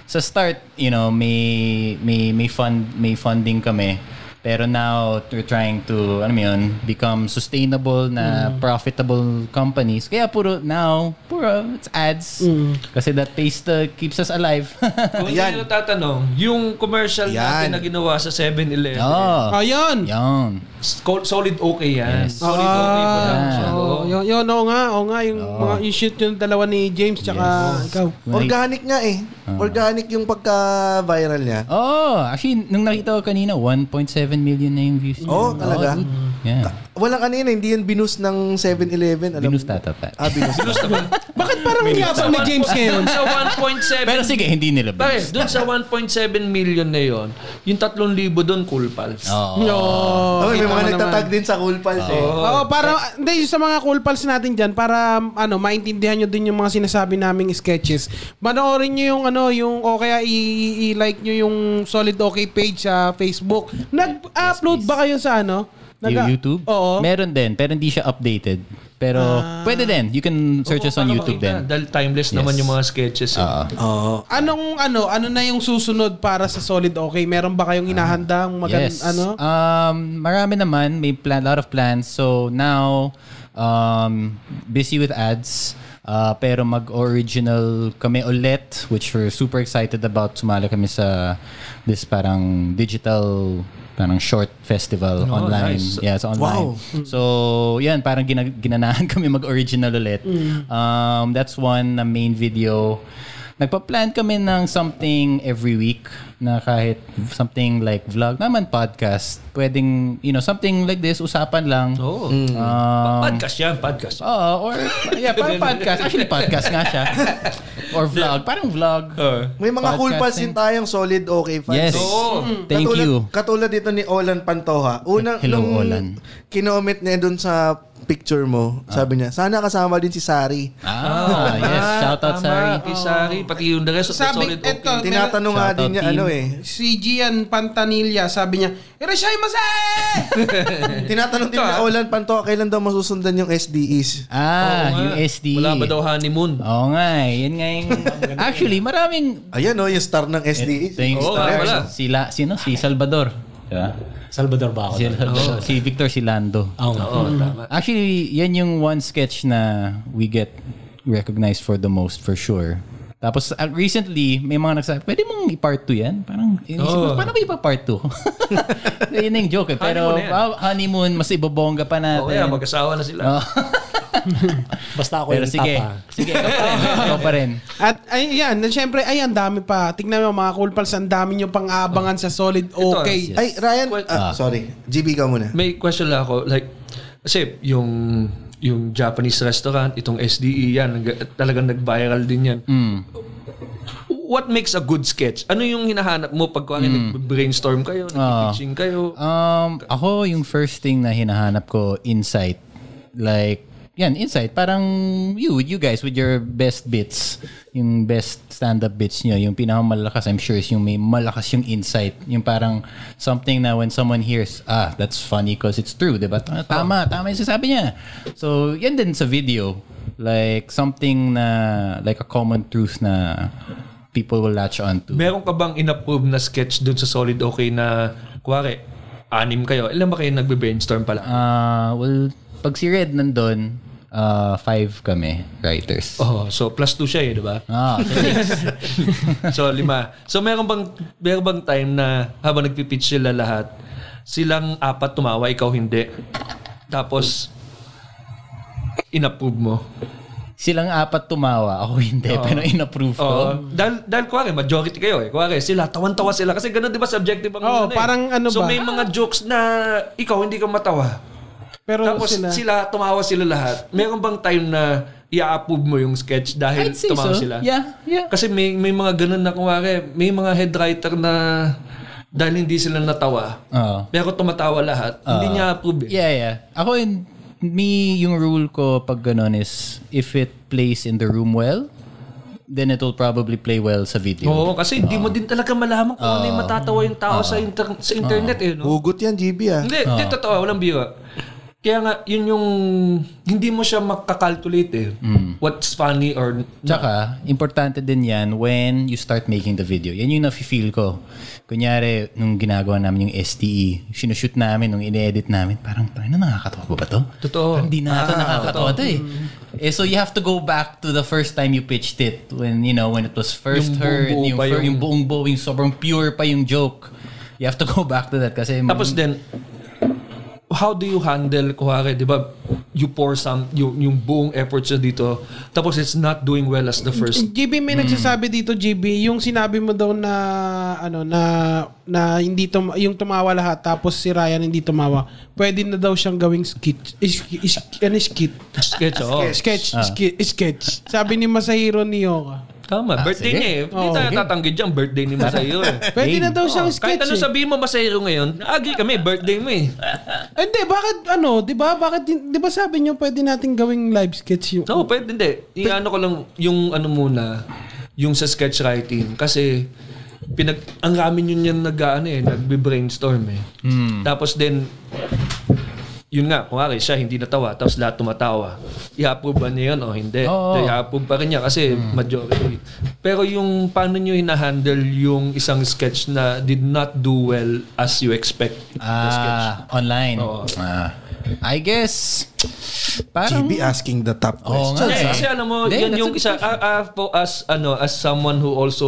Speaker 4: Sa start, you know, may may may fund may funding kami. Pero now we're trying to, alam mo 'yun, become sustainable na
Speaker 3: Mm.
Speaker 4: profitable companies. Kaya puro now, puro it's ads.
Speaker 3: Mm.
Speaker 4: Kasi that pays the keeps us alive.
Speaker 1: Kung
Speaker 2: Ayan.
Speaker 1: hindi nyo tatanong, yung commercial natin
Speaker 2: Yan.
Speaker 1: na ginawa sa 7-Eleven,
Speaker 4: oh.
Speaker 3: Ayun.
Speaker 4: Yun.
Speaker 1: s- col- solid okay yan.
Speaker 4: Yes.
Speaker 1: Solid okay pa lang. siya. Oo.
Speaker 3: Oh, yun, yun, oo nga, oo nga, yung mga i-shoot yung dalawa ni James tsaka ikaw.
Speaker 2: Organic nga eh.
Speaker 4: Ah.
Speaker 2: Organic yung pagka-viral niya.
Speaker 4: Oh, actually, nung nakita ko kanina, 1.7 million na yung
Speaker 2: Oo,
Speaker 4: views. niya. Oh,
Speaker 2: talaga?
Speaker 4: dude. yeah.
Speaker 2: Walang ano yun, eh, hindi yun binus ng 7-Eleven. Alam
Speaker 4: Binus
Speaker 2: mo?
Speaker 4: tatapat.
Speaker 2: Ah, binus.
Speaker 1: Gusto ba?
Speaker 3: Bakit parang yabang ni James ngayon?
Speaker 1: Sa 1.7
Speaker 4: Pero sige, hindi nila
Speaker 1: Pare,
Speaker 4: binus.
Speaker 1: doon sa 1.7 million na yon, yung 3,000 doon, cool pals.
Speaker 4: Oo.
Speaker 3: No.
Speaker 2: Oh, may
Speaker 3: kita mo
Speaker 2: mga nagtatag
Speaker 3: naman.
Speaker 2: din sa Cool Pals eh.
Speaker 3: Oo,
Speaker 1: Oh.
Speaker 3: para hindi yung sa mga cool pals natin diyan para ano maintindihan niyo din yung mga sinasabi naming sketches. Panoorin niyo yung ano yung o kaya i- i-like niyo yung Solid Okay page sa Facebook. Nag-upload ba kayo sa ano?
Speaker 4: Yung
Speaker 3: Nag-
Speaker 4: YouTube?
Speaker 3: Oo.
Speaker 4: Meron din, pero hindi siya updated. Pero pwede din. You can search us
Speaker 1: Ah.
Speaker 4: on
Speaker 1: Para
Speaker 4: YouTube
Speaker 1: makita,
Speaker 4: din.
Speaker 1: Dahil timeless naman yung mga sketches. Eh.
Speaker 4: Oo.
Speaker 3: Anong ano, ano na yung susunod para sa Solid Okay? Meron ba kayong hinahandang magand
Speaker 4: yes.
Speaker 3: ano?
Speaker 4: Um, marami naman. May plan, lot of plans. So now, um, busy with ads. Uh, pero mag-original kami ulit, which we're super excited about. Sumali kami sa this parang digital parang short festival online. Yeah, it's online. So, yan, parang gina- ginanahan kami mag-original ulit.
Speaker 3: Mm.
Speaker 4: uh, Um, that's one na main video. Nagpa-plan kami ng something every week. na kahit something like vlog naman podcast pwedeng you know something like this usapan lang
Speaker 1: Oo.
Speaker 4: um,
Speaker 1: podcast yan, podcast.
Speaker 4: oo, or yeah parang podcast actually podcast nga siya or vlog parang vlog
Speaker 1: Oh.
Speaker 2: May mga cool pals
Speaker 4: Podcasting.
Speaker 2: din tayong solid okay fans.
Speaker 4: yes thank
Speaker 2: katulad,
Speaker 4: you
Speaker 2: Katulad dito ni Olan Pantoha. Unang,
Speaker 4: Hello,
Speaker 2: nung
Speaker 4: Olan.
Speaker 2: Kinomit niya dun sa picture mo, sabi niya, sana kasama din si Sari.
Speaker 4: ah yes shout out Sari
Speaker 1: Tama, oh. kay Sari, pati yung the rest of the
Speaker 3: Sabi,
Speaker 1: solid okay.
Speaker 3: eto, meron-
Speaker 2: Tinatanong nga
Speaker 4: Shoutout
Speaker 2: din niya,
Speaker 4: team.
Speaker 2: ano eh.
Speaker 3: si Gian Pantanilla, sabi niya, Irashay masay!
Speaker 2: Tinatanong din ni Olan Pantoha, kailan daw masusundan yung SDEs?
Speaker 4: ah
Speaker 1: Oo nga.
Speaker 4: yung SD
Speaker 1: Wala ba daw honeymoon?
Speaker 4: Oo nga, eh. yun nga yung... Actually, maraming...
Speaker 2: Ayan o, yung star ng SDEs.
Speaker 4: Ito yung
Speaker 1: Oo nga
Speaker 4: stars.
Speaker 1: pala.
Speaker 4: Sila, sino? Si Salvador. Diba?
Speaker 5: Salvador ba ako?
Speaker 4: Si,
Speaker 1: Oh.
Speaker 4: Salvador. si Victor Silando.
Speaker 1: Uh,
Speaker 5: Oo nga.
Speaker 4: Actually, yan yung one sketch na we get recognized for the most for sure. Tapos uh, recently, may mga nagsabi, pwede mong i-part 2 yan? Parang, inisip ko, paano ba ipa-part 2? yun na yung joke eh. Pero
Speaker 1: Oh. Honeymoon na yan. ah,
Speaker 4: ah, honeymoon, mas ibabongga pa natin.
Speaker 1: Oo, yeah, mag-asawa na sila.
Speaker 4: Oo.
Speaker 5: Basta ako
Speaker 4: Pero
Speaker 5: yung
Speaker 4: sige,
Speaker 5: top ha.
Speaker 4: sige, ikaw pa rin. Ikaw pa rin.
Speaker 3: At ayan, syempre, ay, ang dami pa. Tingnan mo mga cool pals, ang dami nyo pang abangan sa solid okay.
Speaker 4: yes.
Speaker 2: Ay, Ryan, ah, sorry. GB ka muna.
Speaker 1: May question lang ako, like, kasi yung yung Japanese restaurant, itong SDE yan, nag- talagang nag-viral din yan. What makes a good sketch? Ano yung hinahanap mo pag kuwari nag-brainstorm kayo, nag-pitching kayo?
Speaker 4: Um, ako yung first thing na hinahanap ko insight. Like yan, insight. Parang you, you guys with your best bits. Yung best stand-up bits nyo. Yung pinakamalakas, I'm sure, is yung may malakas yung insight. Yung parang something na when someone hears, ah, that's funny because it's true, di ba? Tama, tama, tama yung sasabi niya. So, yan din sa video. Like, something na, like a common truth na people will latch on to.
Speaker 1: Meron ka bang inapprove na sketch dun sa Solid Okay na kuwari, anim kayo? Ilan ba kayo nagbe-brainstorm pala?
Speaker 4: Ah, well, pag si Red nandun, ah, five kami writers.
Speaker 1: Oh, so plus two siya eh, di ba?
Speaker 4: Ah, so six.
Speaker 1: so lima. So meron bang meron bang time na habang nagpipitch sila lahat, silang apat tumawa, ikaw hindi. Tapos inapprove mo.
Speaker 4: Silang apat tumawa, ako hindi,
Speaker 1: Oh.
Speaker 4: pero inapprove ko.
Speaker 1: Oo. dahil, dahil kuwari, majority kayo eh. Kuwari, sila, tawan-tawa sila. Kasi ganun, di ba, subjective ang
Speaker 3: Oo,
Speaker 1: eh.
Speaker 3: parang ano
Speaker 1: So
Speaker 3: ba?
Speaker 1: may mga jokes na ikaw hindi ka matawa.
Speaker 3: Pero
Speaker 1: Tapos sila,
Speaker 3: sila,
Speaker 1: tumawa sila lahat. Meron bang time na i-approve mo yung sketch dahil
Speaker 4: I'd say
Speaker 1: tumawa
Speaker 4: so.
Speaker 1: sila?
Speaker 4: Yeah, yeah.
Speaker 1: Kasi may may mga ganun na kuwari, may mga head writer na dahil hindi sila natawa,
Speaker 4: Oo.
Speaker 1: pero tumatawa lahat, hindi niya approve. eh.
Speaker 4: Oh. Yeah, yeah. Ako in me yung rule ko pag ganun is if it plays in the room well, then it'll probably play well sa video.
Speaker 1: Oo, kasi hindi mo din talaga malaman kung ano yung matatawa yung tao sa, inter- sa internet eh. No?
Speaker 2: Hugot yan, GB ah.
Speaker 1: Hindi, hindi totoo, walang biro. Kaya nga, yun yung hindi mo siya makakalculate eh. What's funny or...
Speaker 4: Tsaka, importante din yan when you start making the video. Yan yung nafe-feel ko. Kunyari, nung ginagawa namin yung STE, sinushoot namin, nung ine-edit namin, parang, tayo na nakakatawa ba ba to?
Speaker 1: Totoo.
Speaker 4: Parang di na ito
Speaker 1: Ah,
Speaker 4: nakakatawa to eh.
Speaker 1: mm.
Speaker 4: Eh, so you have to go back to the first time you pitched it when, you know, when it was first
Speaker 1: Yung
Speaker 4: heard,
Speaker 1: buong-buo
Speaker 4: yung,
Speaker 1: pa
Speaker 4: fir-
Speaker 1: yung-
Speaker 4: yung buong buo, yung sobrang pure pa yung joke. You have to go back to that kasi mm,
Speaker 1: Tapos then, how do you handle, kuhari, di ba, you pour some, yung, yung buong efforts na dito, tapos it's not doing well as the first.
Speaker 3: JB, may nagsasabi dito, JB, yung sinabi mo daw na, ano, na, na hindi tum- yung tumawa lahat, tapos si Ryan hindi tumawa, pwede na daw siyang gawing skit. Is, is, ano, skit?
Speaker 1: Sketch, oo.
Speaker 3: Sketch. Skit, sketch. Sabi ni Masahiro Niyoka.
Speaker 1: Tama,
Speaker 3: Ah,
Speaker 1: birthday
Speaker 4: sige.
Speaker 1: niya eh. Hindi tayo tatanggi dyan, birthday ni Masayo eh.
Speaker 3: Pwede na daw Oh, siyang
Speaker 1: Kahit
Speaker 3: sketch.
Speaker 1: ano
Speaker 3: eh.
Speaker 1: sabihin mo Masayo ngayon, agree kami, birthday mo eh.
Speaker 3: Eh, Hindi, bakit ano, 'di ba? Bakit din- 'di ba sabi niyo pwede nating gawing live sketch yung
Speaker 1: No, pwede hindi. Iano ko lang yung ano muna, yung sa sketch writing kasi pinag ang rami yun yan nag ano eh, nagbe-brainstorm eh. Tapos then yun nga, kumari siya hindi natawa, tapos lahat tumatawa. I-approve ba niya yun o hindi?
Speaker 4: Oo.
Speaker 1: I-approve pa rin niya kasi majority. Pero yung paano niyo hinahandle yung isang sketch na did not do well as you expect the sketch?
Speaker 4: Ah, online. Ah. I guess Parang,
Speaker 2: GB asking the top
Speaker 4: Oo
Speaker 2: question.
Speaker 4: nga.
Speaker 1: Hindi,
Speaker 4: eh.
Speaker 1: kasi alam mo,
Speaker 4: Hindi,
Speaker 1: yan
Speaker 4: that's
Speaker 1: yung
Speaker 4: a good
Speaker 1: isa,
Speaker 4: question.
Speaker 1: ah, ah, po as, ano, as someone who also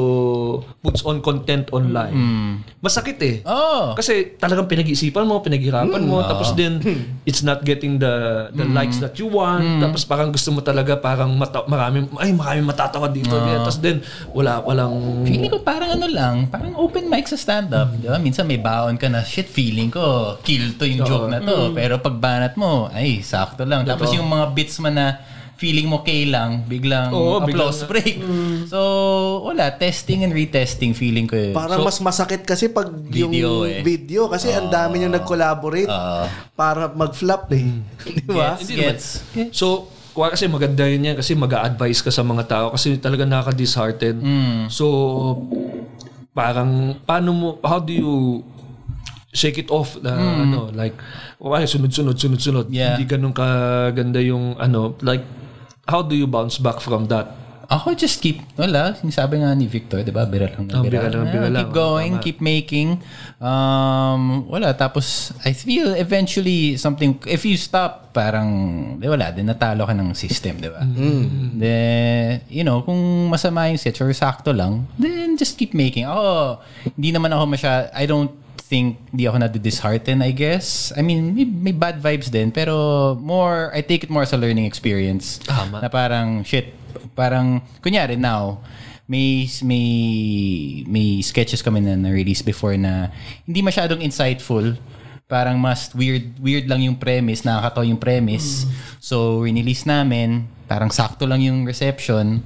Speaker 1: puts on content online, masakit eh.
Speaker 4: Oo. Hmm.
Speaker 1: Kasi talagang pinag-iisipan mo, pinaghirapan mo, tapos din, it's not getting the the likes that you want,
Speaker 4: Hmm.
Speaker 1: tapos parang gusto mo talaga, parang mata- marami, ay, marami matatawa dito. Ganyan. Tapos din, wala, walang...
Speaker 4: Feeling ko parang ano lang, parang open mic sa stand-up.
Speaker 1: Mm.
Speaker 4: Di ba? Minsan may baon ka na, shit, feeling ko, kill to yung joke na
Speaker 1: Mm.
Speaker 4: to. Pero pag banat mo, ay, sakto lang. Tapos yung mga bits man na feeling mo kay lang, biglang
Speaker 1: Oo,
Speaker 4: applause
Speaker 1: biglang- Mm.
Speaker 4: break. So, wala. Testing and retesting feeling ko yun.
Speaker 2: Parang mas masakit kasi pag
Speaker 4: Video
Speaker 2: yung
Speaker 4: eh. Ah.
Speaker 2: video kasi ang dami niyang nag-collaborate para mag-flop eh.
Speaker 4: Hmm.
Speaker 2: Di ba?
Speaker 4: Gets, gets.
Speaker 1: So, kuha kasi maganda yun yan kasi mag advise ka sa mga tao kasi talaga nakaka-dishearten.
Speaker 3: Hmm.
Speaker 1: So, parang, paano mo, how do you shake it off na
Speaker 3: Hmm.
Speaker 1: ano like wala sunod sunod sunod sunod
Speaker 4: Yeah.
Speaker 1: hindi ganun kaganda yung ano like how do you bounce back from that
Speaker 4: Ako just keep, wala, yung sabi nga ni Victor, di ba, bira lang ng
Speaker 1: Oh,
Speaker 4: bira.
Speaker 1: bira lang ng bira
Speaker 4: Ah,
Speaker 1: lang.
Speaker 4: Keep going, keep making. Um, wala, tapos I feel eventually something, if you stop, parang, di wala, din natalo ka ng system, di ba? Then, you know, kung masama yung sketch or sakto lang, then just keep making. Ako, hindi naman ako masyado, I don't think di ako na-dishearten, I guess. I mean, may, may bad vibes din, pero more, I take it more as a learning experience. Tama. Na parang, shit, parang, kunyari now, may may may sketches kami na na-release before na hindi masyadong insightful. Parang mas weird weird lang yung premise, nakakatawa yung premise. So, release namin, parang sakto lang yung reception.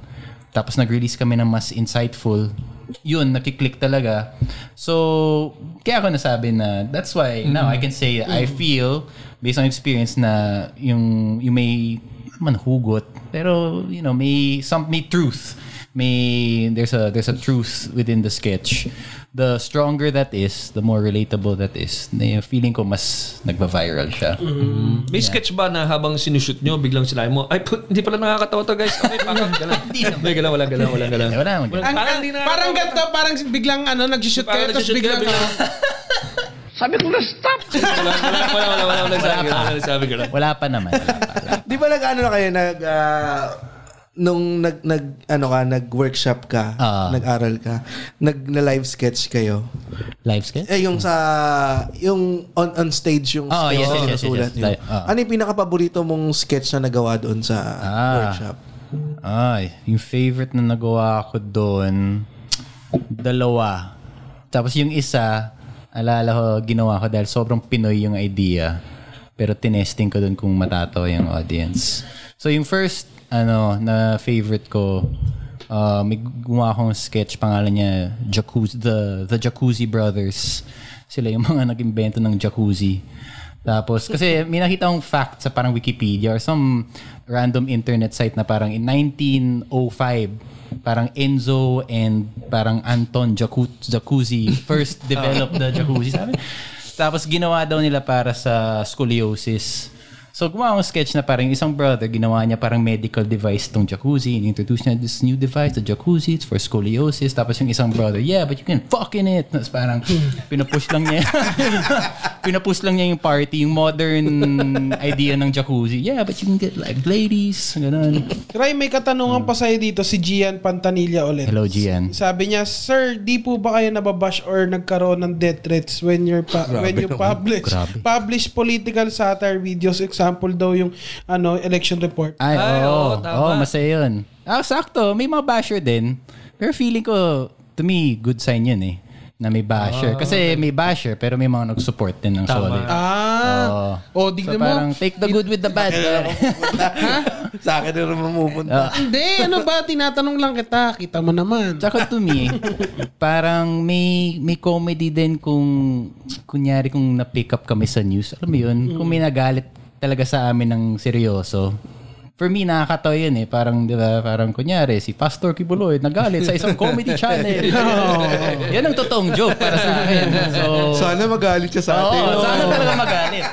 Speaker 4: Tapos nag-release kami ng mas insightful. Yun, nakiklik talaga. So, kaya ako nasabi na that's why now I can say I feel based on experience na yung yung may man hugot pero you know may some may truth may there's a there's a truth within the sketch the stronger that is the more relatable that is na yung feeling ko mas nagva-viral siya
Speaker 1: may sketch ba na habang sinushoot nyo biglang sinabi mo ay put, hindi pala nakakatawa to guys okay pakak galaw may galaw wala galaw wala galaw
Speaker 4: Eh, wala naman ganun.
Speaker 1: Parang
Speaker 3: Ang, parang,
Speaker 1: hindi na-
Speaker 3: parang ganito, parang biglang ano, nag-shoot
Speaker 1: Parang
Speaker 3: kayo, tapos
Speaker 1: nag-shoot kayo,
Speaker 3: biglang, ano,
Speaker 1: biglang-
Speaker 11: Sabi ko na stop.
Speaker 1: wala wala wala wala wala wala sabi ko, wala sabi ko.
Speaker 4: wala pa naman wala pa.
Speaker 2: Di ba nag ano na kayo nag ah, nung nag nag ano ka nag-workshop ka,
Speaker 4: Ah.
Speaker 2: nag-aral ka, nag na live sketch kayo.
Speaker 4: live sketch
Speaker 2: Eh yung sa yung on on stage yung
Speaker 4: Oh, yes, yes, yes, yes,
Speaker 2: nasulat
Speaker 4: yes.
Speaker 2: niyo.
Speaker 4: Live, ah.
Speaker 2: Ano yung pinakapaborito mong sketch na nagawa doon sa
Speaker 4: Ah.
Speaker 2: workshop?
Speaker 4: Ay, yung favorite na nagawa ko doon, dalawa. Tapos yung isa, alala ko, ginawa ko dahil sobrang Pinoy yung idea. Pero tinesting ko doon kung matatawa yung audience. So yung first, ano, na favorite ko, uh, may gumawa akong sketch, pangalan niya, Jacuzzi, the, the Jacuzzi Brothers. Sila yung mga nag-invento ng jacuzzi. Tapos, kasi may nakita akong fact sa parang Wikipedia or some random internet site na parang in 1905, parang Enzo and parang Anton Jacu- Jacuzzi first developed the jacuzzi. Sabi. Tapos, ginawa daw nila para sa scoliosis. So, gumawa akong sketch na parang isang brother, ginawa niya parang medical device tong jacuzzi and introduce niya this new device, the jacuzzi, it's for scoliosis. Tapos yung isang brother, yeah, but you can fuck in it. Tapos parang pinapush lang niya. pinapush lang niya yung party, yung modern idea ng jacuzzi. Yeah, but you can get like ladies. Ganun.
Speaker 3: Ray, may katanungan pa sa'yo dito, si Gian Pantanilla ulit.
Speaker 4: Hello, Gian.
Speaker 3: Sabi niya, Sir, di po ba kayo nababash or nagkaroon ng death threats when, you're pa- when you publish
Speaker 4: Grabe.
Speaker 3: publish political satire videos? Example daw yung ano election report.
Speaker 4: Ay,
Speaker 1: Ay,
Speaker 4: oo.
Speaker 1: oo, tama.
Speaker 4: Oo, masaya yun. Ah, sakto. May mga basher din. Pero feeling ko, to me, good sign yun eh. Na may
Speaker 1: Ah,
Speaker 4: basher. Kasi may basher, pero may mga nag-support din ng solid.
Speaker 3: Ah. oh,
Speaker 4: Oo.
Speaker 3: di
Speaker 4: So
Speaker 3: mo.
Speaker 4: parang take the good with the bad. eh.
Speaker 2: sa akin na naman pupunta.
Speaker 4: Ah.
Speaker 3: Hindi, ano ba? Tinatanong lang kita. Kita mo naman.
Speaker 4: Tsaka to me, parang may may comedy din kung kunyari kung na-pick up kami sa news. Alam mo yun? Kung may nagalit talaga sa amin ng seryoso. For me, nakakatawa yun eh. Parang, di ba, parang kunyari, si Pastor Kibuloy nagalit sa isang comedy channel. Yan ang totoong joke para sa akin. So,
Speaker 2: Sana magalit siya sa atin.
Speaker 4: Oh. oo, sana talaga magalit.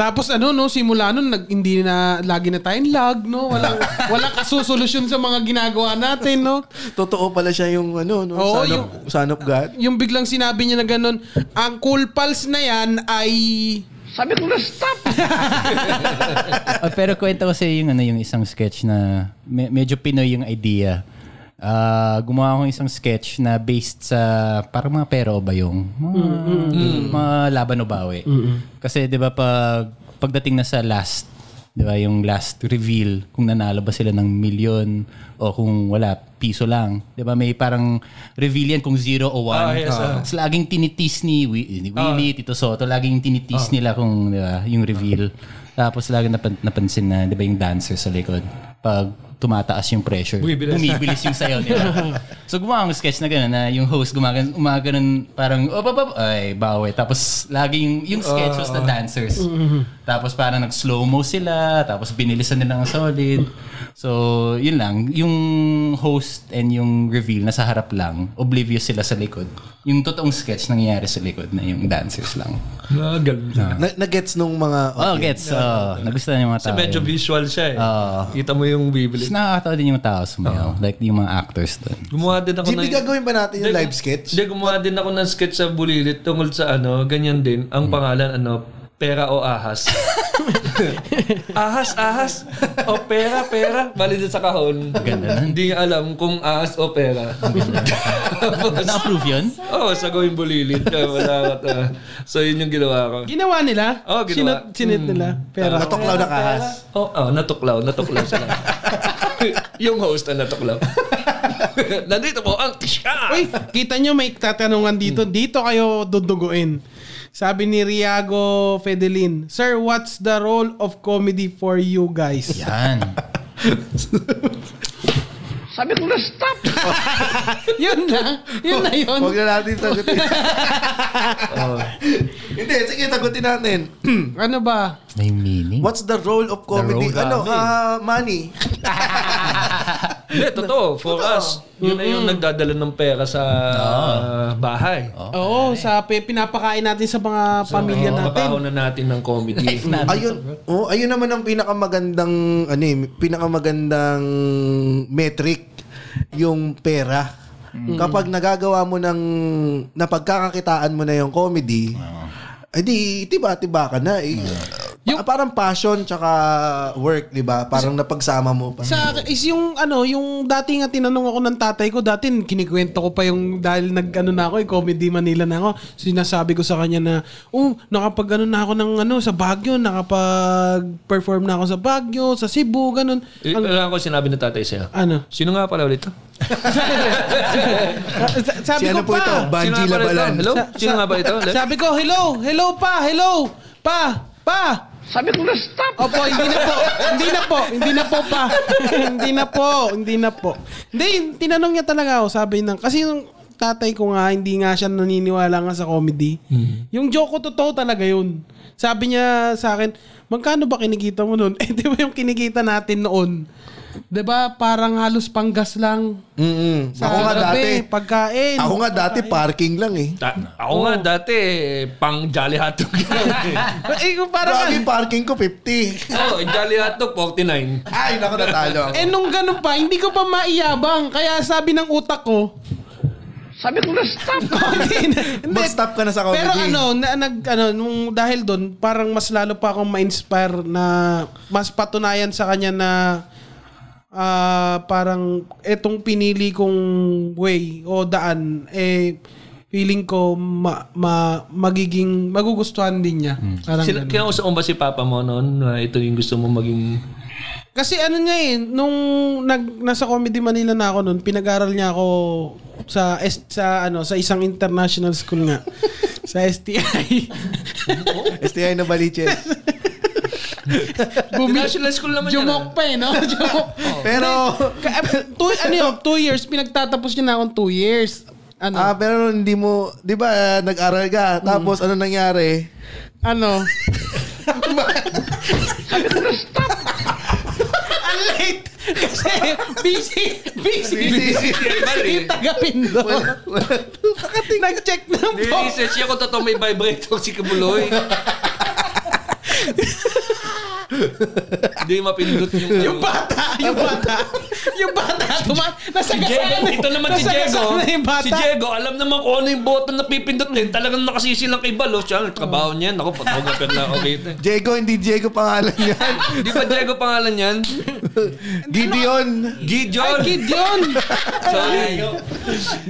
Speaker 3: Tapos ano no, simula nun nag, hindi na lagi na tayong lag no. Walang walang kasusolusyon sa mga ginagawa natin no.
Speaker 2: Totoo pala siya yung ano, no?
Speaker 3: Oo,
Speaker 2: son,
Speaker 3: yung-
Speaker 2: of, son of God.
Speaker 3: Yung biglang sinabi niya na ganun, ang cool pals na yan ay
Speaker 12: Sabi ko na stop!
Speaker 4: Oh, pero kwento ko sa yung ano yung isang sketch na me- medyo Pinoy yung idea. Ah, gumawa ako ng isang sketch na based sa parang mga pero o bayong. Mga, mga laban o bawi. Kasi 'di ba pag pagdating na sa last 'di ba yung last reveal kung nanalo ba sila ng milyon o kung wala piso lang 'di ba may parang reveal yan kung zero o one
Speaker 1: Ah, yes, ah.
Speaker 4: Tapos laging tinitis ni, Wi- ni Willie, Tito Soto, laging tinitis nila kung di ba, yung reveal. Tapos laging napan- napansin na, di ba, yung dancer sa likod. Pag tumataas yung pressure,
Speaker 1: Bumibilis.
Speaker 4: bumibilis yung sayo nila. so gumawa ng sketch na gano'n, na yung host gumagano, umaganon parang, oh, baba, ay, bawe. Tapos laging yung, yung sketch was na dancers. Tapos parang nag-slow-mo sila, tapos binilisan nila ng solid. So, yun lang. Yung host and yung reveal nasa harap lang, oblivious sila sa likod. Yung totoong sketch nangyayari sa likod na yung dancers lang.
Speaker 1: Ah, galing.
Speaker 2: Na, nag-gets nung mga...
Speaker 4: Oh, gets. Oh, nagustuhan yung mga tao.
Speaker 1: Kasi medyo
Speaker 4: yun.
Speaker 1: visual siya eh.
Speaker 4: Oo.
Speaker 1: Kita mo yung
Speaker 4: Tapos
Speaker 1: bibili.
Speaker 4: nakakatawa din yung tao sumayaw. Like yung mga actors doon.
Speaker 1: Gumawa din ako
Speaker 2: Jimmy,
Speaker 1: ng-
Speaker 2: gagawin ba natin yung
Speaker 1: Hindi,
Speaker 2: live sketch?
Speaker 1: Hindi, gumawa din ako ng sketch sa Bulilit tungkol sa ano, ganyan din. Ang pangalan, ano, pera o ahas. ahas, ahas. O pera, pera. Bali din sa kahon.
Speaker 4: Ganda nun.
Speaker 1: Hindi niya alam kung ahas o pera. Tapos,
Speaker 4: Na-approve yun?
Speaker 1: Oo, oh, sa gawing bulilit. Kaya Wala ka ta. So, yun yung ginawa ko.
Speaker 3: Ginawa nila?
Speaker 1: Oo, ginawa. Hmm.
Speaker 3: Sinot, sinit nila. Pero,
Speaker 2: Natuklaw na kahas.
Speaker 1: Oh, oh, natuklaw, natuklaw sila. yung host ang natuklaw. Nandito po ang Tisha!
Speaker 3: Uy, kita nyo may tatanungan dito. Dito kayo duduguin. Sabi ni Riago Fedelin, Sir, what's the role of comedy for you guys?
Speaker 4: Yan.
Speaker 12: Sabi ko na stop!
Speaker 3: yun na. Yun na yun.
Speaker 2: Huwag na natin sagutin. Hindi, sige, sagutin natin.
Speaker 3: Ano ba?
Speaker 4: May meaning.
Speaker 2: What's the role of comedy?
Speaker 4: role
Speaker 2: Ano?
Speaker 4: namin.
Speaker 2: ah, money.
Speaker 1: Hindi, totoo. For us, yun na yung nagdadala ng pera sa uh, bahay.
Speaker 3: Oo, sa pi- pinapakain natin sa mga Oh. pamilya natin.
Speaker 1: Kapaho na natin ng comedy. Mm.
Speaker 2: Ayun, oh, ayun naman ang pinakamagandang ano eh, pinakamagandang metric yung pera. Kapag nagagawa mo ng napagkakakitaan mo na yung comedy, edi tiba-tiba ka na eh. Pa- parang passion tsaka work, 'di ba? Parang napagsama mo. Parang,
Speaker 3: Sa is yung ano, yung dati nga tinanong ako ng tatay ko, dati kinikwento ko pa yung dahil nag-ano na ako, eh, comedy Manila na ako. Sinasabi ko sa kanya na, "Oh, nakapag ano na ako ng ano sa Baguio, nakapag-perform na ako sa Baguio, sa Cebu, ganun."
Speaker 1: Eh,
Speaker 3: Ang-
Speaker 1: Alam ko sinabi ng tatay sa'yo.
Speaker 3: ano?
Speaker 1: Sino nga pala ulit to?
Speaker 3: Sa- sabi
Speaker 2: si ano po
Speaker 3: ko pa.
Speaker 2: ito?
Speaker 1: Sino
Speaker 2: Banji
Speaker 1: nga pala ito?
Speaker 2: Labalan.
Speaker 1: Hello?
Speaker 3: Sa-
Speaker 1: Sino
Speaker 3: sa-
Speaker 1: nga pala ito? Le-
Speaker 3: Sabi ko, "Hello, hello pa, hello pa, pa."
Speaker 12: Sabi ko na stop!
Speaker 3: Opo, hindi na po. Hindi na po. Hindi na po pa. hindi na po. Hindi na po. Hindi, tinanong niya talaga ako. Sabi ng, kasi yung tatay ko nga, hindi nga siya naniniwala nga sa comedy.
Speaker 2: Hmm.
Speaker 3: Yung joke ko, totoo talaga yun. Sabi niya sa akin, magkano ba kinikita mo nun? Eh, di ba yung kinikita natin noon? Di ba, parang halos panggas lang.
Speaker 2: Mm-mm.
Speaker 3: Sa
Speaker 2: Ako nga dati.
Speaker 3: gabi, Pagkain.
Speaker 2: Ako nga dati parking lang eh.
Speaker 1: Ta- ako nga dati, pang Jolly Hotdog.
Speaker 3: Eh, yung parang,
Speaker 2: Grabe parking ko 50.
Speaker 1: Oo, oh, Jolly Hotdog, 49.
Speaker 2: Ay, naku natalo ako.
Speaker 3: eh, nung ganun pa, hindi ko pa maiyabang. Kaya sabi ng utak ko, Oh,
Speaker 12: Sabi ko na stop!
Speaker 3: hindi, hindi.
Speaker 2: Mag-stop ka na sa comedy.
Speaker 3: Pero ano, na, nag, ano, nung, dahil doon, parang mas lalo pa akong ma-inspire na mas patunayan sa kanya na ah, parang etong pinili kong way o daan, eh, feeling ko ma, ma, magiging, magugustuhan din niya. Parang
Speaker 1: Sila,
Speaker 3: ganun.
Speaker 1: kinausap mo ba si Papa mo noon na ito yung gusto mo maging...
Speaker 3: Kasi ano niya eh, nung nag, nasa Comedy Manila na ako noon, pinag-aral niya ako sa S- sa ano sa isang international school nga sa STI.
Speaker 2: STI na baliches.
Speaker 3: Bumi-
Speaker 1: National school naman ah. yan,
Speaker 3: Jumok pa eh, no? Jumok.
Speaker 2: Pero,
Speaker 3: Ka- two, ano yun, two years, pinagtatapos niya na akong two years. Ano?
Speaker 2: Ah, pero hindi mo, 'di ba, ah, nag-aral ka, tapos
Speaker 3: Hmm.
Speaker 2: ano nangyari?
Speaker 3: ano? Ang late! Kasi busy, busy.
Speaker 2: Busy.
Speaker 3: Yung taga-pindo. Nag-check ng po.
Speaker 1: Nire-research niya kung totoo may vibrator si Kabuloy. Hindi mapindot yung... ano.
Speaker 3: Yung bata, yung bata, yung bata, tuma, nasa
Speaker 1: Diego, ito naman si Diego.
Speaker 3: yung bata.
Speaker 1: Si Diego, alam naman kung ano yung button na pipindutin. Talagang nakasisi lang kay Balo. Siya, trabaho niya. Naku, patawagan na ako dito.
Speaker 2: Diego, hindi Diego pangalan yan.
Speaker 1: Di ba Diego pangalan niyan?
Speaker 2: Gideon.
Speaker 1: Gideon.
Speaker 3: Gideon!
Speaker 1: Sorry.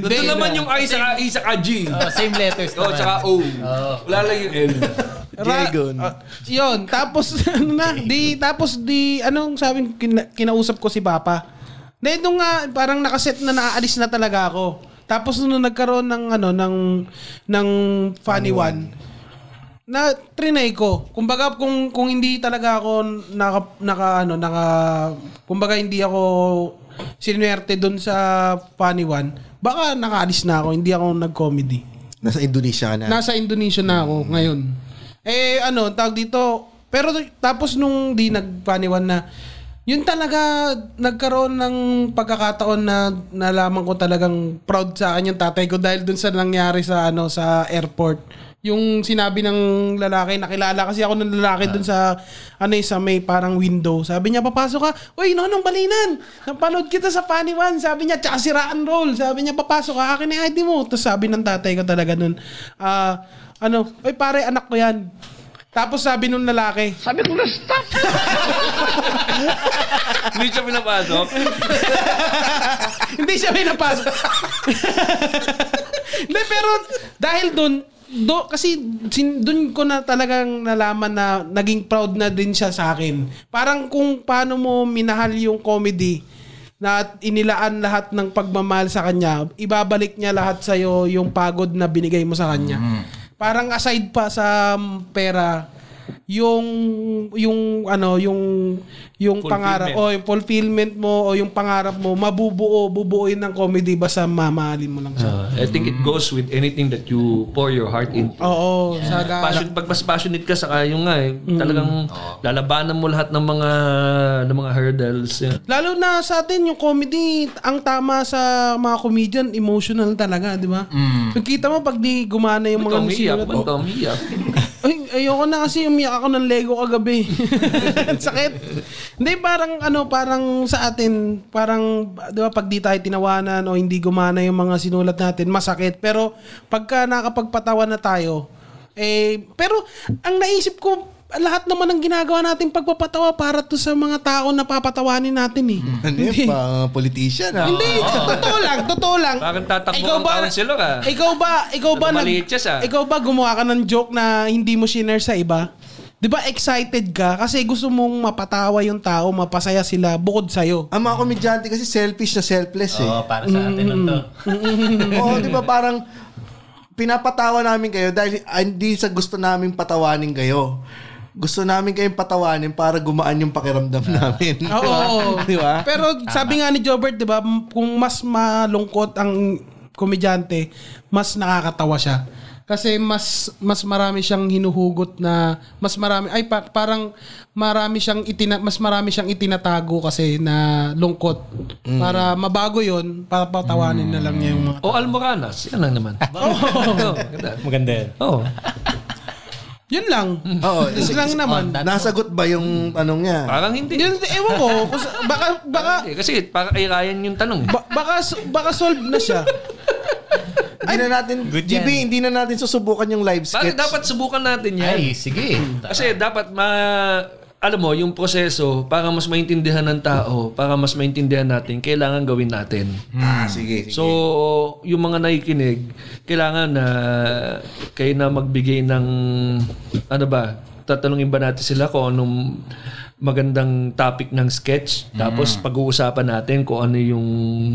Speaker 1: Doon naman yung I sa I sa G.
Speaker 4: Oh, same letters
Speaker 1: O,
Speaker 4: naman.
Speaker 1: tsaka O. Wala lang yung L.
Speaker 3: Ra-
Speaker 2: Diego.
Speaker 3: ah, yun, tapos, ano na, di, tapos di, anong sabi, kina, kinausap ko si Papa. Dahil nung nga, parang nakaset na naaalis na talaga ako. Tapos nung nagkaroon ng, ano, ng, ng funny one, na trinay ko. Kumbaga kung kung hindi talaga ako naka naka ano naka kumbaga hindi ako sinuwerte doon sa Funny One, baka nakaalis na ako, hindi ako nag-comedy.
Speaker 2: Nasa Indonesia ka na.
Speaker 3: Nasa Indonesia na ako ngayon. Eh ano, tawag dito. Pero tapos nung di nagpaniwan na yun talaga nagkaroon ng pagkakataon na nalaman ko talagang proud sa akin yung tatay ko dahil dun sa nangyari sa ano sa airport. Yung sinabi ng lalaki, nakilala kasi ako ng lalaki dun sa ano eh, sa may parang window. Sabi niya, papasok ka. Uy, nonong balinan! Napanood kita sa Funny One. Sabi niya, tsaka si Rock and Roll. Sabi niya, papasok ka. Akin na yung ID mo. Tapos sabi ng tatay ko talaga nun, ah, ano, uy pare, anak ko yan. Tapos sabi nung lalaki,
Speaker 13: Sabi ko na stop.
Speaker 1: Hindi siya pinapasok.
Speaker 3: Hindi siya pinapasok. Hindi, pero dahil doon, do, kasi sin, dun ko na talagang nalaman na naging proud na din siya sa akin. Parang kung paano mo minahal yung comedy na at inilaan lahat ng pagmamahal sa kanya, ibabalik niya lahat sa'yo yung pagod na binigay mo sa kanya. Parang aside pa sa um, pera, yung yung ano yung yung pangarap o yung fulfillment mo o yung pangarap mo mabubuo bubuoin ng comedy basta mamahalin mo lang
Speaker 1: Uh,
Speaker 3: siya.
Speaker 1: I think it goes with anything that you pour your heart into.
Speaker 3: Oh, Oo, sa gala.
Speaker 1: Passion, pag mas passionate ka sa kayo nga eh, talagang
Speaker 3: Oh.
Speaker 1: lalabanan mo lahat ng mga ng mga hurdles. Yeah.
Speaker 3: Lalo na sa atin, yung comedy, ang tama sa mga comedian, emotional talaga, di ba? Nakita mo pag di gumana yung mga
Speaker 1: Mga umiiyak,
Speaker 3: musinulat
Speaker 1: ba't
Speaker 3: mo.
Speaker 1: ka umiiyak?
Speaker 3: Ay, ayoko na kasi umiyak ako ng Lego kagabi. Ang Sakit. Hindi, parang ano, parang sa atin, parang, di ba, pag di tayo tinawanan o hindi gumana yung mga sinulat natin, masakit. Pero pagka nakapagpatawa na tayo, eh, pero ang naisip ko, lahat naman ng ginagawa nating pagpapatawa para to sa mga tao na papatawanin natin eh.
Speaker 2: Ano yun? Pang politician ah.
Speaker 3: Hindi, totoo lang, totoo lang.
Speaker 1: Parang tatakbo
Speaker 3: Ikaw
Speaker 1: kang
Speaker 3: ba-
Speaker 1: counselor, ah.
Speaker 3: Ikaw ba, ikaw ba, nag,
Speaker 1: Maliit siya, ah.
Speaker 3: ikaw ba gumawa ka ng joke na hindi mo shinare sa iba? Di ba excited ka kasi gusto mong mapatawa yung tao, mapasaya sila bukod sa'yo.
Speaker 2: Ang mga komedyante kasi selfish na selfless eh.
Speaker 4: Oh, para sa atin lang to.
Speaker 2: Oo, di ba parang pinapatawa namin kayo dahil ah, hindi sa gusto namin patawanin kayo. Gusto namin kayong patawanin para gumaan yung pakiramdam namin.
Speaker 3: Oo, oo.
Speaker 2: Di ba?
Speaker 3: Pero sabi nga ni Jobert, di ba, m- kung mas malungkot ang komedyante, mas nakakatawa siya. Kasi mas mas marami siyang hinuhugot na mas marami ay pa- parang marami siyang itina, mas marami siyang itinatago kasi na lungkot
Speaker 2: Mm.
Speaker 3: para mabago 'yon para patawanin na lang niya yung mga
Speaker 1: O Almoranas, yan lang naman. Oh, Oo.
Speaker 5: Maganda yan.
Speaker 1: Oo.
Speaker 3: Oh. Yun lang.
Speaker 2: Oo.
Speaker 3: Yun lang naman.
Speaker 2: Nasagot ba yung tanong niya?
Speaker 1: Parang hindi.
Speaker 3: Yun, ewan ko. kung sa- Baka, baka,
Speaker 1: Hindi, Kasi para kay Ryan yung tanong. eh.
Speaker 3: ba- baka, baka solve na siya.
Speaker 2: Hindi na natin, GB, hindi na natin susubukan yung live
Speaker 1: Bakit
Speaker 2: sketch.
Speaker 1: dapat subukan natin yan?
Speaker 4: Ay, sige.
Speaker 1: Kasi dapat ma alam mo, yung proseso, para mas maintindihan ng tao, para mas maintindihan natin, kailangan gawin natin.
Speaker 2: Ah, sige.
Speaker 1: So, yung mga nakikinig, kailangan na kayo na magbigay ng, ano ba, tatanungin ba natin sila kung anong magandang topic ng sketch. Tapos, pag-uusapan natin kung ano yung,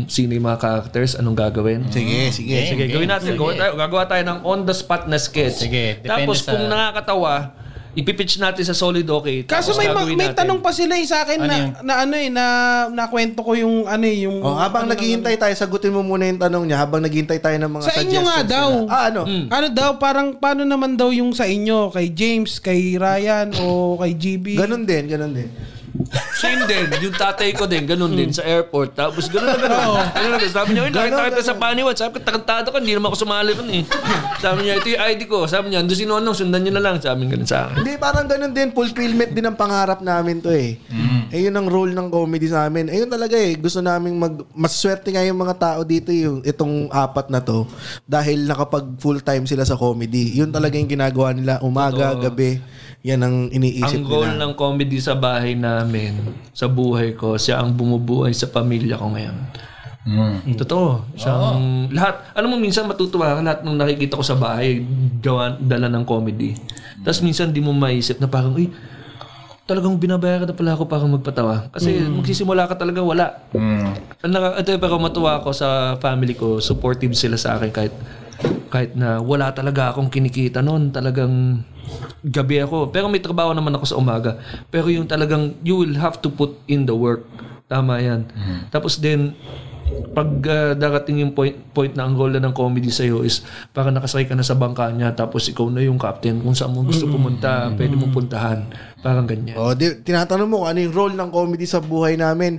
Speaker 1: sino yung mga characters, anong gagawin.
Speaker 2: Sige, sige.
Speaker 1: Sige, gawin natin. Gawa tayo, gagawa tayo ng on-the-spot na sketch.
Speaker 4: Sige, depende
Speaker 1: Tapos
Speaker 4: sa-
Speaker 1: kung nakakatawa, ipipitch natin sa solid okay.
Speaker 3: Kaso
Speaker 1: Tapos
Speaker 3: may, ma-
Speaker 1: gagawin
Speaker 3: may
Speaker 1: natin.
Speaker 3: tanong pa sila eh sa akin
Speaker 4: Ano
Speaker 3: na,
Speaker 4: yun?
Speaker 3: na ano eh, na nakwento ko yung ano eh, yung...
Speaker 2: Oh, habang naghihintay tayo, sagutin mo muna yung tanong niya habang naghihintay tayo ng mga
Speaker 3: Sa inyo
Speaker 2: suggestions
Speaker 3: nga
Speaker 2: nila.
Speaker 3: daw.
Speaker 2: Ah, ano?
Speaker 3: Ano daw, parang paano naman daw yung sa inyo, kay James, kay Ryan, o kay GB?
Speaker 2: Ganun din, ganun din.
Speaker 1: Same din. Yung tatay ko din, ganun din sa airport. Tapos ganun na ganun. Ganun na ganun. Sabi niya, "Uy, nakita kita sa paniwan. Sabi ko, tarantado ka, hindi naman ako sumali kun eh. Sabi niya, ito yung ID ko. Sabi niya, doon si Nonong, sundan niyo na lang. Sabi niya ganun sa akin.
Speaker 2: Hindi, parang ganun din. Fulfillment din ang pangarap namin to eh. Eh, yun ang role ng comedy sa amin. Eh, yun talaga eh. Gusto namin mag... Maswerte nga yung mga tao dito eh, yung itong apat na to. Dahil nakapag full-time sila sa comedy. Yun talaga yung ginagawa nila. Umaga, gabi. Yan ang iniisip
Speaker 1: ang goal
Speaker 2: nila.
Speaker 1: ng comedy sa bahay namin, sa buhay ko, siya ang bumubuhay sa pamilya ko ngayon.
Speaker 2: Hmm.
Speaker 1: Totoo. Siya ang- lahat, alam mo, minsan matutuwa ka, lahat ng nakikita ko sa bahay, gawa, dala ng comedy. Tapos minsan di mo maisip na parang, uy, talagang binabayaran na pala ako para magpatawa. Kasi magsisimula ka talaga, wala. Ang naka- ito, pero matuwa ako sa family ko, supportive sila sa akin kahit kahit na wala talaga akong kinikita noon, talagang gabi ako. Pero may trabaho naman ako sa umaga. Pero yung talagang you will have to put in the work. Tama yan. Tapos then, pag ah, darating yung point, point na ang goal na ng comedy sa'yo is para nakasakay ka na sa bangka niya tapos ikaw na yung captain kung saan mo gusto pumunta, pwede mong puntahan. Parang ganyan.
Speaker 2: Oh, di, tinatanong mo kung ano yung role ng comedy sa buhay namin.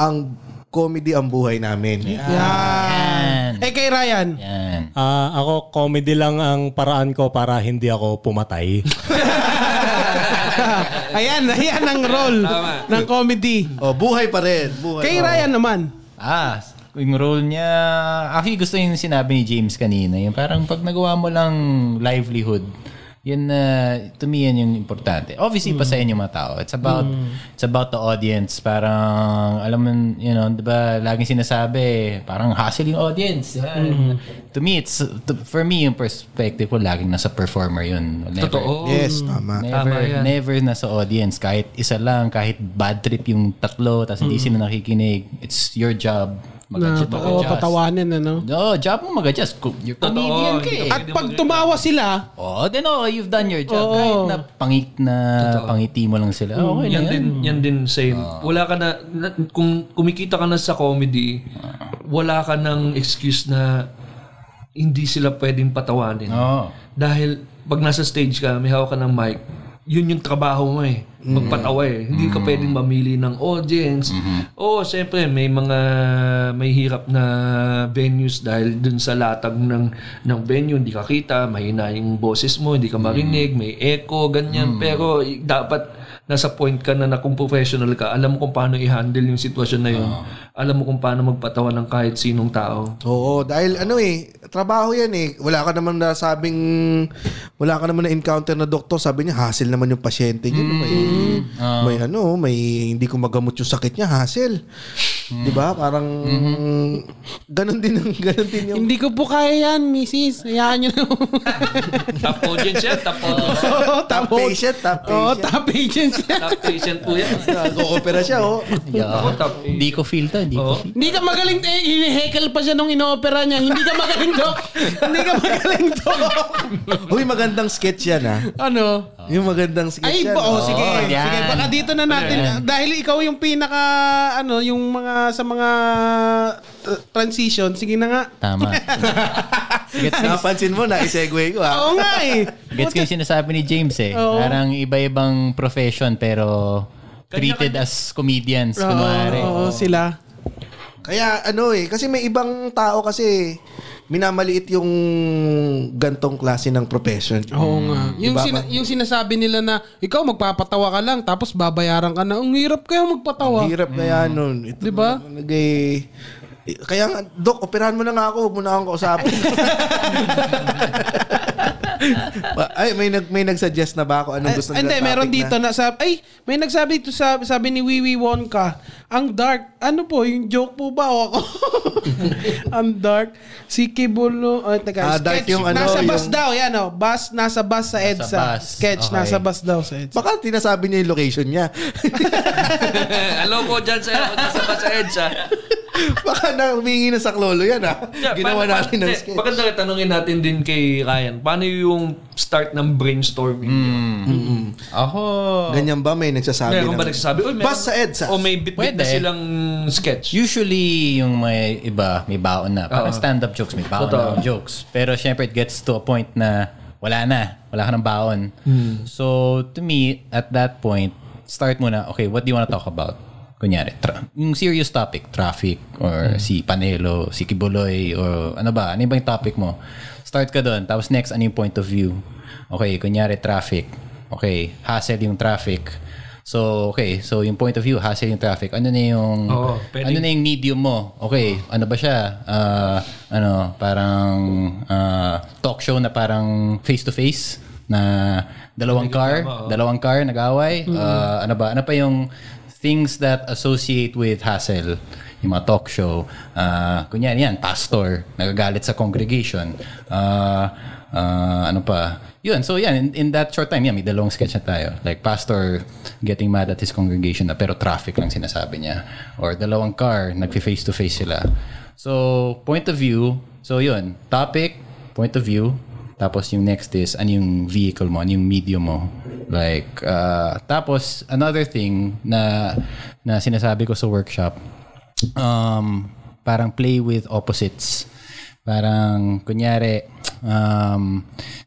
Speaker 2: Ang comedy ang buhay namin.
Speaker 3: Mm. Yan. Eh kay Ryan.
Speaker 4: Yan.
Speaker 5: Ah, ako, comedy lang ang paraan ko para hindi ako pumatay.
Speaker 3: ayan, ayan ang role ng comedy.
Speaker 2: Oh, buhay pa rin. Buhay
Speaker 3: Kay
Speaker 2: pa rin.
Speaker 3: Ryan naman.
Speaker 4: Ah, yung role niya, actually gusto yung sinabi ni James kanina, yung parang pag nagawa mo lang livelihood, yun na to me yan yung importante. Obviously, pasayan yung mga tao. It's about it's about the audience. Parang alam mo, you know, 'di ba, laging sinasabi, parang hassle yung audience. di ba? To me, it's to- for me yung perspective ko laging nasa performer yun. Never,
Speaker 1: Totoo.
Speaker 2: Yes, tama.
Speaker 4: Never, never nasa audience. Kahit isa lang, kahit bad trip yung tatlo, tapos hindi sila nakikinig. It's your job.
Speaker 3: Mm. Na
Speaker 4: Mag-adjust.
Speaker 3: totoo,
Speaker 4: mag-adjust.
Speaker 3: patawanin ano.
Speaker 4: No, job mo mag-adjust. Co- You're comedian ka eh.
Speaker 3: At pag tumawa sila,
Speaker 4: Oh, then oh, you've done your job. Kahit na pangit na pangiti mo lang sila.
Speaker 3: Mm,
Speaker 4: Okay na
Speaker 1: Yan
Speaker 4: yan.
Speaker 1: din, yan din same. Wala ka na, na- kung kumikita ka na sa comedy, wala ka ng excuse na hindi sila pwedeng patawanin.
Speaker 4: Oh.
Speaker 1: Dahil pag nasa stage ka, may hawak ka ng mic, yun yung trabaho mo eh. Magpatawa eh. Hindi ka pwedeng mamili ng audience. Oo, syempre may mga may hirap na venues dahil dun sa latag ng ng venue hindi ka kita, mahina yung boses mo, hindi ka marinig, may echo, ganyan. Pero i- dapat nasa point ka na na kung professional ka, alam mo kung paano i-handle yung sitwasyon na yun. Alam mo kung paano magpatawa ng kahit sinong tao.
Speaker 2: Oo, dahil ano eh, trabaho yan eh. Wala ka naman na sabing, wala ka naman na encounter na doktor. Sabi niya, hassle naman yung pasyente niya. May,
Speaker 3: Mm-hmm. Ah.
Speaker 2: may ano, may hindi ko magamot yung sakit niya, hassle.
Speaker 3: Mm-hmm.
Speaker 2: Di ba? Parang, ganun din, ang- ganun din yung...
Speaker 3: hindi ko po kaya yan, misis. Hayaan nyo na.
Speaker 1: Top audience yan, top audience.
Speaker 3: Oo,
Speaker 2: Top patient, top
Speaker 3: Oo,
Speaker 2: patient.
Speaker 3: top agents yan.
Speaker 1: top patient po yan.
Speaker 2: Nag-oopera siya, oh.
Speaker 4: Ah.
Speaker 1: Ako, top eight.
Speaker 4: Hindi ko feel to. Hindi ko feel.
Speaker 3: Hindi ka magaling, eh, hinihekel pa siya nung inoopera niya. Hindi ka magaling, Doc. Hindi ka magaling, Doc.
Speaker 2: Uy, magandang sketch yan, ah.
Speaker 3: Ano?
Speaker 2: Yung magandang sketch
Speaker 3: Ay,
Speaker 2: yan.
Speaker 3: ba, oh, sige.
Speaker 4: yan.
Speaker 3: Sige, baka dito na natin.
Speaker 4: Yan.
Speaker 3: Dahil ikaw yung pinaka, ano, yung mga, sa mga uh, transition. Sige na nga.
Speaker 4: Tama. Gets ko,
Speaker 2: Napansin mo, naisegue ko, ah.
Speaker 3: Oo nga eh.
Speaker 4: gets ko yung sinasabi ni James eh.
Speaker 3: Oo.
Speaker 4: Parang iba-ibang profession pero treated as comedians.
Speaker 3: Oo,
Speaker 4: Kunwari.
Speaker 3: oo, sila.
Speaker 2: Kaya ano eh, kasi may ibang tao kasi minamaliit yung gantong klase ng profession.
Speaker 3: Oo nga. Yung, sina- yung sinasabi nila na, ikaw magpapatawa ka lang, tapos babayaran ka na. Ang hirap kaya magpatawa.
Speaker 2: Ang hirap kaya nun. Ito
Speaker 3: Mm. Di ba?
Speaker 2: na- nag- eh, eh, Kaya nga, Dok, operahan mo na nga ako. Huwag mo na akong kausapin. Ba- Ay, may, nag, may nagsuggest na ba ako? Anong gusto
Speaker 3: Ah,
Speaker 2: nila
Speaker 3: Hindi,
Speaker 2: topic
Speaker 3: meron dito
Speaker 2: na?
Speaker 3: na, sab- ay, may nagsabi dito sa sabi ni Wiwi Wonka, ang dark. Ano po, yung joke po ba o ako? ang dark. Si Kibolo, oh,
Speaker 2: Ah,
Speaker 3: teka,
Speaker 2: dark
Speaker 3: sketch.
Speaker 2: yung ano,
Speaker 3: nasa bus
Speaker 2: yung-
Speaker 3: daw, yan oh. Bus, nasa bus sa EDSA.
Speaker 4: bus,
Speaker 3: Sketch,
Speaker 4: okay.
Speaker 3: nasa bus daw sa EDSA.
Speaker 2: Baka tinasabi niya yung location niya.
Speaker 1: Hello po dyan sa, sa, sa ah. EDSA.
Speaker 2: Baka na humingi na sa klolo yan ah. Ginawa natin ng sketch.
Speaker 1: Maganda ka, tanongin natin din kay Ryan. Paano yung start ng brainstorming?
Speaker 2: Hmm,
Speaker 4: Ako,
Speaker 2: Ganyan ba may nagsasabi?
Speaker 1: Meron ba
Speaker 2: ng-
Speaker 1: nagsasabi? "Uy, meron-
Speaker 2: Bus sa ah." EDSA.
Speaker 1: O may bit-bit
Speaker 4: Pwede.
Speaker 1: na silang sketch.
Speaker 4: Usually, yung may iba, may baon na.
Speaker 1: Oo.
Speaker 4: Parang stand-up jokes, may baon
Speaker 1: Totoo.
Speaker 4: na ang jokes. Pero syempre, it gets to a point
Speaker 1: Hmm.
Speaker 4: na wala na. Wala ka ng baon. So, to me, at that point, start muna, okay, what do you want to talk about? Kunyari, tra- yung serious topic, traffic,
Speaker 1: Hmm.
Speaker 4: or si Panelo, si Kibuloy, or ano ba, ano yung bang topic mo? Start ka doon. Tapos next, ano yung point of view? Okay, kunyari, traffic. Okay, hassle yung traffic. So, okay. So, yung point of view, hassle yung traffic. Ano na yung,
Speaker 1: Oo, pwede.
Speaker 4: ano na yung medium mo? Okay, ano ba siya? Ah, ano, parang ah, talk show na parang face-to-face na dalawang car, dalawang car nag-away. Ah, ano ba? Ano pa yung things that associate with hassle? Yung mga talk show. Ah, kunyari yan, pastor, nagagalit sa congregation. Ah, ah, ano pa? Yun, so yan, in, in that short time, yan, may dalawang sketch na tayo. Like, pastor getting mad at his congregation na pero traffic lang sinasabi niya. Or dalawang car, nagfi-face-to-face sila. So, point of view. So, yun, topic, point of view. Tapos yung next is, ano yung vehicle mo, ano yung medium mo. Like, ah, tapos, another thing na, na sinasabi ko sa workshop, um, parang play with opposites. Parang, kunyari, um,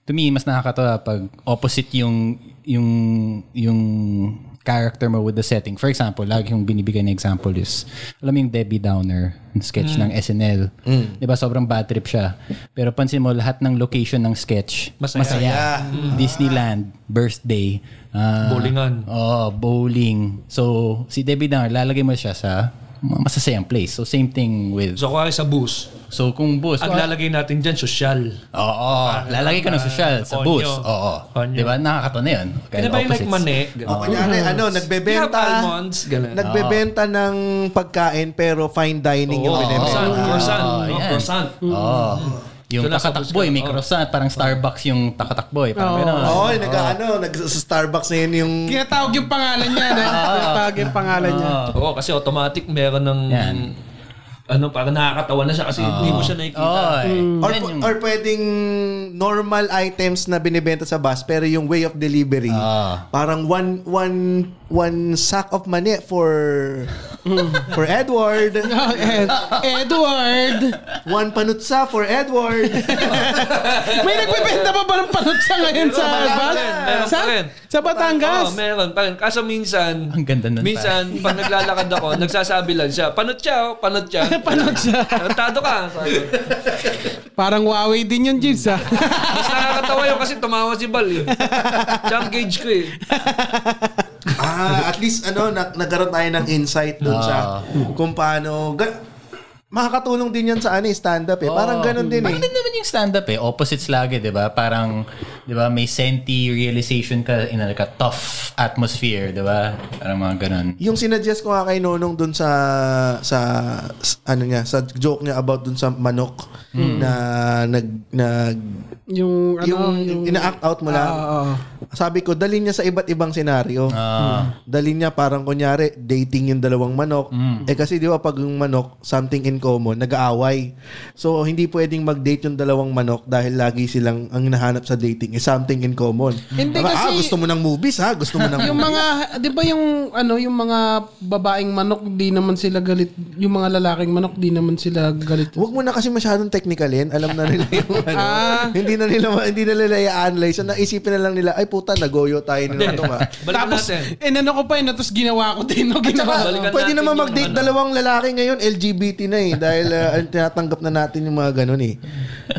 Speaker 4: to me, mas nakakatawa pag opposite yung, yung, yung character mo with the setting. For example, lagi yung binibigay na example is, alam mo yung Debbie Downer, yung sketch ng
Speaker 1: Mm.
Speaker 4: SNL. Di ba, Diba, sobrang bad trip siya. Pero pansin mo, lahat ng location ng sketch, masaya.
Speaker 1: Mm.
Speaker 4: Disneyland, birthday, ah,
Speaker 1: Bowlingan.
Speaker 4: Oh, bowling. So, si Debbie Downer, lalagay mo siya sa masasayang place. So, same thing with...
Speaker 1: So, kuwari sa bus,
Speaker 4: So, kung bus...
Speaker 1: ang lalagay natin dyan, social.
Speaker 4: Oo. Lalagay ka ng social sa
Speaker 1: Ah, konyo.
Speaker 4: bus. Oo.
Speaker 1: Konyo.
Speaker 4: Di ba? Nakakatawa na yun. Kaya
Speaker 1: Ano ba yung like mani? Ganun.
Speaker 2: Kunyari,
Speaker 3: Mm.
Speaker 2: ano,
Speaker 1: You have
Speaker 2: nagbebenta.
Speaker 1: almonds, ganun.
Speaker 2: Ah. Nagbebenta ng pagkain pero fine dining yung
Speaker 1: Oo, croissant,
Speaker 2: binibenta.
Speaker 1: croissant,
Speaker 4: Oo,
Speaker 1: no,
Speaker 4: Ah, yan.
Speaker 1: croissant.
Speaker 4: Oo.
Speaker 1: So,
Speaker 4: Yung
Speaker 1: Hmm. nasa bus
Speaker 4: takatakboy,
Speaker 1: ka.
Speaker 4: may
Speaker 1: Oo.
Speaker 4: croissant. Parang Starbucks yung takatakboy. Parang
Speaker 3: Oo.
Speaker 4: gano'n.
Speaker 2: Oo, oh, nag ano, nag sa Starbucks na yun yung
Speaker 3: Kinatawag yung pangalan niya. no? Kinatawag yung pangalan niya.
Speaker 1: Oo, kasi automatic meron ng...
Speaker 4: Yan.
Speaker 1: Ano, parang nakakatawa na siya kasi hindi mo siya nakikita.
Speaker 4: Oo. eh.
Speaker 3: Hmm.
Speaker 2: or,
Speaker 4: Yan yung-
Speaker 2: or pwedeng normal items na binibenta sa bus pero yung way of delivery
Speaker 4: Ah.
Speaker 2: parang one one one sack of mani for for Edward
Speaker 3: Oh, Ed- Edward!
Speaker 2: one panutsa for Edward
Speaker 3: May nagbebenta pa ba ng panutsa ngayon sa
Speaker 1: Meron pa
Speaker 3: Albas?
Speaker 1: rin, meron
Speaker 3: Sa,
Speaker 1: pa rin.
Speaker 3: sa Batangas?
Speaker 1: Oo, meron pa rin. Kaso minsan...
Speaker 4: Ang ganda nun,
Speaker 1: Minsan, pag naglalakad ako, nagsasabi lang siya, panot siya, oh, panot siya.
Speaker 3: Panutsa.
Speaker 1: Tarantado ka. Sabi ko.
Speaker 3: Parang Huawei din yung Jibs ah.
Speaker 1: Mas nakakatawa yun kasi tumawa si Bal eh. Siya ang gauge ko eh.
Speaker 2: ah, at least ano nag nagkaroon tayo ng insight dun sa kung paano ga- makakatulong din yan sa ano eh, stand-up eh
Speaker 4: Ah.
Speaker 2: parang ganun din eh
Speaker 4: Maganda naman yung stand-up eh. Opposites lagi, di ba? Parang, di ba, may senti realization ka in a, like a tough atmosphere, di ba? Parang mga ganun.
Speaker 2: Yung sinuggest ko nga kay Nonong dun sa, sa s- ano niya, sa joke niya about dun sa manok na nag nag
Speaker 3: Yung ano,
Speaker 2: yung,
Speaker 3: yung... Ah,
Speaker 2: ina-act out mo lang.
Speaker 3: Oo.
Speaker 2: Sabi ko, dalhin niya sa iba't ibang senaryo.
Speaker 4: Ah,
Speaker 2: Dalhin niya parang kunyari dating yung dalawang manok. Eh kasi di ba pag yung manok, something in common, nag-aaway. So hindi pwedeng mag-date yung dalawang manok dahil lagi silang ang hinahanap sa dating is something in common.
Speaker 3: Hindi
Speaker 2: Aba, ah,
Speaker 3: kasi-
Speaker 2: gusto mo ng movies ha? Gusto mo ng
Speaker 3: yung
Speaker 2: movies.
Speaker 3: mga, di ba yung, ano, yung mga babaeng manok, di naman sila galit. Yung mga lalaking manok, di naman sila galit.
Speaker 2: Huwag mo na kasi masyadong technicalin. Alam na nila yung ano.
Speaker 3: Ah.
Speaker 2: Hindi na nila ma- hindi na nila i-analyze. So, naisipin na lang nila, ay puta, nagoyo tayo nila ito nga.
Speaker 1: Balikan
Speaker 3: Tapos,
Speaker 1: natin.
Speaker 3: eh, ano ko pa yun, tapos ginawa ko din. No? Ginawa
Speaker 1: Balikan
Speaker 2: Pwede
Speaker 1: natin
Speaker 2: naman
Speaker 1: yung
Speaker 2: mag-date
Speaker 1: ano.
Speaker 2: dalawang lalaki ngayon, LGBT na eh. Dahil ah, tinatanggap na natin yung mga ganun eh.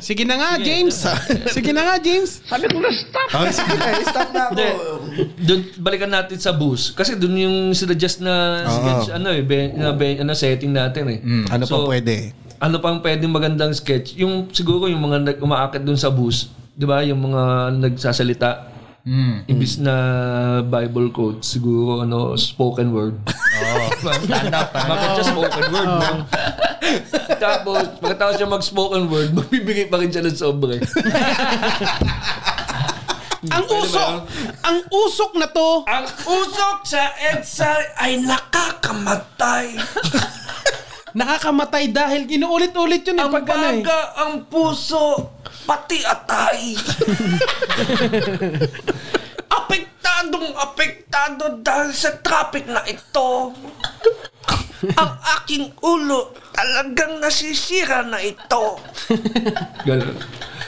Speaker 3: Sige na nga, James. Sige na nga, James.
Speaker 8: Sabi ko na stop.
Speaker 2: Oh, sige na, eh, stop na ako.
Speaker 1: Hindi. Doon, balikan natin sa bus. Kasi doon yung suggest na sketch, ano eh, be- na be- ano, setting natin eh.
Speaker 3: Mm.
Speaker 2: Ano pa
Speaker 1: So,
Speaker 2: pwede?
Speaker 1: Ano pang pwedeng magandang sketch? Yung siguro yung mga nag umaakit doon sa bus, 'di ba? Yung mga nagsasalita.
Speaker 4: Hmm.
Speaker 1: Ibis na Bible quote, siguro ano, spoken word.
Speaker 4: oo. Stand-up, parang
Speaker 1: Bakit siya spoken word, no? Tapos, pagkatapos siya mag-spoken word, magbibigay pa rin siya ng sobre.
Speaker 3: Ang usok! Ang usok na to!
Speaker 1: Ang usok sa EDSA ay nakakamatay.
Speaker 3: Nakakamatay dahil inuulit-ulit yun eh
Speaker 1: Ang
Speaker 3: pag ano eh.
Speaker 1: baga, ang puso, pati atay. Apektadong apektado dahil sa traffic na ito. ang aking ulo talagang nasisira na ito. Ganun.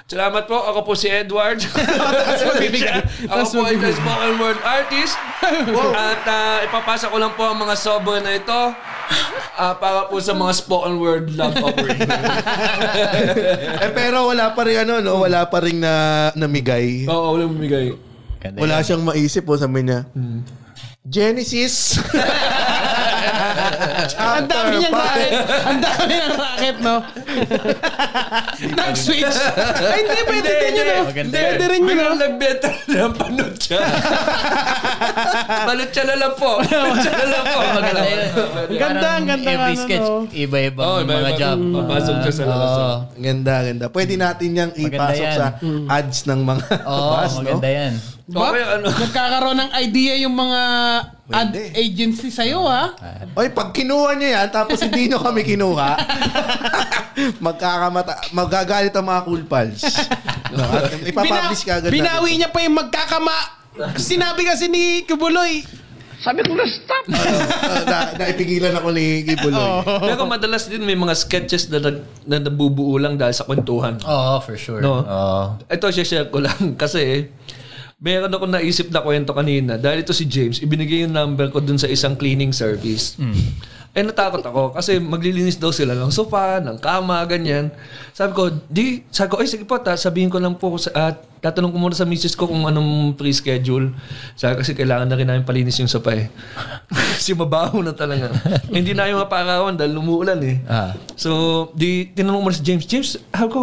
Speaker 1: Salamat po. Ako po si Edward. ako po ay the spoken word artist. At ah, ipapasa ko lang po ang mga sobra na ito ah, para po sa mga spoken word love offering.
Speaker 2: eh, pero wala pa rin ano, no? Wala pa rin na namigay.
Speaker 1: Oo, wala bumigay.
Speaker 2: Wala siyang maisip po, sabi niya.
Speaker 1: Hmm.
Speaker 2: Genesis!
Speaker 3: Ang dami niyang racket. Ang dami ng racket, no? Nag-switch. Ay, hindi. Pwede rin yun, no?
Speaker 4: Maganda
Speaker 3: Pwede
Speaker 4: yan.
Speaker 3: rin yun, no?
Speaker 1: Biglang nagbenta na ng panutya. panutya na lang po. Panutya na lang po.
Speaker 4: Maganda yun.
Speaker 3: Ganda,
Speaker 4: Parang
Speaker 3: ang ganda nga,
Speaker 4: Every
Speaker 3: ano,
Speaker 4: sketch,
Speaker 3: no?
Speaker 4: iba-ibang
Speaker 1: Oo, iba-iba.
Speaker 4: mga job.
Speaker 1: Papasok ka sa labas,
Speaker 4: Oo.
Speaker 2: Ganda, ganda. Pwede
Speaker 3: Hmm.
Speaker 2: natin yang ipasok
Speaker 4: yan.
Speaker 2: sa ads ng mga
Speaker 4: Oo,
Speaker 2: bus, no?
Speaker 4: maganda yan.
Speaker 3: Ba?
Speaker 1: Okay, ano?
Speaker 3: Nagkakaroon ng idea yung mga ad
Speaker 2: Pwede.
Speaker 3: agency sa'yo, ha?
Speaker 2: Oy, pag kinuha niya yan, tapos hindi nyo kami kinuha, magkakamata, magagalit ang mga cool pals. No, at ipapublish ka agad natin.
Speaker 3: binawi niya pa yung magkakama. Sinabi kasi ni Kibuloy.
Speaker 8: Sabi ko na stop.
Speaker 2: Ah, na, naipigilan ako ni Gibuloy.
Speaker 1: Pero madalas din may mga sketches na, nag, na nabubuo lang dahil sa kwentuhan.
Speaker 4: Oo, for sure.
Speaker 1: No.
Speaker 4: Oo.
Speaker 1: Uh, Ito, share ko lang. Kasi, meron ako naisip na kwento kanina. Dahil ito si James, ibinigay yung number ko dun sa isang cleaning service. Eh, natakot ako. Kasi maglilinis daw sila ng sofa, ng kama, ganyan. Sabi ko, di, sabi ko, ay, sige po, ta, sabihin ko lang po, sa, at tatanong ko muna sa misis ko kung anong pre-schedule. Sabi kasi kailangan na rin namin palinis yung sopa eh. kasi mabaho na talaga. Hindi na yung mapakarawan dahil lumuulan eh.
Speaker 4: Ah.
Speaker 1: So, di, tinanong ko muna si James, James, sabi ko,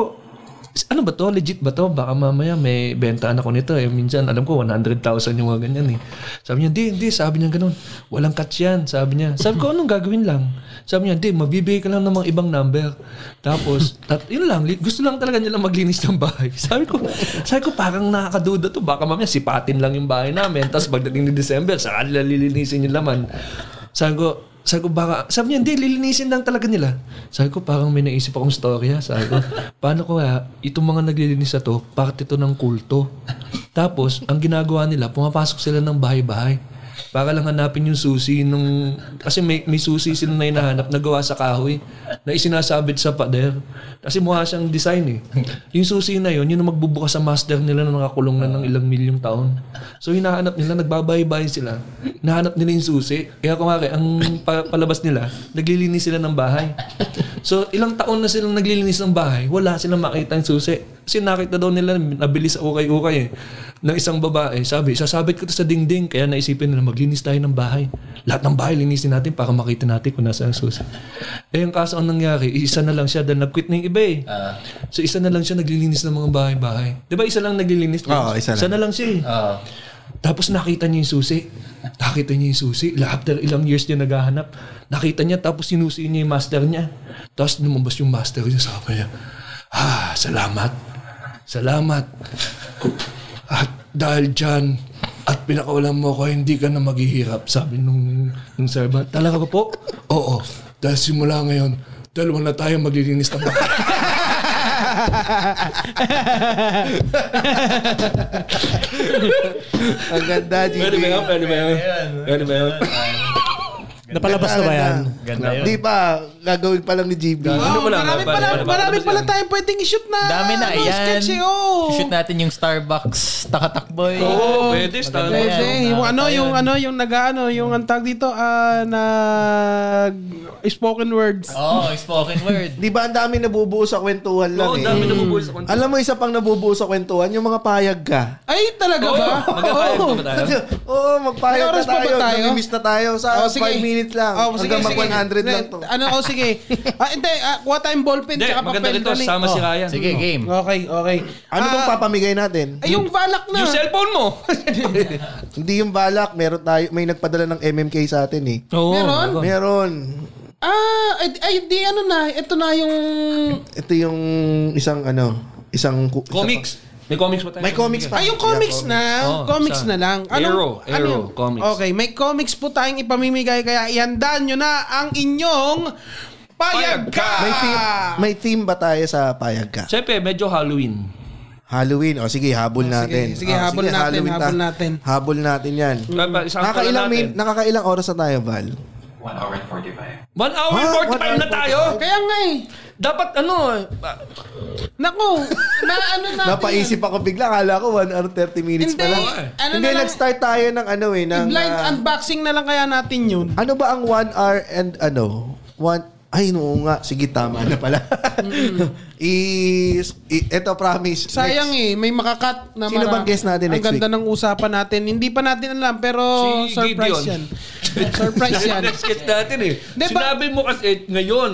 Speaker 1: ano ba to? Legit ba to? Baka mamaya may bentaan ako nito eh. Minsan, alam ko, 100,000 yung mga ganyan eh. Sabi niya, hindi, hindi. Sabi niya ganun. Walang catch yan. Sabi niya. Sabi ko, anong gagawin lang? Sabi niya, hindi, mabibigay ka lang ng mga ibang number. Tapos, tat, yun lang. li- Gusto lang talaga niya lang maglinis ng bahay. Sabi ko, sabi ko, parang nakakaduda to. Baka mamaya sipatin lang yung bahay namin. Tapos pagdating ni December, saka nila lilinisin yung laman. Sabi ko, sabi ko, baka, sabi niya, hindi, lilinisin lang talaga nila. Sabi ko, parang may naisip akong storya. Sabi ko, paano ko kaya, itong mga naglilinis na to, parte to ng kulto. Tapos, ang ginagawa nila, pumapasok sila ng bahay-bahay. Para lang hanapin yung susi nung... Kasi may, may susi sila na hinahanap na gawa sa kahoy na isinasabit sa pader. Kasi mukha siyang design eh. Yung susi na yun, yun ang magbubukas sa master nila na nakakulong na ng ilang milyong taon. So hinahanap nila, nagbabahay-bahay sila. Hinahanap nila yung susi. Kaya kumari, ang pa- palabas nila, naglilinis sila ng bahay. So ilang taon na silang naglilinis ng bahay, wala silang makita yung susi. Kasi nakita daw nila, nabilis sa ukay-ukay eh, ng isang babae. Sabi, sasabit ko to sa dingding. Kaya naisipin nila, maglinis tayo ng bahay. Lahat ng bahay, linisin natin para makita natin kung nasa ang susi. Eh, ang kaso ang nangyari, isa na lang siya dahil nag-quit na yung iba eh.
Speaker 2: Ah.
Speaker 1: so, isa na lang siya naglilinis ng mga bahay-bahay. Di ba, isa lang naglilinis?
Speaker 2: Oo, isa lang.
Speaker 1: Isa na lang siya eh.
Speaker 4: Oo.
Speaker 1: Tapos nakita niya yung susi. Nakita niya yung susi. La- After ilang years niya naghahanap, nakita niya tapos sinusi niya yung master niya. Tapos lumabas yung master niya sa niya. Ah, salamat. Salamat. At dahil dyan, at pinakawalan mo ko, hindi ka na maghihirap, sabi nung, nung servant. Talaga ko po? Oo. Dahil simula ngayon, dalawa na tayo maglilinis ng bahay.
Speaker 2: Ang ganda, GB.
Speaker 1: Pwede ba yun? Pwede ba yun?
Speaker 5: Napalabas na ba yan?
Speaker 4: Ganda yun.
Speaker 2: Di pa, gagawin pa lang ni GB.
Speaker 1: Ano
Speaker 3: Oh,
Speaker 1: pala,
Speaker 3: marami
Speaker 1: pala, pala,
Speaker 3: pala,
Speaker 1: pala,
Speaker 3: marami
Speaker 1: pala
Speaker 3: pala
Speaker 1: yan.
Speaker 3: tayong pwedeng i-shoot na.
Speaker 4: Dami na,
Speaker 3: ano,
Speaker 4: yan.
Speaker 3: sketchy, oh.
Speaker 4: Shoot natin yung Starbucks, takatakboy.
Speaker 1: Oo, pwede.
Speaker 4: Maganda
Speaker 1: Starbucks.
Speaker 4: yan.
Speaker 3: Pwede. Yung
Speaker 4: Ah,
Speaker 3: ano,
Speaker 4: ayun.
Speaker 3: yung ano, yung nag-ano, yung ang tawag dito, ah, nag spoken words.
Speaker 4: Oo, Oh, spoken word.
Speaker 2: Di ba ang dami nabubuo sa kwentuhan
Speaker 1: Oo,
Speaker 2: lang eh.
Speaker 1: dami na bubuhos ako.
Speaker 2: Alam mo, isa pang nabubuo sa kwentuhan, yung mga payag ka.
Speaker 3: Ay, talaga ba? Oh.
Speaker 1: Magkakaya
Speaker 3: Oo.
Speaker 1: ko ba tayo?
Speaker 2: Oo, magpayag
Speaker 3: May oras
Speaker 2: na
Speaker 3: pa ba
Speaker 2: tayo.
Speaker 3: tayo?
Speaker 2: Namimiss na tayo. Sa 5 minutes lang.
Speaker 3: Oh, sige,
Speaker 2: Hanggang
Speaker 3: sige.
Speaker 2: mag-100 lang to.
Speaker 3: Ano, oh, sige. ah, hindi, ah, kuha tayong ballpen,
Speaker 1: Hindi,
Speaker 3: tsaka
Speaker 1: maganda
Speaker 3: papel.
Speaker 1: rin to.
Speaker 3: dali.
Speaker 1: Sama si
Speaker 3: Oh.
Speaker 1: Ryan.
Speaker 4: Sige, game.
Speaker 3: Okay, okay.
Speaker 2: Ano
Speaker 3: Ah,
Speaker 2: bang papamigay natin?
Speaker 3: Ay, yung valak na.
Speaker 1: Yung cellphone mo.
Speaker 2: Hindi yung balak, meron tayo, may nagpadala ng MMK sa atin eh.
Speaker 1: Oo.
Speaker 3: Meron?
Speaker 2: Meron.
Speaker 3: Ah, ay, ay, di ano na. Ito na yung...
Speaker 2: Ito yung isang ano, isang ku- isa
Speaker 1: Comics. May comics pa
Speaker 2: pa.
Speaker 1: tayo.
Speaker 2: May comics pa.
Speaker 3: Ay, Ah, yung comics
Speaker 2: Yeah,
Speaker 3: na.
Speaker 1: Oh,
Speaker 3: comics
Speaker 1: saan?
Speaker 3: na lang. ano
Speaker 1: Arrow, Arrow,
Speaker 3: yun?
Speaker 1: comics.
Speaker 3: Okay, may comics po tayong ipamimigay. Kaya ihandaan nyo na ang inyong payag ka.
Speaker 2: May theme, may theme ba tayo sa payag ka?
Speaker 1: Siyempre, medyo Halloween.
Speaker 2: Halloween. O sige, habol natin.
Speaker 3: Ah, sige,
Speaker 2: O,
Speaker 3: habol natin,
Speaker 2: Halloween ta-
Speaker 3: habol natin.
Speaker 2: Habol natin yan.
Speaker 1: Isang pala
Speaker 2: Nakakailang, min-
Speaker 1: natin.
Speaker 2: nakakailang oras na tayo, Val?
Speaker 14: 1 hour and 45.
Speaker 10: 1 hour and 45 na tayo?
Speaker 3: Kaya nga eh.
Speaker 10: Dapat ano,
Speaker 3: Naku, na ano natin.
Speaker 2: Napaisip ako bigla. Akala ko 1 hour 30 minutes
Speaker 3: Hindi,
Speaker 2: pala.
Speaker 3: ano
Speaker 2: Hindi,
Speaker 3: na lang-
Speaker 2: nag-start tayo ng ano eh. Ng,
Speaker 3: Blind
Speaker 2: ah,
Speaker 3: unboxing na lang kaya natin yun.
Speaker 2: ano ba ang 1 hour and ano? One, ay, no nga. Sige, tama na pala. Is, i, eto, promise.
Speaker 3: Sayang
Speaker 2: next.
Speaker 3: eh, may makakat na
Speaker 2: Sino bang guest natin
Speaker 3: Ang
Speaker 2: next
Speaker 3: ganda ng usapan natin. Hindi pa natin alam, pero
Speaker 10: Si
Speaker 3: surprise yan.
Speaker 10: Gideon.
Speaker 3: surprise yan.
Speaker 10: next sketch natin eh.
Speaker 3: Hindi, ba-
Speaker 10: Sinabi mo kasi eh, ngayon,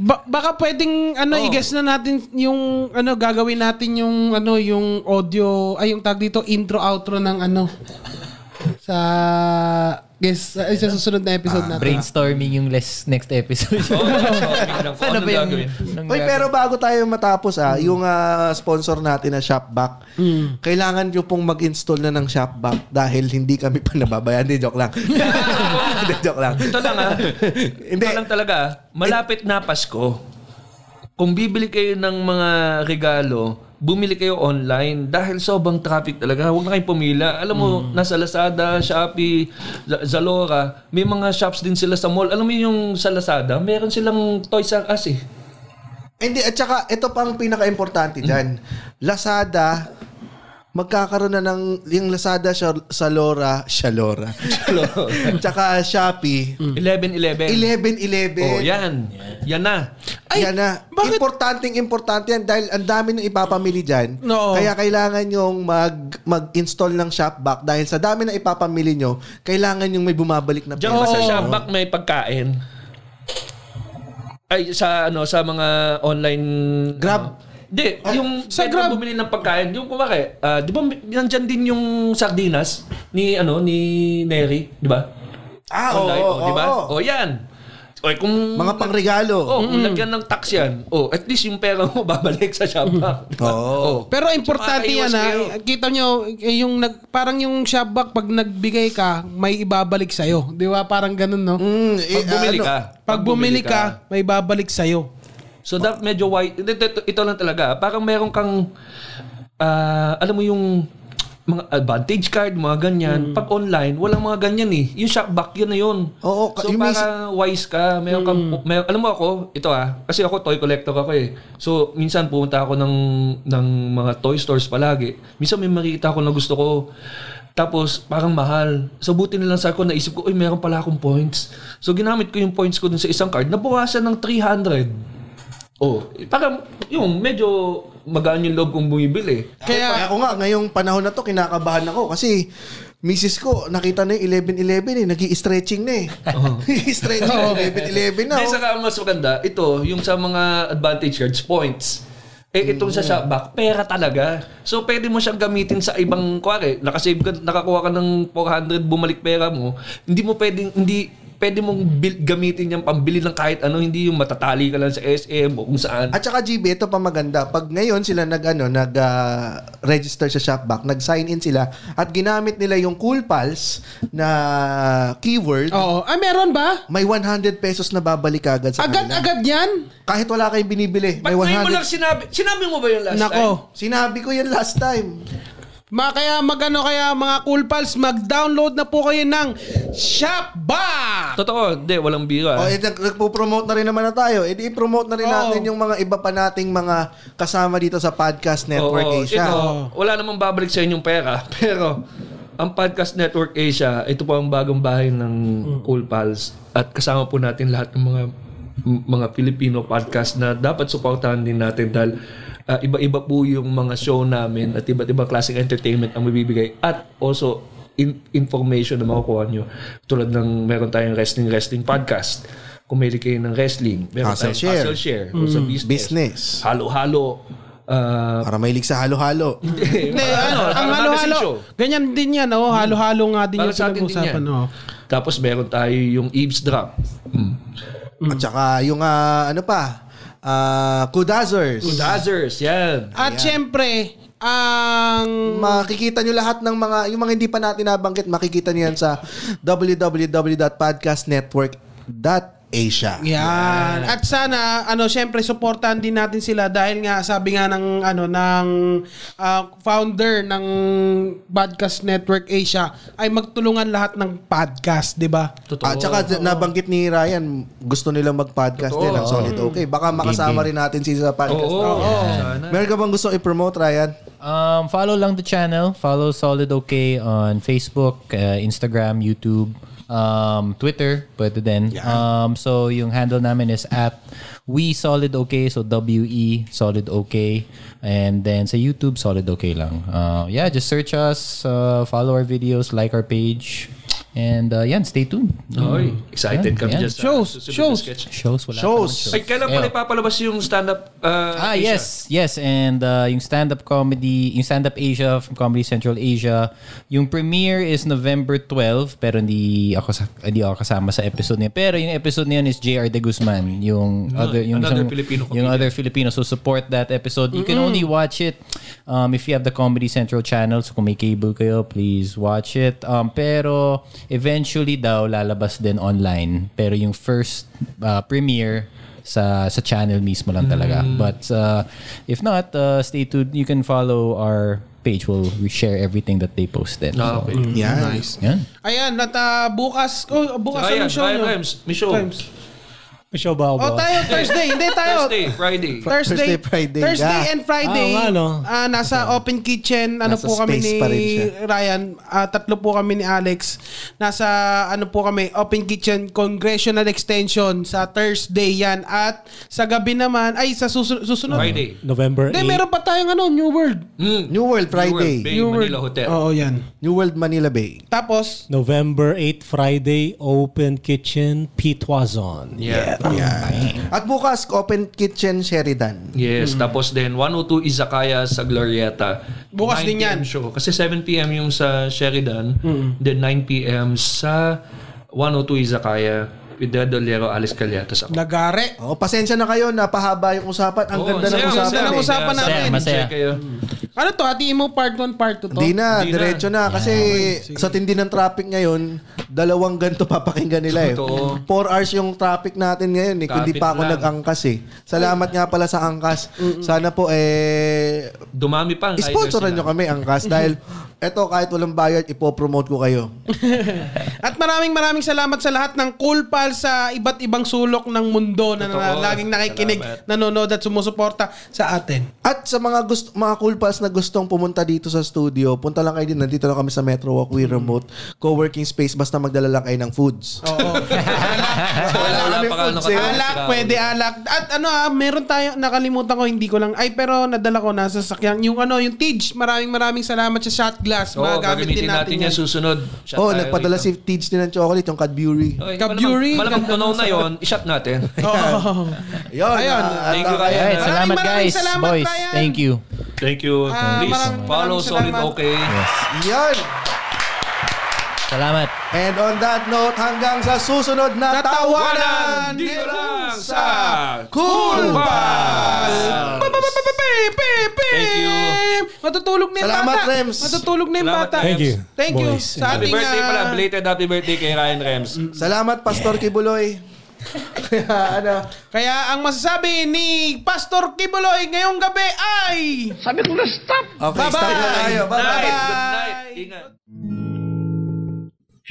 Speaker 3: Ba- baka pwedeng ano i-guess na natin yung ano gagawin natin yung ano yung audio ay yung tag dito intro outro ng ano sa guess ay, sa susunod na episode
Speaker 4: Ah,
Speaker 3: natin.
Speaker 4: Brainstorming yung less next episode.
Speaker 10: oh, ano
Speaker 4: Ano
Speaker 10: ba
Speaker 4: ba yung...
Speaker 10: gagawin?
Speaker 4: ang
Speaker 2: Uy, pero bago tayo matapos ah,
Speaker 3: Mm.
Speaker 2: yung ah, sponsor natin na Shopback, kailangan nyo pong mag-install na ng Shopback dahil hindi kami pa nababayan. Hindi, joke lang. Hindi, joke lang.
Speaker 10: Ito lang ah.
Speaker 2: Hindi.
Speaker 10: Ito lang talaga. ah. Malapit na Pasko. Kung bibili kayo ng mga regalo, bumili kayo online dahil sobrang traffic talaga. Huwag na kayong pumila. Alam mo, nasa Lazada, Shopee, Z- Zalora, may mga shops din sila sa mall. Alam mo yung sa Lazada, meron silang Toys R Us eh.
Speaker 2: Hindi, at saka ito pang pinaka-importante dyan. Lazada, magkakaroon na ng yung Lazada sa, sa Lora, siya Lora. Tsaka Shopee,
Speaker 10: 11-11.
Speaker 2: 11-11.
Speaker 10: Mm. Oh, yan. Yan na.
Speaker 2: yan na.
Speaker 3: bakit-
Speaker 2: Importanteng importante yan dahil ang dami nang ipapamili dyan.
Speaker 3: Oo.
Speaker 2: Kaya kailangan yung mag, mag-install ng Shopback dahil sa dami na ipapamili nyo, kailangan yung may bumabalik na
Speaker 10: Diyan ba sa Shopback may pagkain? Ay, sa ano, sa mga online...
Speaker 2: Grab.
Speaker 10: ano? Hindi, yung
Speaker 3: sa
Speaker 10: sa
Speaker 3: Grab.
Speaker 10: Grab bumili ng pagkain, yung kumare, ah, di ba may- nandyan din yung sardinas ni ano ni Neri, di ba?
Speaker 2: Ah, oo.
Speaker 10: Online,
Speaker 2: oo,
Speaker 10: oh, di ba?
Speaker 2: oo.
Speaker 10: Oh, yan. O, kung
Speaker 2: Mga Mm. pangregalo.
Speaker 10: Oh, kung lagyan ng tax yan. Oh, at least yung pera mo babalik sa Shopback. Diba?
Speaker 2: Oo.
Speaker 3: Pero importante
Speaker 10: Tsaka
Speaker 3: yan
Speaker 10: iwas
Speaker 3: ha. Kita nyo, eh, yung nag, parang yung shabak, pag nagbigay ka, may ibabalik sa'yo. Di ba? Parang ganun, no?
Speaker 2: Mm, eh,
Speaker 10: Pag bumili
Speaker 2: ano,
Speaker 10: ka.
Speaker 3: Pag bumili ka, may babalik sa'yo.
Speaker 10: So that medyo white. Ito, ito, ito lang talaga. Parang meron kang, ah, alam mo yung mga advantage card, mga
Speaker 2: Mm.
Speaker 10: ganyan. Pag online, walang mga ganyan eh. Yung shopback, yun na yun.
Speaker 2: Oo, ka-
Speaker 10: so
Speaker 2: yung may- Mm.
Speaker 10: para wise ka. Meron kang, meron- alam mo ako, ito ah, kasi ako toy collector ako eh. So minsan pumunta ako ng, ng mga toy stores palagi. Minsan may makikita ako na gusto ko. Tapos parang mahal. So buti na lang sa ako, naisip ko, uy, meron pala akong points. So ginamit ko yung points ko dun sa isang card. Nabawasan ng 300. Oh, parang yung medyo magaan yung loob kong bumibili.
Speaker 2: Kaya ako nga, ngayong panahon na to, kinakabahan ako kasi misis ko, nakita na yung 11-11 eh, nag stretching na eh. stretching na, 11-11 na. oh.
Speaker 10: Hindi, saka mas maganda, ito, yung sa mga advantage cards, points. Eh, itong sa shopback, pera talaga. So, pwede mo siyang gamitin sa ibang, kuwari, nakasave ka, nakakuha ka ng 400, bumalik pera mo, hindi mo pwedeng, hindi, pwede mong bil- gamitin yung pambili ng kahit ano, hindi yung matatali ka lang sa SM o kung saan.
Speaker 2: At saka GB, ito pa maganda. Pag ngayon sila nag, ano, nag ah, register sa Shopback, nag-sign in sila at ginamit nila yung Cool Pals na keyword,
Speaker 3: Oo. Ah, meron ba?
Speaker 2: may 100 pesos na babalik agad sa kanila.
Speaker 3: Agad-agad yan?
Speaker 2: Kahit wala kayong binibili,
Speaker 10: Ba't
Speaker 2: may
Speaker 10: ngayon mo
Speaker 2: 100.
Speaker 10: lang sinabi? Sinabi mo ba yung last time?
Speaker 3: Nako.
Speaker 2: Sinabi ko yan last time.
Speaker 3: Ma, kaya magano kaya mga cool pals, mag-download na po kayo ng Shopback!
Speaker 10: Totoo, hindi, walang ah. bira.
Speaker 2: O, eh, nag- nagpo-promote na rin naman na tayo. Eh, di, i-promote na rin
Speaker 3: Oo.
Speaker 2: natin yung mga iba pa nating mga kasama dito sa Podcast Network
Speaker 10: Oo,
Speaker 2: Asia.
Speaker 10: Ito, wala namang babalik sa inyong pera, pero ang Podcast Network Asia, ito po ang bagong bahay ng
Speaker 2: Hmm.
Speaker 10: Cool Pals at kasama po natin lahat ng mga m- mga Filipino podcast na dapat suportahan din natin dahil ah, iba-iba po yung mga show namin at iba't ibang klaseng entertainment ang mabibigay at also in- information na makukuha nyo tulad ng meron tayong wrestling wrestling podcast kung may kayo ng wrestling meron
Speaker 2: Hustle
Speaker 10: tayong
Speaker 2: Share. Hmm.
Speaker 10: hustle share o sa business,
Speaker 2: Business.
Speaker 10: halo-halo ah,
Speaker 2: Para mahilig sa halo-halo.
Speaker 10: hindi,
Speaker 3: Hindi, ano, ang
Speaker 10: parang
Speaker 3: halo-halo.
Speaker 10: natin show.
Speaker 3: Ganyan din yan, oh. Halo-halo nga din
Speaker 10: Para
Speaker 3: yung
Speaker 10: sa atin din
Speaker 3: pinag-usapan,
Speaker 10: yan.
Speaker 3: oh.
Speaker 10: Tapos meron tayo yung eavesdrop. Mm.
Speaker 2: At saka yung ah, ano pa, ah, Kudazers.
Speaker 10: Dazzers, yan.
Speaker 3: At syempre, ang...
Speaker 2: Makikita nyo lahat ng mga, yung mga hindi pa natin nabanggit, makikita nyo yan sa www.podcastnetwork.asia Asia.
Speaker 3: Yan. At sana ano syempre suportahan din natin sila dahil nga sabi nga ng ano ng ah, founder ng Podcast Network Asia ay magtulungan lahat ng podcast, 'di ba?
Speaker 2: At saka nabanggit ni Ryan, gusto nilang mag-podcast din ang Solid Okay. Baka makasama rin natin sila sa podcast.
Speaker 10: Mm-hmm. Oo.
Speaker 2: Meron ka bang gusto i-promote, Ryan?
Speaker 4: Um, follow lang the channel. Follow Solid OK on Facebook, uh, Instagram, YouTube, um, Twitter, pwede din. Um, so, yung handle namin is at We Solid OK, so W-E Solid OK. And then sa YouTube, Solid OK lang. Uh, yeah, just search us, uh, follow our videos, like our page. And uh, yan, stay tuned.
Speaker 10: Oy,
Speaker 4: Yan,
Speaker 10: excited kami
Speaker 4: yan.
Speaker 10: dyan sa
Speaker 3: Shows,
Speaker 10: susunod na
Speaker 3: shows.
Speaker 10: sketch.
Speaker 4: Shows, wala
Speaker 2: Shows.
Speaker 4: pa naman
Speaker 10: Ay, kailan pala
Speaker 4: Yeah.
Speaker 10: ipapalabas yung stand-up? uh,
Speaker 4: Ah,
Speaker 10: Asia?
Speaker 4: yes. Yes, and uh, yung stand-up comedy, yung stand-up Asia from Comedy Central Asia, yung premiere is November 12, pero hindi ako, sa, hindi ako kasama sa episode niya. Pero yung episode niya is J.R. De Guzman, yung other, yung isang-
Speaker 10: another Filipino
Speaker 4: yung other Filipino. So support that episode. You can only watch it um, if you have the Comedy Central channel. So kung may cable kayo, please watch it. Um, pero eventually daw lalabas din online. Pero yung first uh, premiere sa sa channel mismo lang talaga.
Speaker 10: Mm-hmm.
Speaker 4: But uh, if not, uh, stay tuned. You can follow our page. We'll share everything that they posted.
Speaker 10: Ah, okay.
Speaker 2: Yan.
Speaker 4: So, yan.
Speaker 3: Ayan, at ah, bukas, oh, bukas
Speaker 10: Ayan,
Speaker 3: ang show
Speaker 10: Ryan
Speaker 3: nyo.
Speaker 10: Rems, Ah, may show.
Speaker 3: Rems.
Speaker 5: May show ba ako
Speaker 3: Oh,
Speaker 5: ba?
Speaker 3: tayo Thursday. Hindi tayo.
Speaker 10: Thursday, Friday.
Speaker 3: Thursday,
Speaker 2: Thursday, Friday,
Speaker 3: Thursday
Speaker 2: yeah. ano?
Speaker 3: and Friday.
Speaker 5: Ah, oo nga, no?
Speaker 3: ah, nasa open kitchen. Ano
Speaker 2: Nasa
Speaker 3: po
Speaker 2: space
Speaker 3: kami ni
Speaker 2: pa rin siya.
Speaker 3: Ryan. ah, tatlo po kami ni Alex. Nasa ano po kami, open kitchen congressional extension sa Thursday yan. At sa gabi naman, ay sa susu- susunod.
Speaker 10: Friday. Hmm.
Speaker 5: November 8.
Speaker 3: Hindi, meron pa tayong ano, New World.
Speaker 2: New World Friday.
Speaker 10: Bay, Manila Hotel.
Speaker 3: Oo, yan.
Speaker 2: New World Manila Bay.
Speaker 3: Tapos,
Speaker 5: November 8, Friday, Open Kitchen, Pitwazon.
Speaker 10: Yeah.
Speaker 2: At bukas, Open Kitchen Sheridan.
Speaker 10: Yes, tapos then 102 Izakaya sa Glorieta.
Speaker 3: Bukas
Speaker 10: 9
Speaker 3: din yan.
Speaker 10: PM Show. Kasi 7 p.m. yung sa Sheridan, then 9 p.m. sa 102 Izakaya with Dad Dolero, Alice Calietas ako.
Speaker 3: lagare.
Speaker 2: Oh, pasensya na kayo, napahaba yung usapan. Ang
Speaker 10: Oo,
Speaker 2: ganda ng
Speaker 10: masaya,
Speaker 2: usapan.
Speaker 10: masaya
Speaker 3: ng
Speaker 10: eh.
Speaker 2: eh.
Speaker 3: usapan
Speaker 10: Kaya
Speaker 3: natin.
Speaker 10: sana
Speaker 4: Masaya.
Speaker 10: enjoy kayo.
Speaker 3: Ano to? Hatiin mo part 1, part 2 to?
Speaker 2: Hindi na,
Speaker 10: Hindi na.
Speaker 2: diretso na. Kasi sa tindi ng traffic ngayon, dalawang ganito papakinggan nila eh.
Speaker 10: Totoo.
Speaker 2: Four hours yung traffic natin ngayon eh. Kundi
Speaker 10: Traffic
Speaker 2: pa ako
Speaker 10: lang.
Speaker 2: nag-angkas eh. Salamat nga pala sa angkas. Sana po eh,
Speaker 10: Dumami pa ang riders
Speaker 2: sponsoran nyo
Speaker 10: nila.
Speaker 2: kami angkas. Dahil eto kahit walang bayad, ipopromote ko kayo.
Speaker 3: At maraming maraming salamat sa lahat ng cool pals sa iba't ibang sulok ng mundo na, na-
Speaker 10: Totoo.
Speaker 3: laging nakikinig,
Speaker 10: Salamat.
Speaker 3: nanonood at sumusuporta sa atin.
Speaker 2: At sa mga gusto, mga cool pals na gustong pumunta dito sa studio, punta lang kayo din. Nandito lang kami sa Metro Walk, we remote, co-working space, basta magdala lang kayo ng foods.
Speaker 10: Oh,
Speaker 3: Oo.
Speaker 10: Wala, wala
Speaker 2: Alam
Speaker 10: pa
Speaker 2: yung
Speaker 10: ka- ano
Speaker 2: food
Speaker 10: ka-
Speaker 2: sale.
Speaker 3: alak, pwede alak. At ano ah, meron tayo, nakalimutan ko, hindi ko lang, ay pero nadala ko, nasa sakyan. Yung ano, yung Tidge, maraming maraming salamat sa shot glass.
Speaker 10: Oo,
Speaker 3: Magagamit
Speaker 10: gagamitin
Speaker 3: din natin, yan.
Speaker 10: susunod. Shot
Speaker 2: oh,
Speaker 10: tayo
Speaker 2: nagpadala
Speaker 10: rito.
Speaker 2: si Tidge din ng chocolate, yung Cadbury.
Speaker 10: Okay,
Speaker 3: Kaburi.
Speaker 10: Malamang tunaw na yon, i-shot natin.
Speaker 3: Oo.
Speaker 2: Ayun.
Speaker 3: Ayun.
Speaker 2: ah,
Speaker 10: Thank you,
Speaker 2: ah,
Speaker 10: Ryan.
Speaker 4: Alright,
Speaker 10: Maraming,
Speaker 4: salamat
Speaker 3: maraming
Speaker 4: guys.
Speaker 3: salamat,
Speaker 4: Boys,
Speaker 3: Ryan.
Speaker 4: thank you.
Speaker 10: Thank you.
Speaker 3: Ah,
Speaker 10: Please,
Speaker 3: maraming-
Speaker 10: follow
Speaker 3: maraming
Speaker 10: Solid
Speaker 3: salamat.
Speaker 10: Okay.
Speaker 2: Yun.
Speaker 4: Salamat.
Speaker 2: And on that note, hanggang sa susunod na tawanan,
Speaker 10: Walang dito lang sa Cool Pals! Thank you.
Speaker 3: Matutulog na yung
Speaker 2: Salamat,
Speaker 3: bata.
Speaker 2: Rems.
Speaker 3: Matutulog na yung
Speaker 10: Salamat,
Speaker 3: bata.
Speaker 5: Thank you.
Speaker 3: Thank you.
Speaker 5: Boys.
Speaker 3: Sa
Speaker 10: Happy
Speaker 3: ating,
Speaker 10: birthday pala.
Speaker 3: ah,
Speaker 10: Belated happy birthday kay Ryan Rems.
Speaker 2: Salamat, Pastor Kibuloy. Kaya ano,
Speaker 3: Kaya ang masasabi ni Pastor Kibuloy ngayong gabi ay...
Speaker 8: Sabi ko na stop!
Speaker 2: okay, stop na tayo. Bye-bye.
Speaker 10: Night. Good night. Ingat.
Speaker 15: If